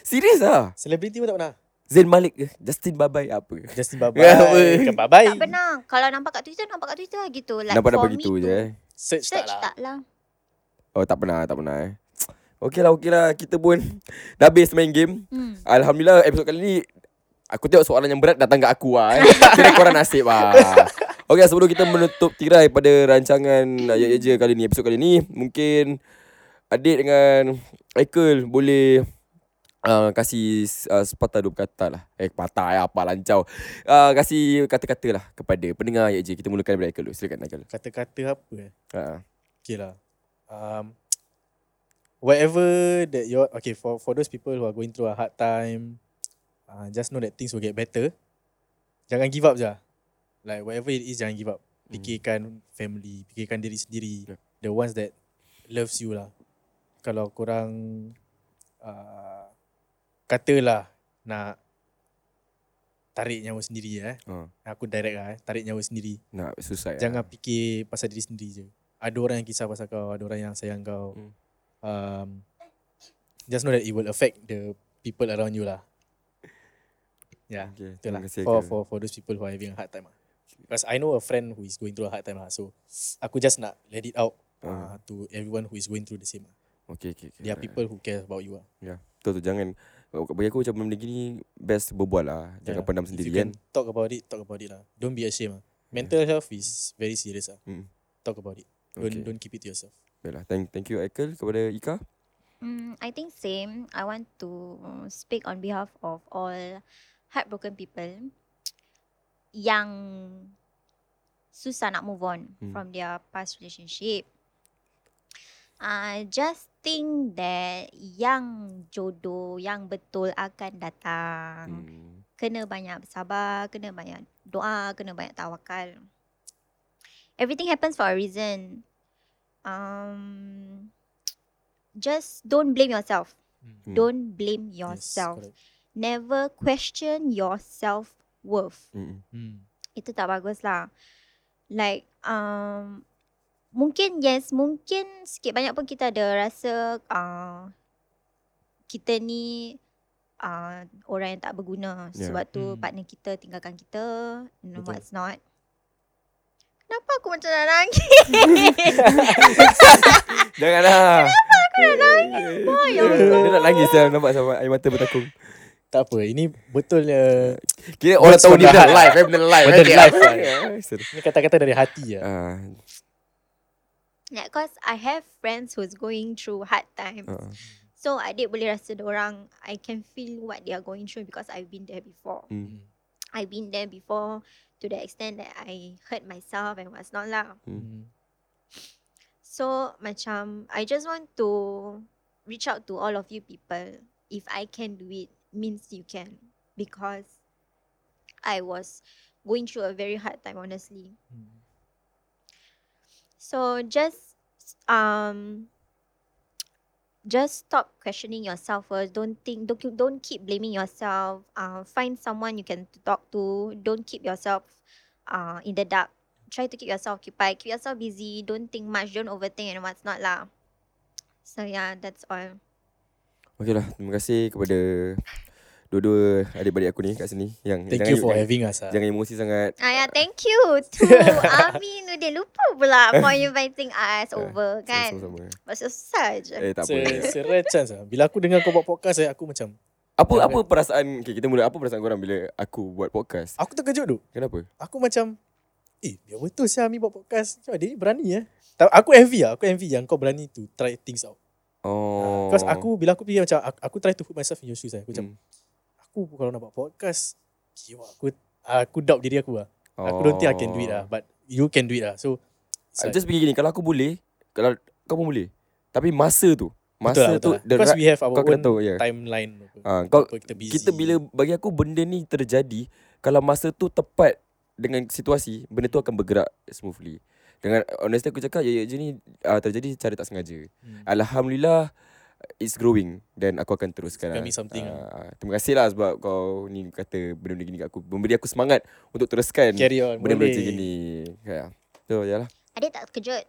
Serius ah.
Selebriti pun tak pernah.
Zain Malik ke? Justin Babai apa?
Justin bye
Ya, apa?
bye. Bukan bye bye.
Tak pernah. Kalau nampak kat Twitter, nampak kat Twitter lah gitu. Like
Nampak
for
nampak
me
gitu
to
je eh.
Search, tak
Search
lah.
tak lah.
Oh tak pernah, tak pernah eh. Okey lah, okey lah. Kita pun dah habis main game.
Hmm.
Alhamdulillah episod kali ni aku tengok soalan yang berat datang kat aku lah eh. Kira korang nasib lah. Okey, ah, sebelum kita menutup tirai pada rancangan Ya Ya Je kali ni, episod kali ni, mungkin Adik dengan Aikul boleh uh, kasih uh, sepatah dua kata lah. Eh, patah ya, apa lancau. Uh, kasih kata-kata lah kepada pendengar Ayat Je. Kita mulakan daripada Aikul dulu. Silakan Aikul.
Kata-kata apa eh?
Uh,
Okay lah. Um, whatever that you're... Okay, for, for those people who are going through a hard time, uh, just know that things will get better. Jangan give up je. lah. Like, whatever it is, jangan give up. Fikirkan family, fikirkan diri sendiri.
Yeah.
The ones that loves you lah. Kalau korang... Uh, katalah nak tarik nyawa sendiri eh.
uh,
Aku direct lah eh. Tarik nyawa sendiri.
nak susah. ya?
Jangan fikir pasal diri sendiri je. Ada orang yang kisah pasal kau, ada orang yang sayang kau.
Hmm.
Hmm. Um, just know that it will affect the people around you lah. Yeah,
Okay,
betul
terima
lah.
kasih,
For,
Aikul.
for, for those people who are having a hard time lah. Because I know a friend who is going through a hard time lah. So, aku just nak let it out
Ah.
uh. to everyone who is going through the same lah.
Okay, okay, okay.
There are
alright.
people who care about you lah.
Ya, betul tu jangan bagi aku macam benda gini best berbual lah. Jangan
Yeah.
pendam
If
sendiri
you
kan.
can Talk about it, talk about it lah. Don't be ashamed lah. Mental health is very serious lah.
Hmm.
Talk about it. Don't,
Okay.
don't keep it to yourself.
Baiklah. Thank thank you Aikal kepada Ika.
Mm, I think same. I want to uh, speak on behalf of all heartbroken people yang susah nak move on
Mm.
from their past relationship. Uh, just think that yang jodoh, yang betul akan datang.
Hmm.
kena banyak bersabar, kena banyak doa, kena banyak tawakal. Everything happens for a reason. Um, just don't blame yourself.
Hmm.
Don't blame
Yes,
yourself.
correct.
Never question your self worth.
Hmm.
Hmm.
Itu tak bagus lah. Like um, mungkin yes, mungkin sikit banyak pun kita ada rasa uh, kita ni uh, orang yang tak
Yeah.
berguna. Yeah. Sebab tu
Hmm.
partner kita tinggalkan kita and
Betul.
what's not. Kenapa aku macam nak nangis?
Janganlah. Kenapa aku nak nangis?
Boy, ya
Dia nak nangis dah nampak sama air mata bertakung.
Tak apa, ini uh, betulnya
Kira orang tahu
from
dia
the
dah
heart.
live, eh, benda live.
Benda live, ini kata-kata dari hati ya.
Ah,
Like cause I have friends who's going through hard times.
ah,
So adik boleh rasa orang I can feel what they are going through because I've been there before.
hmm,
I've been there before to the extent that I hurt myself and what's not lah.
Hmm.
So macam I just want to reach out to all of you people. If I can do it, means you can. Because I was going through a very hard time honestly.
Hmm.
So just um just stop questioning yourself first. Don't think don't keep- don't keep blaming yourself. Uh, find someone you can to talk to. Don't keep yourself uh in the dark. Try to keep yourself occupied. Keep yourself busy. Don't think much. Don't overthink and what's not lah. So yeah, that's all.
Okey lah, terima kasih kepada dua-dua adik-beradik aku ni kat sini yang
Thank
jangan-
you for
jangan-
having us. ah.
Jangan emosi sangat.
Ah yeah, thank you to Aminuddin. Lupa pula for inviting us over kan.
Sama-sama.
Pasal susah je.
Eh tak apa.
Se- Serai chance lah. Bila aku dengar kau buat podcast eh, aku macam,
Apa
Jangan.
apa perasaan okay, kita mula apa perasaan korang bila aku buat podcast?
aku terkejut tu.
Kenapa?
Aku macam, eh biar betul sih Ami buat podcast. Cuma dia ni berani eh. Tak, aku envy lah. Aku envy yang kau berani to try things out.
Oh.
Because aku, bila aku fikir macam, aku, aku try to put myself in your shoes lah. Aku macam,
Hmm.
aku pun kalau nak buat podcast, kiwa aku, aku doubt diri aku lah. Aku don't think I can do it lah. But you can do it lah. So, it's
Oh. I
like-
just fikir gini, kalau aku boleh, kalau kau pun boleh. Tapi masa tu, masa tu
betul lah. Because
the
we have our
kau kena
own
tahu ya.
timeline. apa.
Ah, kau
Apa kita busy.
kita bila bagi aku benda ni terjadi kalau masa tu tepat dengan situasi, benda tu akan bergerak smoothly. Dengan honestly aku cakap ya je ni ah, terjadi secara tak sengaja.
Hmm.
Alhamdulillah it's growing dan aku akan teruskan.
It's becoming something
Ah, terima kasih lah sebab kau ni kata benda-benda gini kat aku, memberi aku semangat untuk teruskan
carry on.
benda-benda
boleh.
macam gini. Ya. So yalah.
Adik tak terkejut.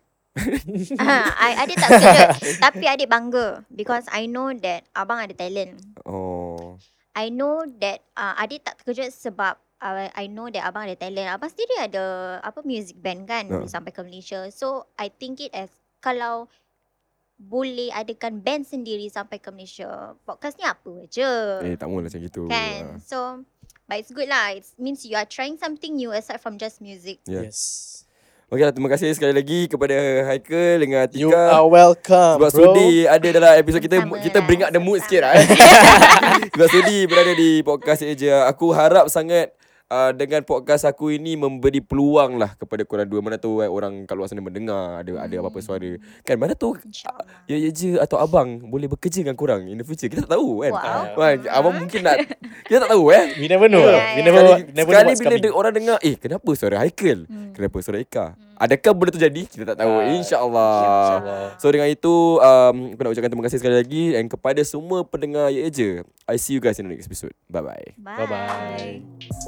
ah, I, adik tak terkejut. Tapi adik bangga. Because I know that abang ada talent.
Oh.
I know that uh, adik tak terkejut sebab uh, I know that abang ada talent. Abang sendiri ada apa music band kan
Ha.
uh. sampai ke Malaysia. So I think it as kalau boleh adakan band sendiri sampai ke Malaysia. Podcast ni apa je.
Eh tak maulah macam gitu. Ah.
kan?
ya.
So but it's good lah. It means you are trying something new aside from just music.
Yeah.
Yes.
Ah. Okey lah, terima kasih sekali lagi kepada Haikal dengan Atika.
You are welcome
Sebab
bro.
sudi ada dalam episod kita
Sama
Kita
lah,
bring up the mood
sama.
sikit lah eh. Sebab sudi berada di podcast Asia Aku harap sangat uh, Dengan podcast aku ini Memberi peluang lah Kepada korang dua Mana tu eh, orang kat luar sana mendengar Ada ada apa-apa
Hmm.
suara Kan mana tu
InsyaAllah.
Ya ya je atau abang Boleh bekerja dengan korang In the future Kita tak tahu kan
Wow.
Wah, Abang mungkin nak Kita tak tahu eh
We never know. Yeah, We
Yeah, yeah.
never,
Sekali,
never
sekali
know what's
bila
coming.
de- orang dengar Eh kenapa suara Haikal
Hmm.
Kenapa suara Eka Adakah benda tu jadi Kita tak tahu
Ah,
Oh, InsyaAllah
InsyaAllah.
So dengan itu um, Aku nak ucapkan terima kasih sekali lagi And kepada semua pendengar Ye Je I see you guys in the next episode Bye bye
Bye.
Bye-bye.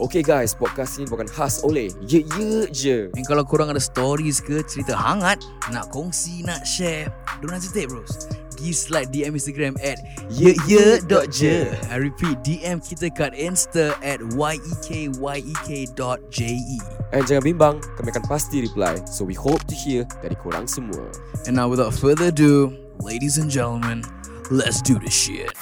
Okay guys Podcast ini bukan khas oleh Ye Ye Je
And kalau korang ada stories ke cerita hangat nak kongsi, nak share, don't hesitate bros. Gi slide DM Instagram at yeye.je. I repeat, DM kita kat Insta at e yek dot e. je.
And jangan bimbang Kami akan pasti reply So we hope to hear Dari korang semua
And now without further ado, ladies and gentlemen, let's do this shit.